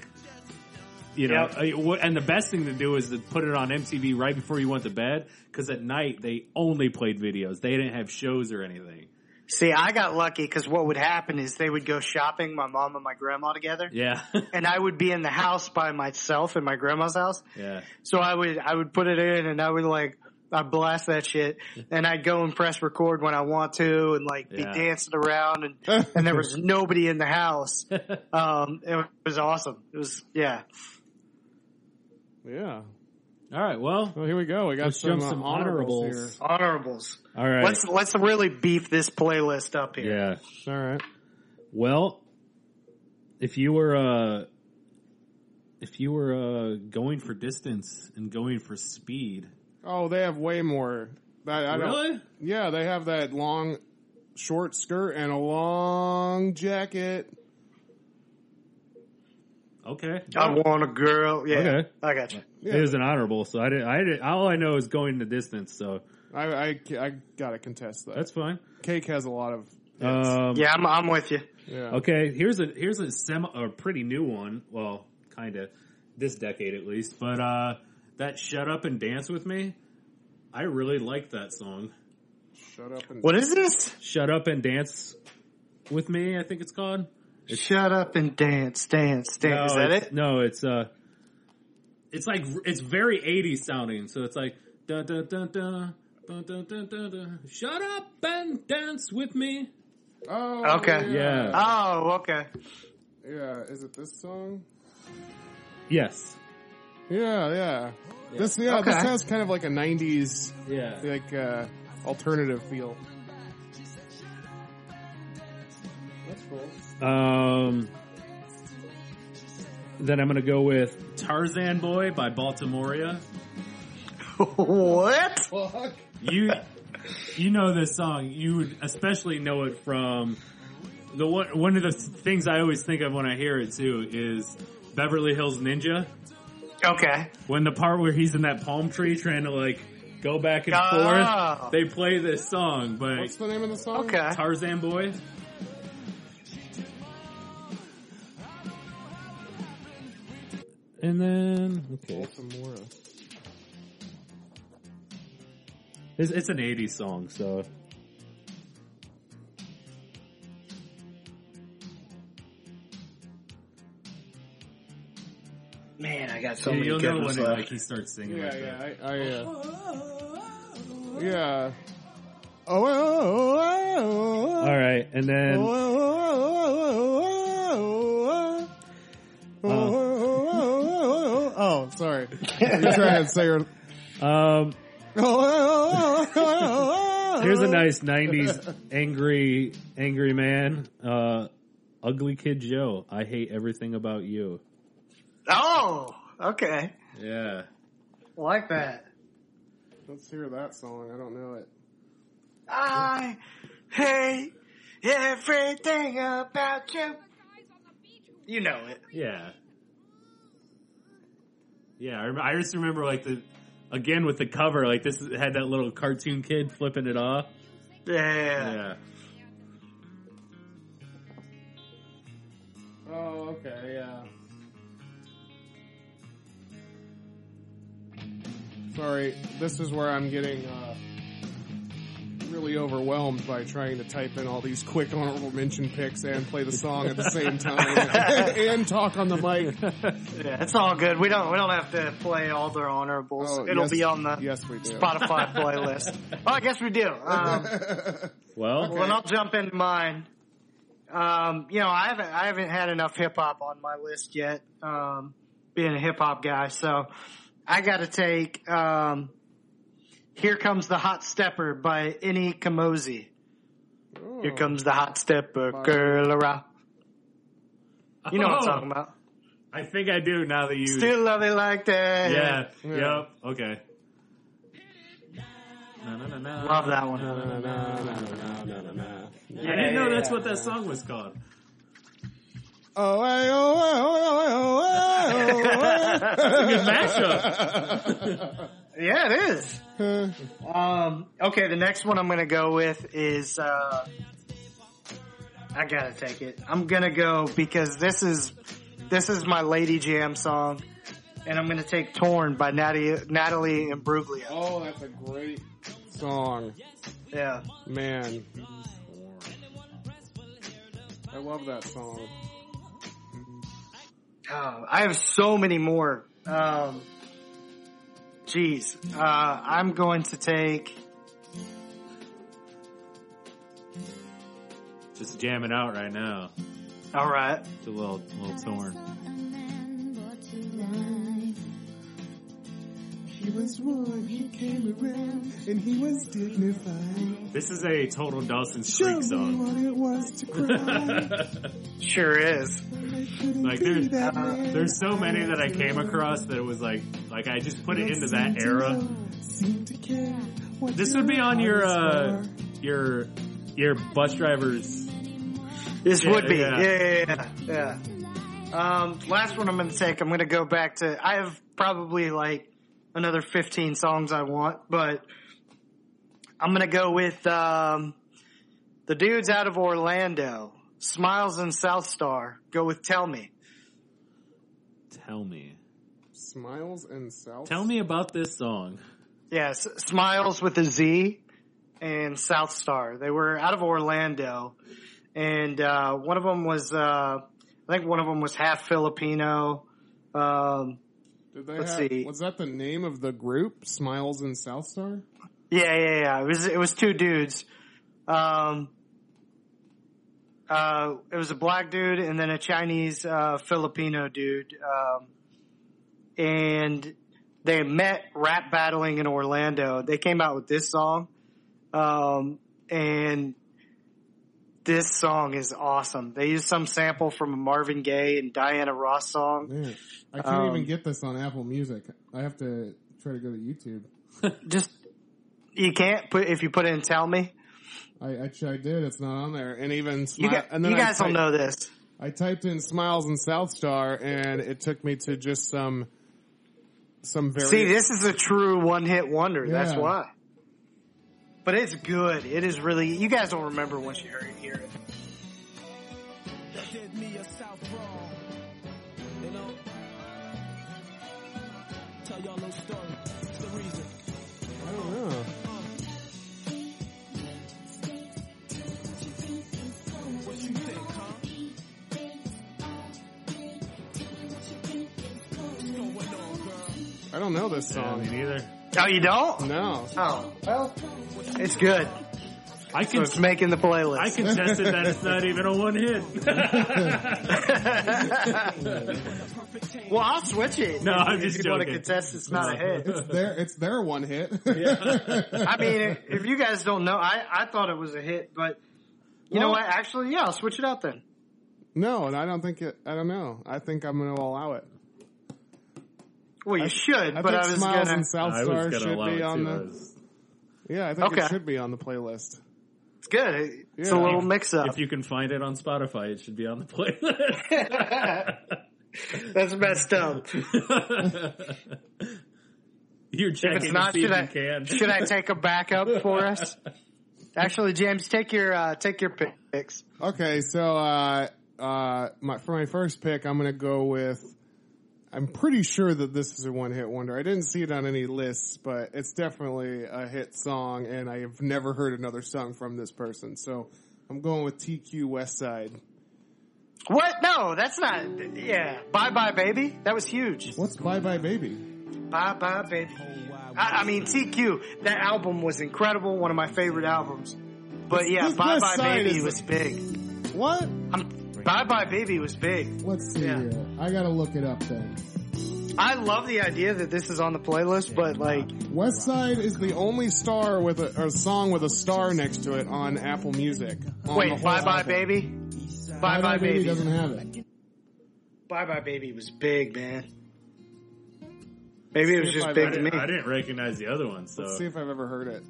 S4: You know,
S2: Yep.
S4: I- wh- and the best thing to do is to put it on MTV right before you went to bed, because at night they only played videos. They didn't have shows or anything.
S2: See, I got lucky because what would happen is they would go shopping, my mom and my grandma together.
S4: Yeah,
S2: And I would be in the house by myself in my grandma's house.
S4: yeah.
S2: So I would I would put it in and I would like I blast that shit and I'd go and press record when I want to and like be
S4: Yeah.
S2: dancing around and and there was nobody in the house. Um, it was awesome. It was yeah.
S3: yeah.
S4: All right, well,
S3: Well, here we go. We got
S5: Let's
S3: some,
S5: jump some
S3: uh, honorables,
S5: honorables.
S2: Honorables.
S5: All right.
S2: Let's let's really beef this playlist up here.
S5: yeah.
S3: here. All right.
S5: Well, if you were uh if you were uh going for distance and going for speed,
S3: Oh, they have way more. I, I don't,
S4: really?
S3: Yeah, they have that long, short skirt and a long jacket.
S4: Okay.
S2: I want a girl. Yeah,
S5: Okay.
S2: I got you.
S3: Yeah.
S5: it was an honorable. So I didn't. I didn't. All I know is going the distance. So
S3: I, I, I gotta contest that.
S5: that's fine.
S3: Cake has a lot of.
S5: Um,
S2: Yeah, I'm I'm with you.
S3: Yeah.
S5: Okay. Here's a here's a semi a pretty new one. Well, kind of this decade at least. But uh that shut up and dance with me. I really like that song.
S3: Shut up and.
S2: What is this?
S5: Shut up and dance with me. I think it's called.
S2: Shut up and dance, dance, dance. is that
S5: it's-
S2: it?
S5: No, it's uh, it's like it's very 80s sounding. So it's like da da da da. Dun, dun, dun, dun, dun. Shut up and dance with me.
S3: Oh,
S2: Okay.
S5: Yeah.
S2: Oh, okay.
S3: Yeah. Is it this song?
S5: Yes.
S3: Yeah, yeah. This yeah, this
S2: Okay.
S3: has kind of like a '90s
S5: Yeah.
S3: like uh, alternative feel. That's cool.
S5: Um. Then I'm gonna go with
S4: Tarzan Boy by Baltimoria.
S2: what?
S3: Fuck.
S4: You you know this song. You would especially know it from the one one of the things I always think of when I hear it too is Beverly Hills Ninja.
S2: Okay.
S4: When the part where he's in that palm tree trying to like go back and
S2: Ah.
S4: forth, they play this song, but
S3: What's the name of the song?
S2: Okay.
S4: Tarzan Boy.
S5: and then okay.
S3: Baltimore.
S5: It's, it's an 80s song, so
S2: Man, I got so
S4: Yeah,
S2: many
S4: You'll
S2: good
S4: know
S2: ones
S4: when it,
S2: left.
S4: like he starts singing like
S3: Yeah,
S4: that.
S3: yeah, I, I uh, yeah. Oh, oh, oh, oh, oh, oh.
S5: all right. And
S3: Oh,
S5: then
S3: oh, oh, oh, oh, oh, oh, oh, oh, oh, oh, oh, oh, oh, sorry. You're trying to say your. Oh,
S5: um,
S3: oh, oh, oh, oh, oh.
S5: here's a nice 90s angry angry man. Uh, Ugly Kid Joe. I hate everything about you.
S2: Oh, okay.
S5: Yeah.
S2: Like that.
S3: Let's hear that song. I don't know it.
S2: I hate everything about you. You know it.
S4: Yeah. Yeah, I, rem- I just remember like the again with the cover, like this had that little cartoon kid flipping it off.
S2: Yeah.
S4: Yeah.
S3: Oh, okay, yeah. Sorry, this is where I'm getting uh, really overwhelmed by trying to type in all these quick honorable mention picks and play the song at the same time and talk on the mic.
S2: Yeah, it's all good. We don't we don't have to play all their honorables.
S3: Oh,
S2: It'll
S3: yes-
S2: be on the
S3: yes, we do.
S2: Spotify playlist. Oh, I guess we do. Um,
S4: Well,
S2: Well, then I'll jump into mine. Um, you know, I haven't I haven't had enough hip hop on my list yet. Um, being a hip hop guy, so I got to take um, "Here Comes the Hot Stepper" by Any Kamosi. Here comes the hot stepper, girl around. You know what I'm
S4: Oh.
S2: talking about.
S4: I think I do now that you.
S2: Still love it like that.
S4: yeah.
S3: Yeah.
S4: Yep. Okay. Na, na, na, na.
S2: Love that one.
S4: I didn't know that's what that song was called.
S3: Oh, hey, oh, hey, oh, hey, oh, hey, oh, hey.
S4: Good mashup.
S2: Yeah, it is. um, okay, the next one I'm going to go with is uh, I gotta take it. I'm gonna go because this is this is my Lady Jam song, and I'm gonna take "Torn" by Natalie Natalie Imbruglia.
S3: Oh, that's a great song.
S2: Yeah,
S3: Man. I love that song.
S2: oh, I have so many more. Um, geez, uh, I'm going to take.
S4: Just jamming out right now.
S2: All right,
S4: It's a little, little torn.
S6: He was warm, he came around.
S3: And he was dignified.
S4: This is a total Dawson's Creek song.
S3: what it was to cry.
S2: sure is.
S4: Like there's, there's so many that I came across that it was like, like I just put it into that era. This would be on your, uh, your, your bus drivers.
S2: This
S4: Yeah,
S2: would be.
S4: yeah.
S2: Yeah, yeah, yeah. yeah. Um, last one I'm going to take. I'm going to go back to. I have probably like another 15 songs I want, but I'm going to go with um, the dudes out of Orlando, Smiles and South Star. Go with Tell Me.
S4: Tell me,
S3: Smiles and South.
S4: tell me about this song.
S2: Yes, Smiles with a Z and South Star. They were out of Orlando, and uh, one of them was uh, I think one of them was half Filipino. Um,
S3: Did they
S2: Let's
S3: have-
S2: see.
S3: Was that the name of the group? Smiles and South Star?
S2: Yeah, yeah, yeah. It was it was two dudes. Um, uh, it was a black dude and then a Chinese uh, Filipino dude, um, and they met rap battling in Orlando. They came out with this song, um, and this song is awesome. They used some sample from a Marvin Gaye and Diana Ross song.
S3: Man, I can't
S2: Um,
S3: even get this on Apple Music. I have to try to go to YouTube.
S2: Just you can't put if you put in "Tell Me."
S3: I, actually, I did. It's not on there. And even
S2: You,
S3: smile,
S2: got,
S3: and then
S2: you
S3: I
S2: guys don't
S3: typed-
S2: know this.
S3: I typed in smiles and South Star, and it took me to just some some very
S2: See, this is a true one hit wonder. That's
S3: Yeah.
S2: why. But it's good. It is really. You guys don't remember once you hear, hear it.
S3: I don't know. I don't know this
S4: Yeah, me
S3: song.
S4: neither.
S2: Oh, you don't?
S3: No.
S2: Oh, well, it's good.
S4: I
S2: So
S4: can,
S2: it's making the playlist.
S4: I contested that it's not even a one hit.
S2: well, I'll switch it.
S4: No,
S2: If-
S4: I'm
S2: if
S4: just
S2: you want to
S4: joking.
S2: contest. It's not a hit.
S3: It's their it's their one hit.
S2: I mean, if you guys don't know, I I thought it was a hit, but you know
S3: Well-
S2: what? Actually, yeah, I'll switch it out then.
S3: no, and I don't think it I don't know. I think I'm gonna allow it.
S2: Well, you should,
S3: I
S2: but
S3: think
S2: I was
S3: Smiles
S2: gonna.
S3: and South
S5: I
S3: Star
S5: was
S3: should
S5: gonna allow it
S3: be on
S5: too. I
S3: the.
S5: was-
S3: Yeah, I think
S2: Okay.
S3: it should be on the playlist.
S2: It's good. It's a
S3: Yeah.
S2: little mix up.
S5: If you can find it on Spotify, it should be on the playlist.
S2: That's messed up.
S5: You're checking
S2: If it's
S5: to
S2: not,
S5: see
S2: should
S5: if
S2: I
S5: you can.
S2: should I take a backup for us? Actually, James, take your uh, take your picks.
S3: Okay, so uh, uh, my, for my first pick, I'm going to go with. I'm pretty sure that this is a one hit wonder. I didn't see it on any lists, but it's definitely a hit song, and I have never heard another song from this person. So I'm going with TQ Westside.
S2: What? No, that's not. Yeah, bye bye baby. That was huge.
S3: What's Bye Bye Baby?
S2: Bye bye baby. I, I mean TQ. That album was incredible. One of my favorite albums. But yeah,
S3: this
S2: bye
S3: West
S2: bye
S3: Side
S2: baby
S3: is-
S2: was big.
S3: What?
S2: I'm, bye bye baby was big.
S6: Let's see.
S2: Yeah.
S6: here. I gotta look it up then.
S2: I love the idea that this is on the playlist, but like,
S3: Westside is the only star with a or song with a star next to it on Apple Music. on the
S2: wait,
S3: whole
S2: bye bye
S3: album.
S2: baby. Bye
S6: Bye
S2: bye baby.
S6: doesn't have it.
S2: Bye bye baby was big, man. Maybe it was
S3: Bye
S2: just
S3: Bye
S2: big to me.
S5: I didn't recognize the other one, so
S3: Let's see if I've ever heard it.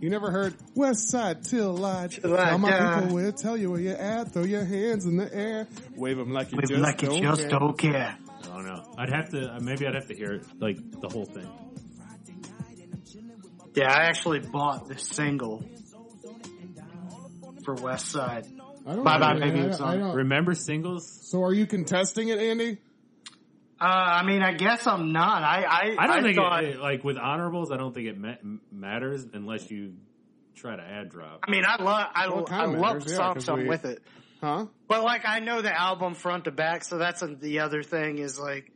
S3: You never heard West Side Till Lodge.
S2: Till I
S3: All my
S2: die.
S3: people will tell you where you're at. Throw your hands in the air. Wave them like you
S2: Live
S3: just
S2: like you
S3: don't
S2: just
S3: care.
S2: don't care.
S5: I don't know. I'd have to. uh, Maybe I'd have to hear it, like the whole thing.
S2: Yeah, I actually bought the single for West Side.
S6: I don't
S2: Bye
S6: know,
S2: Bye
S6: man.
S2: Baby
S6: I-
S2: was
S6: I
S2: on.
S6: don't-
S5: Remember singles?
S3: So are you contesting it, Andy?
S2: Uh, I mean, I guess I'm not. I I,
S5: I don't think
S2: thought-
S5: it, like with honorables. I don't think it ma- matters unless you try to add drop.
S2: I mean, I love I,
S3: Well, it
S2: I
S3: kinda
S2: love
S3: matters, yeah,
S2: songs
S3: 'cause
S2: on
S3: we-
S2: with it,
S3: Huh?
S2: but like I know the album front to back, so that's the other thing is like,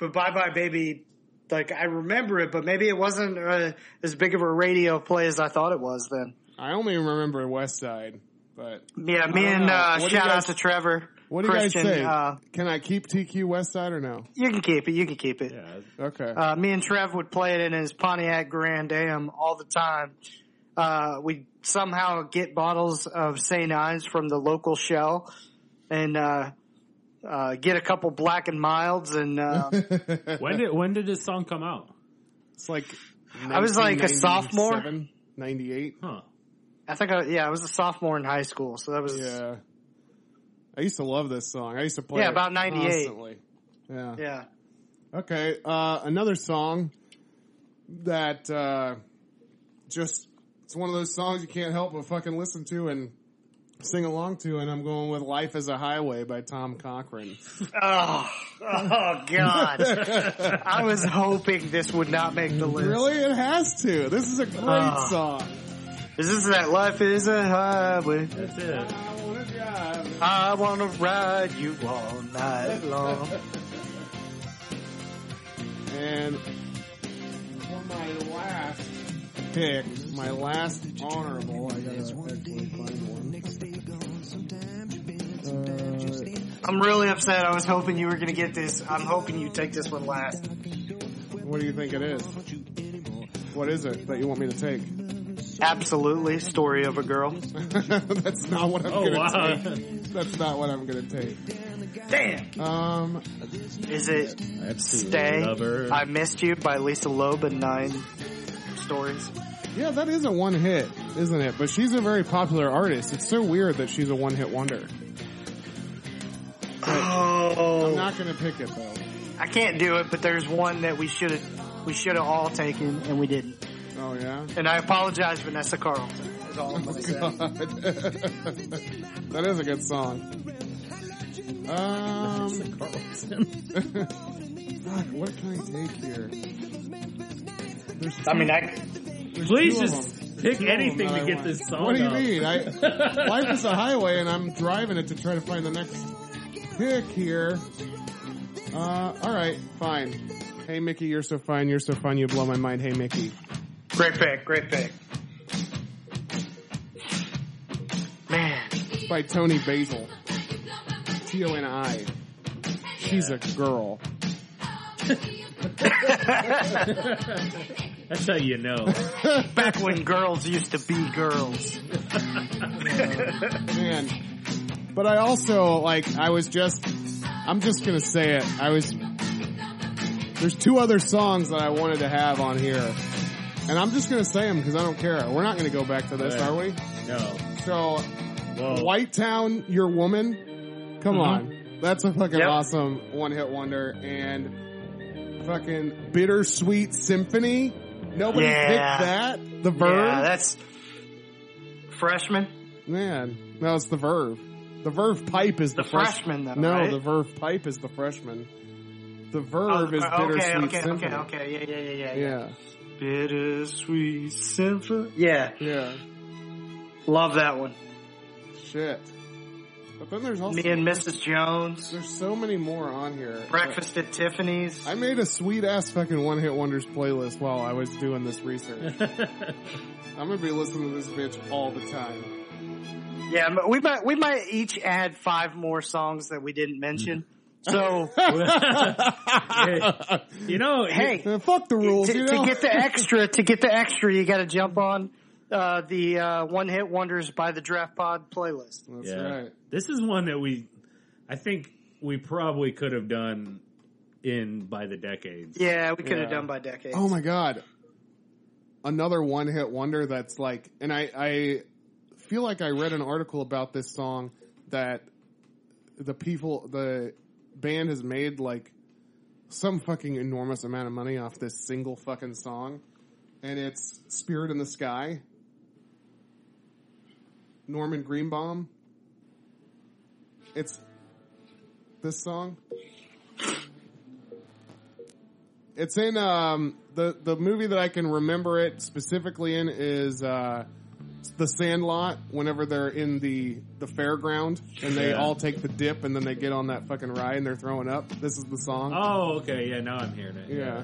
S2: but Bye Bye Baby, like I remember it, but maybe it wasn't uh, as big of a radio play as I thought it was then.
S3: I only remember West Side, but
S2: Yeah, me
S3: I don't
S2: and
S3: know.
S2: uh,
S3: What do you
S2: shout out
S3: guys-
S2: to Trevor.
S3: what do
S2: Christian,
S3: you guys say?
S2: Uh,
S3: can I keep TQ West Side or no?
S2: you can keep it. You can keep it.
S5: Yeah,
S3: Okay.
S2: Uh, me and Trev would play it in his Pontiac Grand Am all the time. Uh, we'd somehow get bottles of St. Ives from the local shell and, uh, uh, get a couple black and milds and, uh,
S5: when did when did this song come out?
S3: it's like
S2: I was like a sophomore.
S3: 1997, 98.
S5: Huh?
S2: I think I, yeah, I was a sophomore in high school. So that was, yeah.
S3: Yeah. I used to love this song. I used to play
S2: Yeah,
S3: it
S2: about 98.
S3: constantly. Yeah. Okay. Uh, another song that uh, just it's one of those songs you can't help but fucking listen to and sing along to. And I'm going with "Life Is a Highway" by Tom Cochran.
S2: Oh, oh God. I was hoping this would not make the list.
S3: Really, it has to. This is a great
S2: Ah.
S3: song.
S2: Is this that life is a highway?
S5: That's it.
S3: I wanna drive.
S2: I wanna ride you all night long.
S3: And for my last pick, my last honorable, I gotta actually find one. Uh,
S2: I'm really upset. I was hoping you were going to get this. I'm hoping you take this one last.
S3: what do you think it is? What is it that you want me to take?
S2: Absolutely. Story of a girl.
S3: That's not what I'm
S5: Oh
S3: gonna
S5: wow!
S3: take. That's not what I'm gonna take.
S2: Damn.
S3: Um,
S2: Is it Stay?
S5: Lover.
S2: I Missed You by Lisa Loeb and Nine Stories.
S3: yeah, that is a one hit, isn't it? But she's a very popular artist. It's so weird that she's a one hit wonder. I'm
S2: Oh.
S3: not gonna pick it though.
S2: I can't do it, but there's one that we should have we should have all taken and we didn't.
S3: Oh yeah.
S2: And I apologize, Vanessa Carlton. Is all I'm going to say.
S3: God. that is a good song. Um, God, what can I take here?
S2: I mean, I
S3: There's
S5: Please
S3: two of
S5: just
S3: them.
S5: pick
S3: Two of them
S5: anything
S3: that
S5: to
S3: I
S5: get
S3: want.
S5: this song.
S3: What do you
S5: out.
S3: mean? I, life is a highway, and I'm driving it to try to find the next pick here. Uh, all right, fine. Hey Mickey, you're so fine. You're so fine. You blow my mind. Hey Mickey.
S2: great pick, great pick. Man,
S3: by Tony Basil. T O N I. She's a girl.
S5: That's how you know.
S2: back when girls used to be girls.
S3: Man. But I also, like, I was just I'm just gonna say it. I was there's two other songs that I wanted to have on here, and I'm just gonna say them because I don't care. We're not gonna go back to this,
S5: Okay.
S3: are we?
S5: No.
S3: So,
S2: Oh.
S5: Whoa.
S3: White Town, Your Woman. Come
S4: Mhm.
S3: on, that's a fucking
S2: Mm-hmm. Yep.
S3: awesome one-hit wonder, and fucking Bittersweet Symphony. Nobody
S2: Yeah.
S3: picked that. The Verve,
S2: Yeah, that's freshman.
S3: man. No, it's the Verve. The Verve pipe is the,
S2: The
S3: fresh-
S2: freshman, though.
S3: No,
S2: right?
S3: the Verve pipe is the freshman. The
S2: Oh,
S3: Verve is
S2: okay,
S3: Bittersweet
S2: okay,
S3: Symphony.
S2: okay, okay, yeah, yeah, yeah, yeah.
S3: Yeah,
S2: Bittersweet symphony. Yeah,
S3: yeah.
S2: love that one.
S3: Shit. But then there's also
S2: Me and Mrs. Jones.
S3: there's so many more on here.
S2: Breakfast at Tiffany's.
S3: I made a sweet ass fucking one hit wonders playlist while I was doing this research. I'm gonna be listening to this bitch all the time.
S2: Yeah, m- we might we might each add five more songs that we didn't mention. So
S5: you know,
S2: hey,
S3: Uh, fuck the rules,
S2: to,
S3: you
S2: to
S3: know?
S2: get the extra, to get the extra, you got to jump on uh, the uh, one hit wonders by the Draft Pod playlist.
S3: That's
S5: Yeah.
S3: right.
S5: This is one that we, I think we probably could have done in by the decades.
S2: Yeah, we could
S3: Yeah.
S2: have done by decades.
S3: Oh my god. Another one hit wonder that's like, and I, I feel like I read an article about this song that the people, the band has made like some fucking enormous amount of money off this single fucking song. And it's Spirit in the Sky. Norman Greenbaum. It's this song. It's in um, the the movie that I can remember it specifically in is uh, the Sandlot. Whenever they're in the the fairground and they
S5: Yeah.
S3: all take the dip and then they get on that fucking ride and they're throwing up. This is the song.
S5: Oh, okay. Yeah, now I'm hearing it.
S3: Yeah.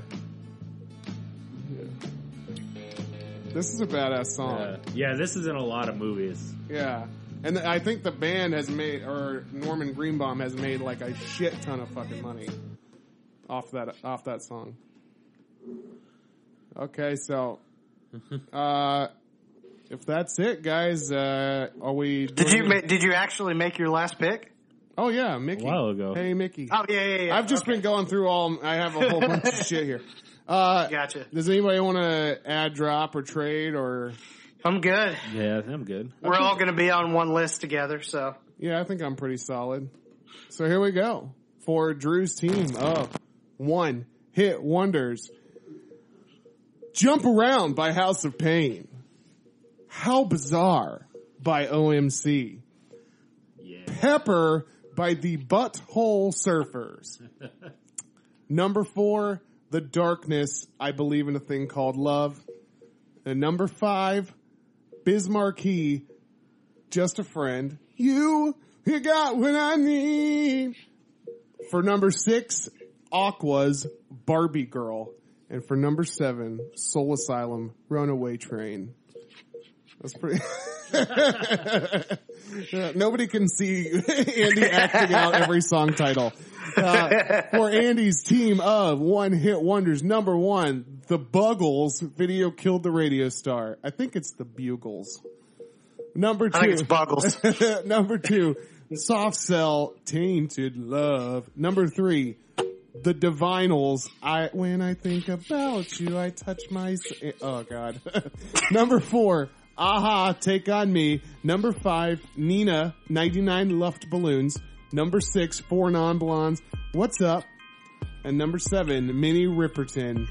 S3: This is a badass song.
S5: Uh, yeah, this is in a lot of movies.
S3: Yeah. And th- I think the band has made, or Norman Greenbaum has made like a shit ton of fucking money off that, off that song. Okay, so, uh, if that's it, guys, uh, are we?
S2: Did
S3: doing-
S2: you ma- did you actually make your last pick?
S3: Oh yeah, Mickey.
S5: A while ago.
S3: Hey, Mickey.
S2: Oh yeah, yeah, yeah.
S3: I've just been going through all. I have a whole bunch of shit here. Uh,
S2: Gotcha.
S3: does anybody want to add, drop, or trade, or?
S2: I'm good.
S5: Yeah, I'm good.
S2: We're all going to be on one list together. So
S3: Yeah, I think I'm pretty solid. So here we go for Drew's team of one hit wonders. Jump Around by House of Pain. How Bizarre by OMC. Pepper by the Butthole Surfers. number four, The Darkness. I believe in a thing called love. And number five, Bismarcky just a friend. You, you got what I need. For number six, Aqua's Barbie Girl. And for number seven, Soul Asylum Runaway Train. That's pretty. Yeah, Nobody can see Andy acting out every song title. Uh, for Andy's team of one hit wonders, number one, The Buggles video killed the radio star. I think it's The Bugles. Number two.
S2: I think it's Buggles.
S3: Number two, Soft Cell Tainted Love. Number three, The Divinals. I when I think about you, I touch my. s- Oh God. Number four, Aha, Take on Me. Number five, Nina, 99 Luft Balloons. Number six, Four Non Blondes. What's up? And number seven, Minnie Riperton,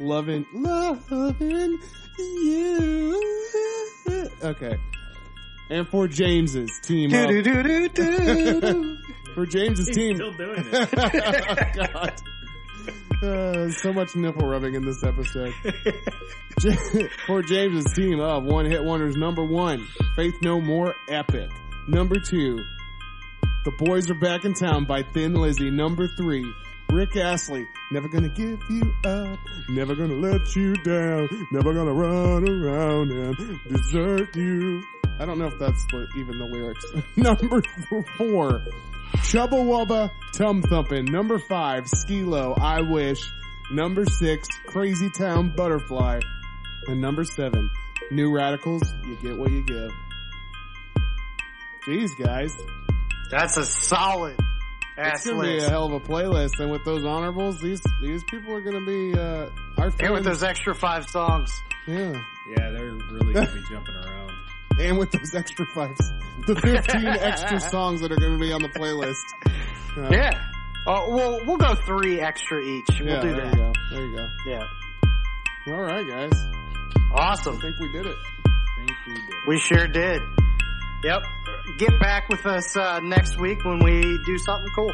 S3: loving, loving you. Okay. And for James's team, up- for James's team,
S5: Still doing it.
S3: God. Uh, so much nipple rubbing in this episode. J- For James's team of One Hit Wonders, number one, Faith No More, epic. Number two, The Boys Are Back in Town by Thin Lizzy. Number three, Rick Astley, Never Gonna Give You Up, Never Gonna Let You Down, Never Gonna Run Around and Desert You. I don't know if that's the, even the lyrics. number four, Chubba Wubba Tum Thumpin'. Number five, Skilo, I Wish. Number six, Crazy Town Butterfly. And number seven, New Radicals, You Get What You Give. Jeez, guys.
S2: That's a solid That's
S3: it's gonna be
S2: lit.
S3: a hell of a playlist, and with those honorables, these these people are gonna be uh, our
S2: And with
S3: fans.
S2: those extra five songs.
S3: yeah,
S5: Yeah, they're really gonna be jumping around.
S3: and with those extra five, the fifteen extra songs that are gonna be on the playlist. Uh,
S2: Yeah. Uh, we'll, we'll go three extra each. We'll
S3: yeah,
S2: do
S3: there
S2: that.
S3: you go. There you go.
S2: Yeah.
S3: All right, guys,
S2: Awesome.
S3: I think we did it.
S5: Thank you. Dave.
S2: We sure did. Yep. Get back with us uh, next week when we do something cool.